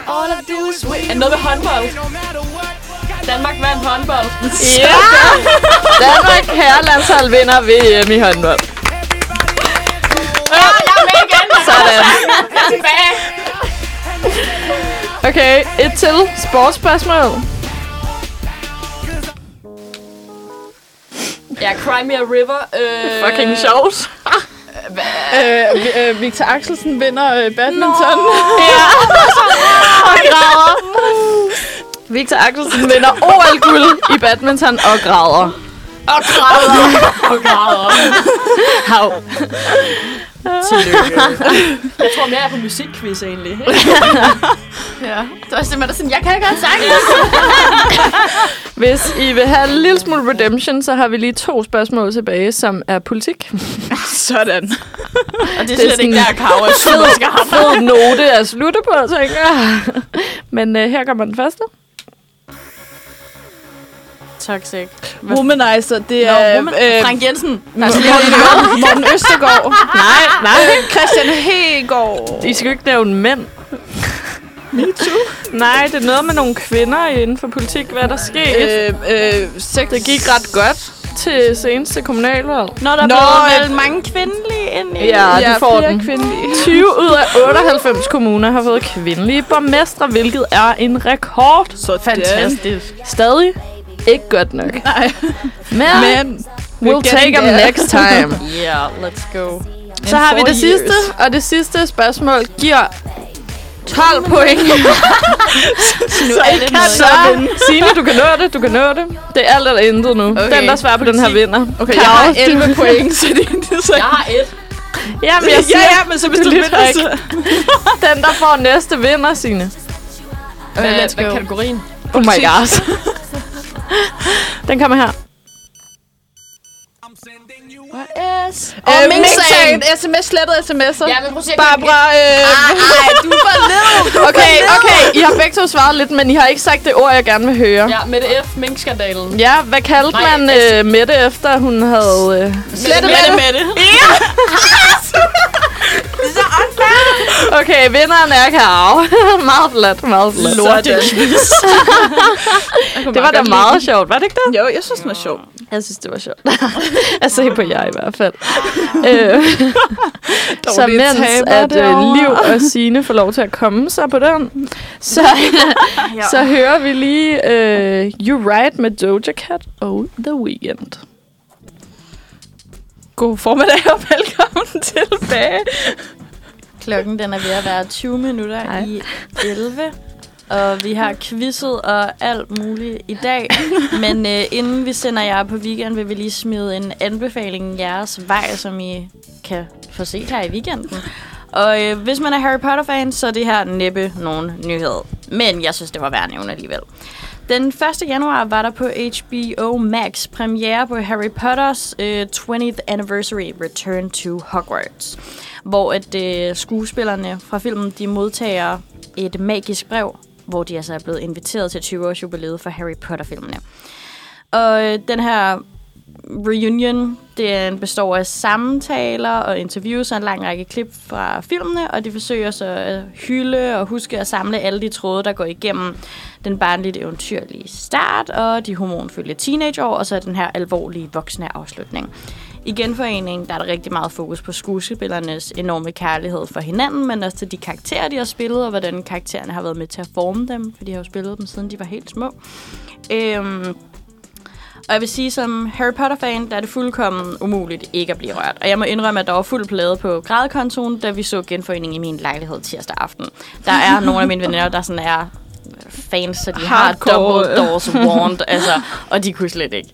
Speaker 2: All I do is win. Er det noget med håndbold? Danmark vandt håndbold.
Speaker 4: Ja! Danmark herrelandshold vinder VM i håndbold.
Speaker 2: Ah, jeg er med igen.
Speaker 4: Sådan.
Speaker 2: Jeg er tilbage.
Speaker 4: Okay, et til sportsspørgsmål.
Speaker 2: Ja, Crimea River. Øh,
Speaker 4: Fucking sjovt.
Speaker 1: Øh, vi- øh, Victor Axelsen vinder øh, badminton.
Speaker 4: Græder. Victor Axelsen vinder OL-guld i badminton og græder.
Speaker 2: Og græder.
Speaker 4: Hav.
Speaker 2: Jeg tror mere, jeg er på musikquiz egentlig.
Speaker 3: ja. Det var simpelthen sådan, jeg kan godt sange.
Speaker 4: Hvis I vil have en lille smule redemption, så har vi lige to spørgsmål tilbage, som er politik.
Speaker 1: Sådan.
Speaker 3: Og det er
Speaker 4: Det er
Speaker 3: slet ikke der,
Speaker 4: sådan-
Speaker 3: Kau er super skarp.
Speaker 4: Fed note at slutte på, tænker jeg. Men øh, her kommer den første.
Speaker 3: Toxic.
Speaker 1: Womanizer, det
Speaker 3: Nå,
Speaker 1: er...
Speaker 3: woman.
Speaker 1: øh,
Speaker 3: Frank Jensen.
Speaker 4: Altså,
Speaker 1: Morten, Morten Østergaard. nej, nej.
Speaker 4: Ah.
Speaker 1: Christian Hegård.
Speaker 4: I skal jo ikke nævne mænd. Me too. Nej, det er noget med nogle kvinder inden for politik. Hvad er der sket
Speaker 1: Øh, øh, sex.
Speaker 4: Det gik ret
Speaker 1: godt.
Speaker 4: til seneste kommunalvalg?
Speaker 3: Når
Speaker 1: Nå,
Speaker 3: der blev
Speaker 1: øh,
Speaker 3: meldt mange kvindelige ind i.
Speaker 4: Ja,
Speaker 1: Ja,
Speaker 4: du får
Speaker 1: flere
Speaker 4: den. Kvindelige. 20 ud af 98 kommuner har fået kvindelige borgmestre, hvilket er en rekord.
Speaker 1: Så
Speaker 3: Fantastisk.
Speaker 4: Stadig ikke godt nok.
Speaker 1: Nej.
Speaker 4: Men, Men
Speaker 1: Men
Speaker 4: we'll take them
Speaker 1: there.
Speaker 4: next time.
Speaker 3: Yeah, let's go.
Speaker 4: Så har vi
Speaker 1: four
Speaker 4: det
Speaker 1: years.
Speaker 4: sidste, og det sidste spørgsmål giver 12 point.
Speaker 3: Nu er det noget.
Speaker 4: Så, Signe, du kan nå det, du kan nå det. Det er alt eller intet nu.
Speaker 1: Okay.
Speaker 4: Okay. Den, der svarer på den her, vinder.
Speaker 1: Okay, jeg har 11 point, så det, det er så...
Speaker 2: Jeg har et.
Speaker 4: Jamen, jeg siger,
Speaker 1: ja, ja, men så hvis
Speaker 4: du
Speaker 1: du
Speaker 4: lytter
Speaker 1: vinder,
Speaker 4: ikke.
Speaker 1: så...
Speaker 4: den, der får næste, vinder, Signe.
Speaker 2: Hvad,
Speaker 1: Øh,
Speaker 3: let's
Speaker 2: hvad
Speaker 3: go.
Speaker 2: er kategorien?
Speaker 4: Oh my god. den kommer her.
Speaker 1: Øh,
Speaker 4: Og
Speaker 1: Mink-sagen. Sms slettet sms'er.
Speaker 2: Ja, men prøv at se, jeg kan-
Speaker 4: Barbara, øh,
Speaker 1: Ej, du var ned.
Speaker 4: okay, okay. I har begge to svaret lidt, men I har ikke sagt det ord, jeg gerne vil høre. Ja,
Speaker 2: Ja, Mette F. Mink-skandalen.
Speaker 4: hvad kaldte
Speaker 2: Nej,
Speaker 4: man
Speaker 2: altså-
Speaker 4: øh, Mette, efter hun havde... Øh...
Speaker 1: Slette med det.
Speaker 3: med det.
Speaker 4: Okay, vinderen er Karo. meget flat, meget flat.
Speaker 1: Lortekvist.
Speaker 4: Det var da meget sjovt, var det ikke det?
Speaker 1: Jo, jeg synes, den er sjov.
Speaker 4: Altså, Jeg synes, det var sjovt. At se på jer i hvert fald. Øh, så
Speaker 1: Dårlige
Speaker 4: mens
Speaker 1: tabere
Speaker 4: at øh,
Speaker 1: derovre.
Speaker 4: Liv og Sine får lov til at komme sig på den, så, så hører vi lige øh, You Right med Doja Cat og The Weeknd.
Speaker 1: God formiddag og velkommen tilbage.
Speaker 3: Klokken den er ved at være 20 minutter Ej. i 11. Og vi har quizzet og alt muligt i dag. Men øh, inden vi sender jer på weekend, vil vi lige smide en anbefaling jeres vej, som I kan få set her i weekenden. Og øh, hvis man er Harry Potter-fan, så er det her næppe nogen nyhed. Men jeg synes, det var værd at nævne alligevel. Den 1. januar var der på HBO Max premiere på Harry Potters øh, 20th Anniversary Return to Hogwarts, hvor at øh, skuespillerne fra filmen de modtager et magisk brev, hvor de altså er blevet inviteret til 20-års jubilæet for Harry Potter-filmene. Og øh, den her reunion, den består af samtaler og interviews og en lang række klip fra filmene, og de forsøger så at hylde og huske at samle alle de tråde, der går igennem den barnligt eventyrlige start, og de hormonfulde teenageår, og så den her alvorlige voksne afslutning. I genforeningen der er der rigtig meget fokus på skuespillernes enorme kærlighed for hinanden, men også til de karakterer, de har spillet, og hvordan karaktererne har været med til at forme dem, for de har jo spillet dem, siden de var helt små. Øhm, og jeg vil sige, som Harry Potter-fan, der er det fuldkommen umuligt ikke at blive rørt. Og jeg må indrømme, at der var fuld plade på grædekontoen, da vi så genforeningen i min lejlighed tirsdag aften. Der er nogle af mine veninder, der sådan er fans, så de
Speaker 1: Hardcore.
Speaker 3: har double doors warned, altså, og de kunne slet ikke.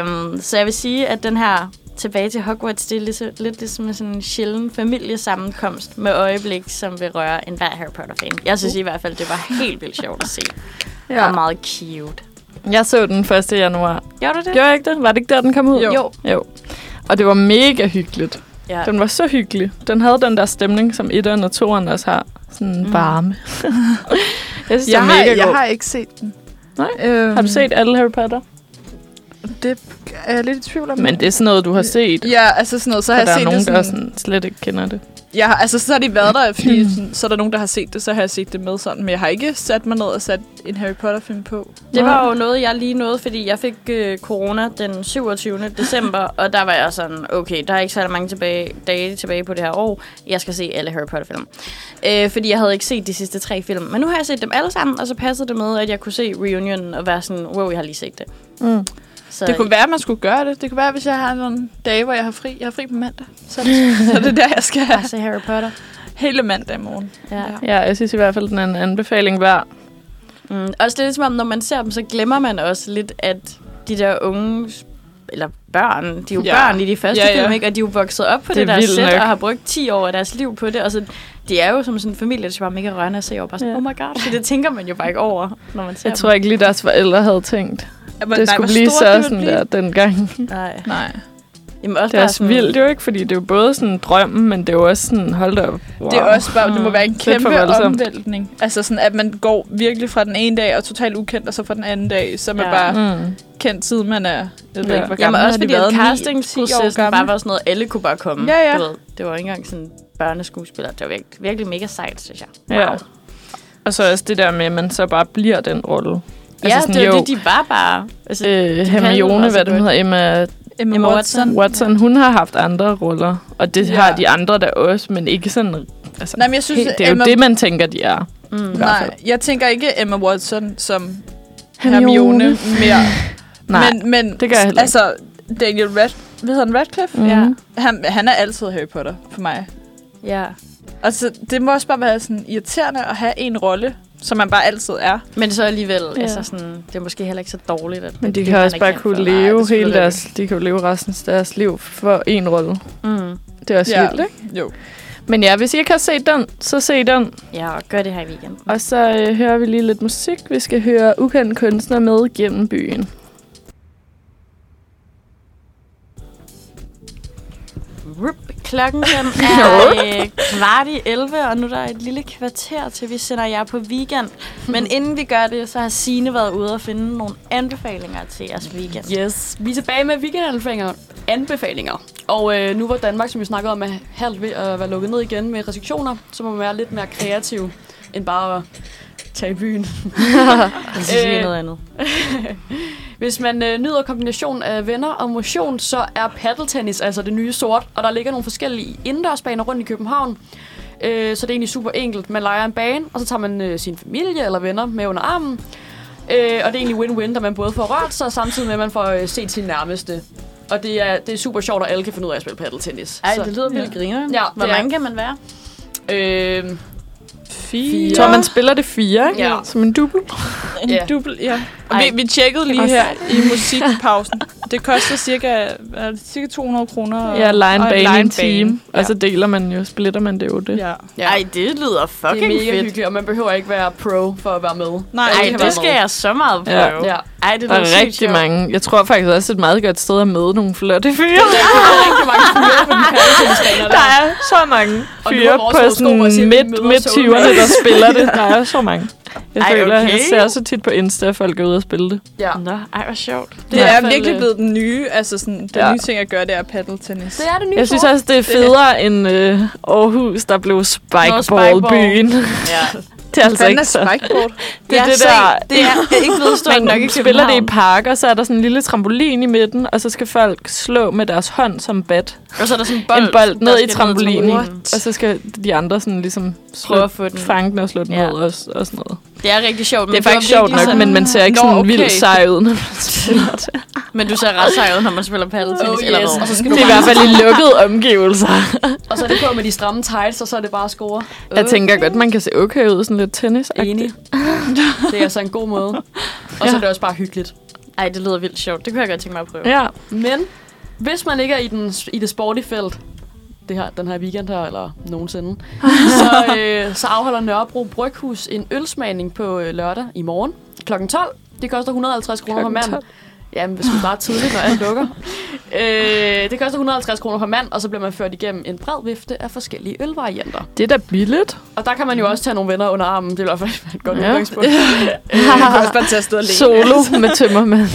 Speaker 3: Øhm, så jeg vil sige, at den her tilbage til Hogwarts, det er lidt, så- lidt ligesom sådan en sjælden familiesammenkomst med øjeblik, som vil røre enhver Harry Potter-fan. Jeg synes i hvert fald, det var helt vildt sjovt at se. Ja. Og meget cute.
Speaker 4: Jeg så den 1. januar.
Speaker 3: Gjorde du det?
Speaker 4: Gjorde jeg ikke det? Var det ikke der, den kom ud?
Speaker 1: Jo.
Speaker 3: Jo.
Speaker 4: jo. Og det var mega hyggeligt.
Speaker 3: Ja.
Speaker 4: Den var så hyggelig. Den havde den der stemning, som etteren og toeren også har. Sådan mm. varme. jeg synes,
Speaker 1: Jeg,
Speaker 4: jeg
Speaker 1: har,
Speaker 4: det er mega
Speaker 1: jeg
Speaker 4: god.
Speaker 1: har ikke set den.
Speaker 4: Nej.
Speaker 1: Øhm,
Speaker 4: Har du set alle Harry Potter?
Speaker 1: Det er jeg lidt i tvivl om.
Speaker 4: Men det er sådan noget, du har set.
Speaker 1: Ja, altså sådan noget, så har
Speaker 4: og
Speaker 1: jeg
Speaker 4: der er
Speaker 1: set
Speaker 4: nogen,
Speaker 1: det
Speaker 4: der
Speaker 1: sådan...
Speaker 4: sådan slet ikke kender det.
Speaker 1: Ja, altså så har de været der, fordi
Speaker 4: Hmm.
Speaker 1: sådan, så er der nogen, der har set det, så har jeg set det med sådan. Men jeg har ikke sat mig ned og sat en Harry Potter-film på.
Speaker 3: Det
Speaker 4: Nej.
Speaker 3: var jo noget, jeg lige nåede, fordi jeg fik øh, corona den 27. december, og der var jeg sådan, okay, der er ikke særlig mange tilbage, dage tilbage på det her år. Jeg skal se alle Harry Potter-film. Øh, fordi jeg havde ikke set de sidste tre film. Men nu har jeg set dem alle sammen, og så passede det med, at jeg kunne se reunionen og være sådan, wow, jeg har lige set det.
Speaker 4: Mm.
Speaker 3: Så
Speaker 1: Det kunne være, at man skulle gøre det. Det kunne være, hvis jeg har nogle dage, hvor jeg har fri. Jeg har fri på mandag. Så er det, så er det der, jeg skal have
Speaker 3: se Harry Potter.
Speaker 1: hele mandag morgen.
Speaker 3: Ja.
Speaker 4: Ja, jeg synes i hvert fald, den er en anbefaling værd.
Speaker 3: Mm. Også det er lidt som om, når man ser dem, så glemmer man også lidt, at de der unge eller børn, de er jo
Speaker 1: Ja.
Speaker 3: ja. børn i de første
Speaker 1: Ja, ja.
Speaker 3: ja, ja. film, ikke? og de er jo vokset op på
Speaker 4: Det
Speaker 3: det,
Speaker 4: er
Speaker 3: det der
Speaker 4: vildt
Speaker 3: sæt,
Speaker 4: nok.
Speaker 3: og har brugt 10 år af deres liv på det, og så de er jo som sådan en familie, det er bare mega rørende at se over, bare sådan,
Speaker 4: Ja.
Speaker 3: ja. oh my god, så det tænker man jo bare ikke over, når man ser
Speaker 4: Jeg tror ikke lige, deres forældre havde tænt.
Speaker 1: Men,
Speaker 4: det skulle blive så sådan der dengang.
Speaker 3: dem. Nej.
Speaker 1: Nej.
Speaker 3: Jamen, også
Speaker 4: Det er
Speaker 3: bare
Speaker 4: også
Speaker 3: sådan,
Speaker 4: vildt jo ikke, fordi det er jo både sådan drømmen, men det er jo også sådan, hold da op. Wow.
Speaker 1: Det er også bare, det må være en
Speaker 4: Lidt for
Speaker 1: kæmpe
Speaker 4: voldsomt.
Speaker 1: omvæltning. Altså sådan, at man går virkelig fra den ene dag og totalt ukendt, og så fra den anden dag, så er man
Speaker 3: Ja.
Speaker 1: bare
Speaker 4: Mm.
Speaker 1: kendt siden man er, jeg ved
Speaker 4: Ja.
Speaker 1: ikke, hvor gammel
Speaker 3: Jamen
Speaker 1: har
Speaker 3: også
Speaker 1: de
Speaker 3: fordi,
Speaker 1: været?
Speaker 3: at
Speaker 1: Ni, ti år
Speaker 3: castingsprocessen
Speaker 1: gammel?
Speaker 3: bare var sådan noget, alle kunne bare komme.
Speaker 1: Ja, ja.
Speaker 3: Du ved, det var ikke engang sådan børneskuespiller. Det var virkelig, virkelig mega sejt, synes jeg.
Speaker 4: Ja. Altså Og så også det der med, at man så bare bliver den rolle.
Speaker 3: Ja, altså det var
Speaker 4: jo,
Speaker 3: det, de var bare. Altså,
Speaker 4: øh,
Speaker 3: jo
Speaker 4: Hermione,
Speaker 3: også
Speaker 4: hvad den
Speaker 3: godt.
Speaker 4: hedder, Emma
Speaker 1: Emma,
Speaker 3: Emma
Speaker 1: Watson.
Speaker 4: Watson, hun har haft andre roller. Og det
Speaker 1: Ja.
Speaker 4: ja. har de andre der også, men ikke sådan... Altså,
Speaker 1: Nej, men jeg synes,
Speaker 4: helt, det er jo
Speaker 1: Emma-
Speaker 4: det, man tænker, de er.
Speaker 3: mm.
Speaker 4: i hvert fald.
Speaker 1: Nej, jeg tænker ikke Emma Watson som Hermione, mere.
Speaker 4: Nej,
Speaker 1: men, men
Speaker 4: det gør jeg heller ikke.
Speaker 1: Altså, Daniel Rad hvad hedder han, Radcliffe?
Speaker 4: Mhm.
Speaker 3: Ja.
Speaker 1: Han, han er altid Harry Potter for mig.
Speaker 3: Ja.
Speaker 1: Altså, det må også bare være sådan irriterende at have en rolle, som man bare altid er.
Speaker 3: Men så alligevel,
Speaker 4: Ja.
Speaker 3: ja. altså sådan, det er måske heller ikke så dårligt. At
Speaker 4: Men de
Speaker 3: det
Speaker 4: kan
Speaker 3: man
Speaker 4: også
Speaker 3: ikke
Speaker 4: bare
Speaker 3: kan
Speaker 4: kunne
Speaker 3: for-
Speaker 4: leve
Speaker 3: Nej, det er
Speaker 4: hele
Speaker 3: selvfølgelig
Speaker 4: deres... De kan jo leve resten af deres liv for en rolle.
Speaker 3: rigtigt. Mm.
Speaker 4: Det er også
Speaker 1: Ja.
Speaker 4: ja. vildt, ikke?
Speaker 1: Jo.
Speaker 4: Men ja, hvis I ikke har set den, så se den.
Speaker 3: Ja, og gør det her i weekenden.
Speaker 4: Og så øh, hører vi lige lidt musik. Vi skal høre ukendte kunstner med gennem byen.
Speaker 3: Rup. Klokken den er øh, kvart i 11, og nu er der et lille kvarter til, vi sender jer på weekend. Men inden vi gør det, så har Sine været ude og finde nogle anbefalinger til jeres weekend.
Speaker 2: Yes, vi er tilbage med weekendanbefalinger. Anbefalinger. Og øh, nu hvor Danmark, som vi snakkede om, er halvt ved at være lukket ned igen med restriktioner, så må man være lidt mere kreativ, end bare at
Speaker 4: tage i byen.
Speaker 3: Jeg synes lige
Speaker 4: Øh.
Speaker 3: noget andet.
Speaker 2: Hvis man øh, nyder kombinationen af venner og motion, så er paddeltennis altså det nye sort, og der ligger nogle forskellige indendørsbaner rundt i København. Øh, så det er egentlig super enkelt. Man leger en bane, og så tager man øh, sin familie eller venner med under armen. Øh, og det er egentlig win-win, da man både får rørt sig, samtidig med, at man får øh, set sin nærmeste. Og det er, det er super sjovt, og alle kan finde ud af at spille paddeltennis.
Speaker 3: Ej,
Speaker 2: Så,
Speaker 3: det lyder vildt grineren.
Speaker 2: Ja,
Speaker 3: Hvor
Speaker 2: det er-
Speaker 3: mange kan man være?
Speaker 2: øh,
Speaker 1: Jeg
Speaker 2: Fire.
Speaker 1: tror, man spiller det fire, ikke?
Speaker 2: Ja.
Speaker 1: Ja. Som en dubbel.
Speaker 4: En
Speaker 2: Ja.
Speaker 4: yeah. dubbel, ja.
Speaker 1: Og
Speaker 2: Ej.
Speaker 1: vi, vi tjekkede lige her i musikpausen. Det koster cirka, hvad er det, cirka 200 kroner.
Speaker 4: Ja, line
Speaker 1: og
Speaker 4: bane i en
Speaker 1: linebane.
Speaker 4: time.
Speaker 1: Ja.
Speaker 4: Og så deler man jo, splitter man det jo det.
Speaker 1: Ja.
Speaker 2: ja,
Speaker 3: Ej, det lyder
Speaker 2: det er
Speaker 3: fucking
Speaker 2: mega
Speaker 3: fedt.
Speaker 2: hyggeligt, og man behøver ikke være pro for at være med.
Speaker 1: Nej,
Speaker 2: Alle
Speaker 3: Ej,
Speaker 2: kan
Speaker 1: det
Speaker 2: være
Speaker 3: det skal
Speaker 2: med.
Speaker 3: jeg så meget
Speaker 4: Ja.
Speaker 3: prøve.
Speaker 2: Ja.
Speaker 3: Ej, det
Speaker 4: Der
Speaker 3: lyder
Speaker 4: er
Speaker 3: sygt
Speaker 4: rigtig
Speaker 3: sjovt.
Speaker 4: mange. Jeg tror faktisk også et meget godt sted at møde nogle flotte fyre.
Speaker 2: Der er rigtig mange fyre på den paddeltennisbaner
Speaker 4: Der er så mange
Speaker 2: Og nu er
Speaker 4: fyre
Speaker 2: vores
Speaker 4: på
Speaker 2: horoskop
Speaker 4: sådan
Speaker 2: at sige, at vi
Speaker 4: midt,
Speaker 2: møder
Speaker 4: midt
Speaker 2: soulmates.
Speaker 4: 20'erne, der spiller det. Der er så mange. Jeg
Speaker 3: Ej,
Speaker 4: føler,
Speaker 3: okay.
Speaker 4: jeg ser så tit på Insta, at folk er ude og spille det.
Speaker 2: Ja.
Speaker 3: Nå, ej, hvor sjovt.
Speaker 1: Det
Speaker 4: I hvert
Speaker 1: er
Speaker 4: fald,
Speaker 1: virkelig
Speaker 4: øh,
Speaker 1: blevet den nye, altså sådan, den
Speaker 4: Ja.
Speaker 1: nye ting at gøre, det er paddeltennis.
Speaker 2: Det er det nye
Speaker 4: Jeg synes
Speaker 2: sort.
Speaker 4: også, det er federe end øh, Aarhus, der blev spikeball-byen.
Speaker 3: Ja.
Speaker 4: Det er altså
Speaker 1: Fanden
Speaker 4: ikke
Speaker 1: er
Speaker 4: så.
Speaker 1: spikeboard.
Speaker 4: Det er det der...
Speaker 3: Det er ikke blevet stort
Speaker 4: Man
Speaker 3: nok i
Speaker 4: spiller det i
Speaker 3: København.
Speaker 4: parker, så er der sådan en lille trampolin i midten, og så skal folk slå med deres hånd som bat.
Speaker 3: Og så er der sådan en bold.
Speaker 4: en bold
Speaker 3: der
Speaker 4: ned
Speaker 3: skal
Speaker 4: i trampolinen,
Speaker 3: trampolinen.
Speaker 4: og så skal de andre sådan ligesom slå,
Speaker 3: Prøve at få den.
Speaker 4: fange den og slå den
Speaker 3: Ja.
Speaker 4: ja. ud og, og sådan noget.
Speaker 3: Det er rigtig sjovt. men
Speaker 4: Det er
Speaker 3: du
Speaker 4: faktisk
Speaker 3: virkelig
Speaker 4: sjovt nok,
Speaker 3: sådan-
Speaker 4: men man ser ikke
Speaker 1: Nå,
Speaker 4: sådan okay.
Speaker 1: okay.
Speaker 4: vildt sej ud, når man spiller det.
Speaker 3: Men du ser ret sej ud, når man spiller paddeltennis.
Speaker 2: Oh,
Speaker 3: eller
Speaker 2: yes.
Speaker 3: hvad?
Speaker 2: Og så skal
Speaker 4: Det er i hvert fald i lukkede omgivelser.
Speaker 2: Og så er det på med de stramme tights, og så er det bare at score.
Speaker 4: Jeg tænker godt, man kan se okay ud, sådan lidt tennis
Speaker 2: Enig. Det er altså en god måde. Og så er det også bare hyggeligt.
Speaker 3: Ej, det lyder vildt sjovt. Det kunne jeg godt tænke mig at prøve.
Speaker 4: Ja,
Speaker 2: Men hvis man ikke er i, den, i det sportige felt, det her, den her weekend her, eller nogensinde, så, øh, så afholder Nørrebro Bryghus en ølsmagning på øh, lørdag i morgen kl. 12. Det koster 150 kroner per
Speaker 4: Klokken
Speaker 2: mand.
Speaker 4: 12.
Speaker 2: Jamen, hvis man bare tidligt, når alt lukker. øh, det koster 150 kroner per mand, og så bliver man ført igennem en bred vifte af forskellige ølvarianter.
Speaker 4: det er da billigt.
Speaker 2: Og der kan man jo også tage nogle venner under armen. Det er i hvert fald et godt
Speaker 4: Mhm. Ja.
Speaker 2: udgangspunkt.
Speaker 1: Man kan også bare tage afsted og lægge.
Speaker 4: Solo med tømmermænd.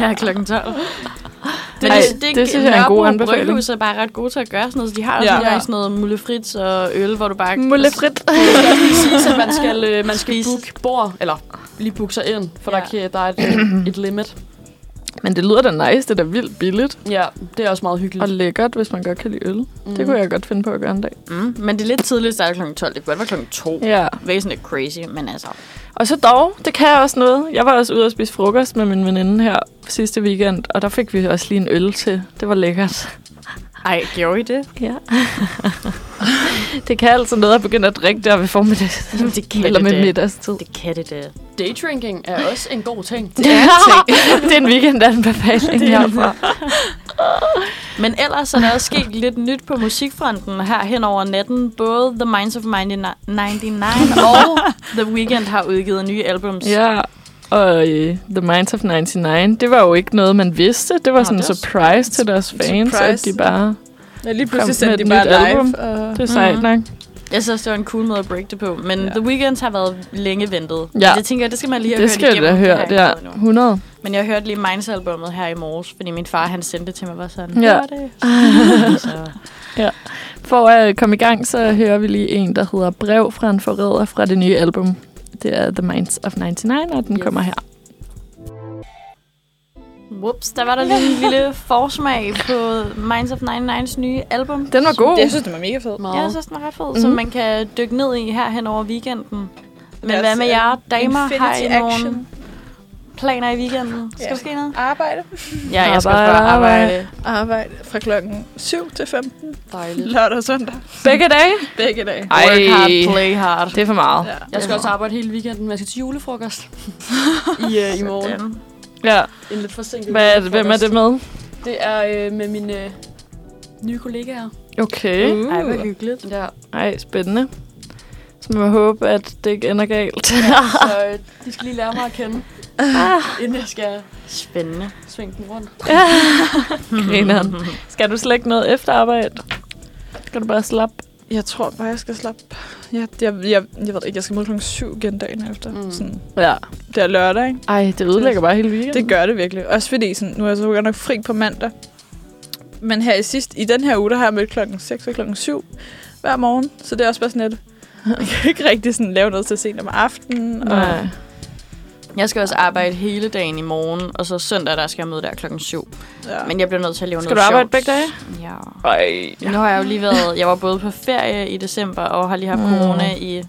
Speaker 3: Ja, klokken 12. Men
Speaker 4: Ej,
Speaker 3: det, det, det synes jeg er en god anbefaling. Bryghus
Speaker 4: anbefaling.
Speaker 3: er bare ret gode til at gøre sådan noget. Så de har også
Speaker 1: Ja.
Speaker 3: nogle gange sådan noget mullefrits og øl, hvor du bare...
Speaker 4: Mullefrit.
Speaker 2: Det skal lige siges, at man skal, øh, man skal
Speaker 3: Spise.
Speaker 2: booke bord, eller lige booke sig ind, for ja.
Speaker 3: Ja.
Speaker 2: der, kan, der er et, øh, et limit.
Speaker 4: Men det lyder da nice. Det er da vildt billigt
Speaker 2: Ja, det er også meget hyggeligt.
Speaker 4: og lækkert, hvis man godt kan lide øl. Mm. Det kunne jeg godt finde på at gøre en dag.
Speaker 3: Mm, men det er lidt tidligt at starte klokken 12. Det kunne godt være klokken 2. Ja.
Speaker 4: Ja.
Speaker 3: Væsentligt crazy, men altså...
Speaker 4: Og så dog, det kan jeg også noget. Jeg var også ude og spise frokost med min veninde her sidste weekend, og der fik vi også lige en øl til. Det var lækkert.
Speaker 3: Ej, gjorde I det?
Speaker 4: Ja. det kan altså noget at begynde at drikke der ved formiddag.
Speaker 3: Jamen, det kan
Speaker 4: Eller
Speaker 3: det
Speaker 4: med
Speaker 3: da.
Speaker 4: middagstid.
Speaker 3: Det kan det da.
Speaker 2: Daydrinking er også en god ting.
Speaker 4: Det er, det er en weekendanbefaling herfra.
Speaker 3: Men ellers er der også sket lidt nyt på musikfronten her hen over natten. Både The Minds of 99 99 og The Weeknd har udgivet nye albums.
Speaker 4: Ja, og øh, The Minds of 99, det var jo ikke noget, man vidste. Det var
Speaker 3: Nå,
Speaker 4: sådan en
Speaker 3: det er også-
Speaker 4: surprise til deres fans, at
Speaker 1: surprise.
Speaker 4: de bare...
Speaker 1: Ja, lige
Speaker 4: Kom
Speaker 1: pludselig
Speaker 4: med
Speaker 1: sendte de
Speaker 4: et
Speaker 1: bare live.
Speaker 4: nyt album.
Speaker 1: Og...
Speaker 4: Det er sejt
Speaker 3: Mhm.
Speaker 4: nok.
Speaker 3: Jeg synes, også, det var en cool måde at break det på. Men
Speaker 4: Ja.
Speaker 3: The Weeknd har været længe ventet.
Speaker 4: Ja.
Speaker 3: Det tænker jeg, det skal man lige have
Speaker 4: Det
Speaker 3: hørt
Speaker 4: skal jeg
Speaker 3: igennem.
Speaker 4: da
Speaker 3: har
Speaker 4: høre,
Speaker 3: jeg
Speaker 4: det
Speaker 3: ikke
Speaker 4: er
Speaker 3: fået endnu.
Speaker 4: 100.
Speaker 3: Men jeg hørte lige Minds-albummet her i morges, fordi min far han sendte det til mig var sådan,
Speaker 4: Ja.
Speaker 3: ja. var det. Så,
Speaker 4: For at komme i gang, så hører vi lige en, der hedder Brev fra en forræder fra det nye album. Det er The Minds of 99, og den
Speaker 2: Yes.
Speaker 4: kommer her.
Speaker 3: whoops, der var der lige en lille forsmag på Minds of 99's nye album.
Speaker 4: Den var god.
Speaker 1: Det, jeg synes, det var mega fedt.
Speaker 3: Jeg
Speaker 2: Meget.
Speaker 3: synes, den var ret fed, mm-hmm.
Speaker 4: Mhm.
Speaker 3: som man kan dykke ned i her hen over weekenden. Men
Speaker 1: Lad os,
Speaker 3: hvad med
Speaker 1: øh,
Speaker 3: jer damer? Har I
Speaker 1: Infinity action.
Speaker 3: nogle planer i weekenden? Skal
Speaker 1: Ja.
Speaker 3: der ske noget?
Speaker 1: Arbejde.
Speaker 3: Ja, jeg skal
Speaker 4: Arbejde,
Speaker 3: bare
Speaker 4: arbejde.
Speaker 3: arbejde.
Speaker 1: Arbejde fra klokken 7 til 15
Speaker 2: Dejligt.
Speaker 1: lørdag og søndag.
Speaker 4: Begge dage?
Speaker 1: Begge dage.
Speaker 4: Ej.
Speaker 3: Work hard, play hard.
Speaker 4: Det er for meget.
Speaker 1: Ja.
Speaker 2: Jeg skal også arbejde hele weekenden, men jeg skal til julefrokost i, øh, i morgen.
Speaker 3: Sådan.
Speaker 4: Ja.
Speaker 2: En lidt forsinket
Speaker 4: Hvad er det, hvem er det med?
Speaker 2: julefrokost. Det er øh, med mine øh, nye kollegaer.
Speaker 4: Okay.
Speaker 1: Uh.
Speaker 3: Ej, hvor hyggeligt.
Speaker 2: Ja,
Speaker 4: Ej, spændende. Så må jeg håbe, at det ikke ender galt.
Speaker 2: så øh, de skal lige lære mig at kende,
Speaker 3: Ah.
Speaker 2: inden jeg skal
Speaker 3: Spændende.
Speaker 2: svinge den rundt.
Speaker 4: Grineren. Skal du slet ikke noget efter arbejde? Skal du bare slappe?
Speaker 1: Jeg tror bare, jeg skal slappe. Jeg, jeg, jeg, jeg ved det ikke, jeg skal møde klokken 7 igen dagen efter.
Speaker 2: Mm.
Speaker 1: Mm. Sådan,
Speaker 4: Ja.
Speaker 1: det er lørdag, ikke?
Speaker 4: Ej, det ødelægger bare hele weekenden.
Speaker 1: Det gør det virkelig. Også fordi, sådan, nu er jeg så godt nok fri på mandag. Men her i sidst, i den her uge, der har jeg mødt klokken 6 og klokken 7 hver morgen. Så det er også bare sådan lidt, Jeg kan ikke rigtig sådan lave noget til sent om aftenen. Og
Speaker 3: Nej. Jeg skal også arbejde hele dagen i morgen, og så søndag, der skal jeg møde der klokken 7.
Speaker 1: ja.
Speaker 3: Men jeg bliver nødt til at leve
Speaker 4: Skal du
Speaker 3: noget
Speaker 4: arbejde
Speaker 3: sjovt.
Speaker 4: begge dage?
Speaker 3: Ja.
Speaker 4: Nej.
Speaker 3: Nu har jeg jo lige været... Jeg var både på ferie i december, og har lige haft
Speaker 4: Mm.
Speaker 3: corona i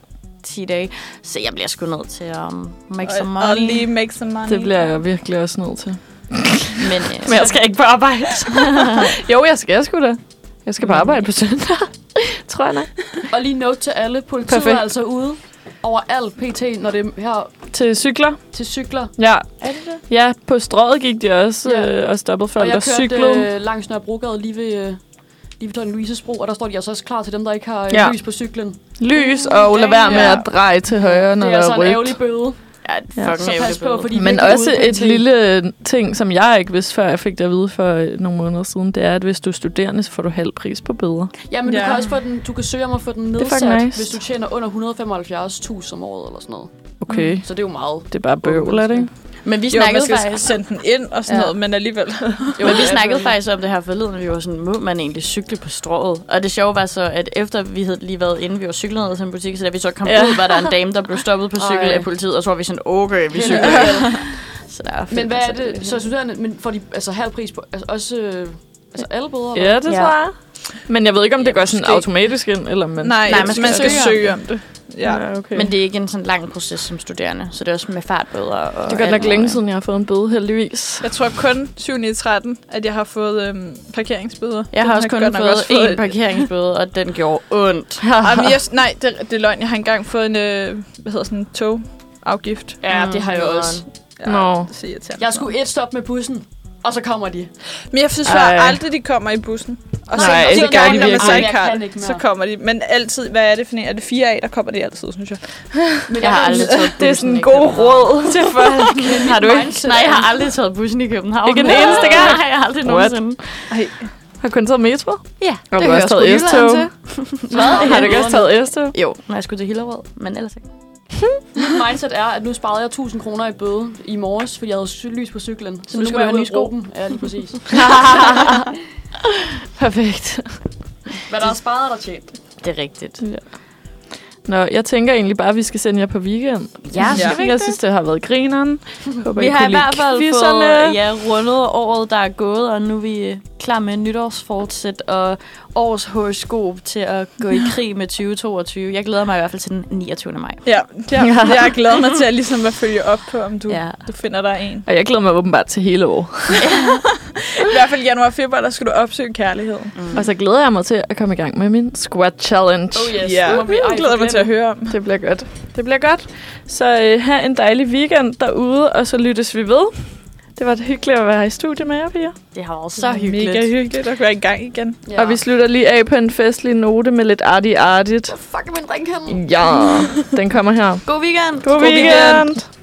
Speaker 3: 10 dage. Så jeg bliver sgu nødt til at um, make some
Speaker 1: og, og
Speaker 3: money.
Speaker 1: lige make some money.
Speaker 4: Det bliver jeg virkelig også nødt til.
Speaker 3: Men, øh,
Speaker 4: Men jeg skal ikke på arbejde. jo, jeg skal sgu da. Jeg skal på arbejde på søndag. Tror jeg nok.
Speaker 2: Og lige note til alle, politiet Perfekt.
Speaker 4: Perfekt.
Speaker 2: er altså ude overalt pt, når det er her
Speaker 4: Til cykler.
Speaker 2: til cykler.
Speaker 4: Ja.
Speaker 1: Er det det?
Speaker 4: Ja, på strøget gik de også
Speaker 2: Ja.
Speaker 4: ja. øh, og stoppede folk,
Speaker 2: Og
Speaker 4: der
Speaker 2: jeg
Speaker 4: cyklede.
Speaker 2: kørte øh, langs Nørrebrogade lige ved, øh, lige ved Dronning Louises bro, og der står de altså også klar til dem, der ikke har øh, ja.
Speaker 4: Ja.
Speaker 2: lys på cyklen. Det
Speaker 4: Lys, og lad være med at dreje til højre, når
Speaker 2: er
Speaker 4: der
Speaker 2: altså
Speaker 4: er
Speaker 2: en
Speaker 4: rødt.
Speaker 2: ærgerlig bøde,
Speaker 3: Ja,
Speaker 2: så
Speaker 3: fucking
Speaker 2: pas på,
Speaker 3: ærgerligt.
Speaker 2: fordi vi
Speaker 4: Men
Speaker 2: ikke er
Speaker 4: også
Speaker 2: ude
Speaker 4: et
Speaker 2: PT.
Speaker 4: lille øh, ting, som jeg ikke vidste, før jeg fik det at vide for øh, nogle måneder siden, det er, at hvis du er studerende, så får du halv pris på bøder.
Speaker 2: Ja, men ja. du
Speaker 1: Ja.
Speaker 2: kan også få den, du kan søge om at få den
Speaker 4: er fucking
Speaker 2: nedsat, nice.
Speaker 4: nice.
Speaker 2: hvis du tjener under 175.000 om året eller sådan noget.
Speaker 4: Okay,
Speaker 2: Så det er jo meget.
Speaker 4: det er bare bøvl, er det ikke?
Speaker 3: Men vi
Speaker 1: Jo, man
Speaker 3: snakkede
Speaker 1: skal
Speaker 3: faktisk...
Speaker 1: sende den ind og sådan
Speaker 2: Ja.
Speaker 1: ja. noget, men alligevel.
Speaker 2: Jo,
Speaker 3: Men vi
Speaker 2: ja,
Speaker 3: snakkede
Speaker 2: selvfølgelig.
Speaker 3: faktisk om det her forleden, vi var sådan, må man egentlig cykle på strået? Og det sjove var så, at efter vi havde lige været inde, vi var cyklet ned til en butik, så da vi så kom ja.
Speaker 4: Ja.
Speaker 3: ud, var der en dame, der blev stoppet på cykel
Speaker 2: Ej.
Speaker 3: af politiet, og så var vi sådan, okay, vi cykler. så der er fedt,
Speaker 2: Men hvad er
Speaker 3: altså,
Speaker 2: det? Så studerende, men får de altså halv pris på altså, også øh, altså alle bøder? eller?
Speaker 4: Ja, det tror jeg. Men jeg ved ikke, om det går sådan
Speaker 1: måske.
Speaker 4: automatisk ind, eller men...
Speaker 1: Nej,
Speaker 3: Nej,
Speaker 1: man skal, man skal søge om det. Ja. ja.
Speaker 4: Ja, okay.
Speaker 3: Men det er ikke en sådan lang proces som studerende, så det er også med fartbøder og
Speaker 4: det er godt
Speaker 3: alt
Speaker 4: nok længe
Speaker 3: muligt.
Speaker 4: siden, jeg har fået en bøde, heldigvis.
Speaker 1: Jeg tror kun 7. i 13, at jeg har fået øhm, parkeringsbøder.
Speaker 3: Jeg
Speaker 1: Den
Speaker 3: har også kun
Speaker 1: godt nok
Speaker 3: fået
Speaker 1: også
Speaker 3: én parkeringsbøde, og den gjorde ondt.
Speaker 1: Jamen, jeg, nej, det, det er løgn. Jeg har engang fået en, øh, hvad hedder sådan en togafgift.
Speaker 2: Ja, det har jeg
Speaker 3: Mm,
Speaker 2: også.
Speaker 1: Ja,
Speaker 4: Nå.
Speaker 1: det er irriterende.
Speaker 2: Jeg skulle et stop med bussen, og så kommer de.
Speaker 1: Men jeg synes
Speaker 4: Ej.
Speaker 1: bare aldrig, de kommer i bussen. Og så,
Speaker 4: Nej,
Speaker 1: så
Speaker 4: det
Speaker 1: nogle
Speaker 4: gør de
Speaker 1: gange, når man så
Speaker 4: virkelig
Speaker 1: ikke
Speaker 2: ikke. Jeg
Speaker 1: har
Speaker 2: kan ikke
Speaker 1: det,
Speaker 2: mere.
Speaker 1: så kommer de. Men altid, hvad er det for en? Er det 4A, der kommer de altid, synes jeg.
Speaker 2: Men
Speaker 3: Jeg har aldrig taget
Speaker 4: Det er
Speaker 3: bussen
Speaker 4: sådan
Speaker 3: i
Speaker 4: en god
Speaker 3: København.
Speaker 4: råd til folk.
Speaker 3: Har du ikke?
Speaker 2: mindset
Speaker 3: Nej, jeg
Speaker 2: er-
Speaker 3: har aldrig taget bussen i København.
Speaker 4: Ikke en eneste gang?
Speaker 3: Nej, jeg har aldrig
Speaker 4: What?
Speaker 3: nogensinde.
Speaker 1: Ej,
Speaker 4: Har du kun taget metro?
Speaker 3: Ja,
Speaker 4: Har du
Speaker 3: hører
Speaker 4: også
Speaker 3: sgu
Speaker 4: taget
Speaker 3: Jylland
Speaker 4: S-tog?
Speaker 3: til.
Speaker 2: Hvad?
Speaker 4: Har du ikke også taget S-tog?
Speaker 3: Jo, når jeg skulle til Hillerød, men ellers ikke.
Speaker 2: Mit mindset er, at nu sparede jeg 1000 kroner i bøde i morges, fordi jeg havde sy- lys på cyklen. Så
Speaker 1: nu
Speaker 2: nu
Speaker 1: skal
Speaker 2: skal jeg
Speaker 1: du
Speaker 2: ud
Speaker 1: ud
Speaker 2: i
Speaker 1: og bruge
Speaker 2: skoven. Ja, lige præcis.
Speaker 4: Perfekt.
Speaker 2: Hvad der er sparet, er der tjent.
Speaker 3: Det er rigtigt.
Speaker 4: Nå, jeg tænker egentlig bare, at vi skal sende jer på weekend.
Speaker 3: Ja,
Speaker 1: skal
Speaker 4: Jeg synes, det har været grineren. Håber,
Speaker 3: Vi
Speaker 4: I
Speaker 3: har
Speaker 4: kunne
Speaker 3: i
Speaker 4: lide
Speaker 3: hvert fald
Speaker 4: quizzerne.
Speaker 3: fået ja, rundet året, der er gået, og nu er vi øh, klar med nytårsfortsæt og års horoskop til at gå i krig med 2022. Jeg glæder mig i hvert fald til den 29. maj.
Speaker 1: Ja, det har, det har jeg glædet mig til at, ligesom at følge op på, om du,
Speaker 3: Ja.
Speaker 1: ja. du finder dig en.
Speaker 4: Og jeg glæder mig åbenbart til hele året.
Speaker 1: I hvert fald i januar og februar, der skal du opsøge kærligheden.
Speaker 4: Og så glæder jeg mig til at komme i gang med min squat challenge.
Speaker 2: Oh yes,
Speaker 1: ja,
Speaker 2: det må vi ej
Speaker 1: jeg glæder mig til at
Speaker 2: forglemme.
Speaker 1: høre om.
Speaker 4: Det bliver godt. Det bliver godt. Så øh, have en dejlig weekend derude, og så lyttes vi ved. Det var det hyggeligt at være i studiet med jer, piger.
Speaker 3: Det har været så hyggeligt.
Speaker 1: Mega hyggeligt at være i gang igen.
Speaker 2: Ja.
Speaker 4: Og vi slutter lige af på en festlig note med lidt arty-artigt.
Speaker 2: Fuck, min ringkande.
Speaker 4: Ja, den kommer her.
Speaker 3: God weekend!
Speaker 4: God, God weekend.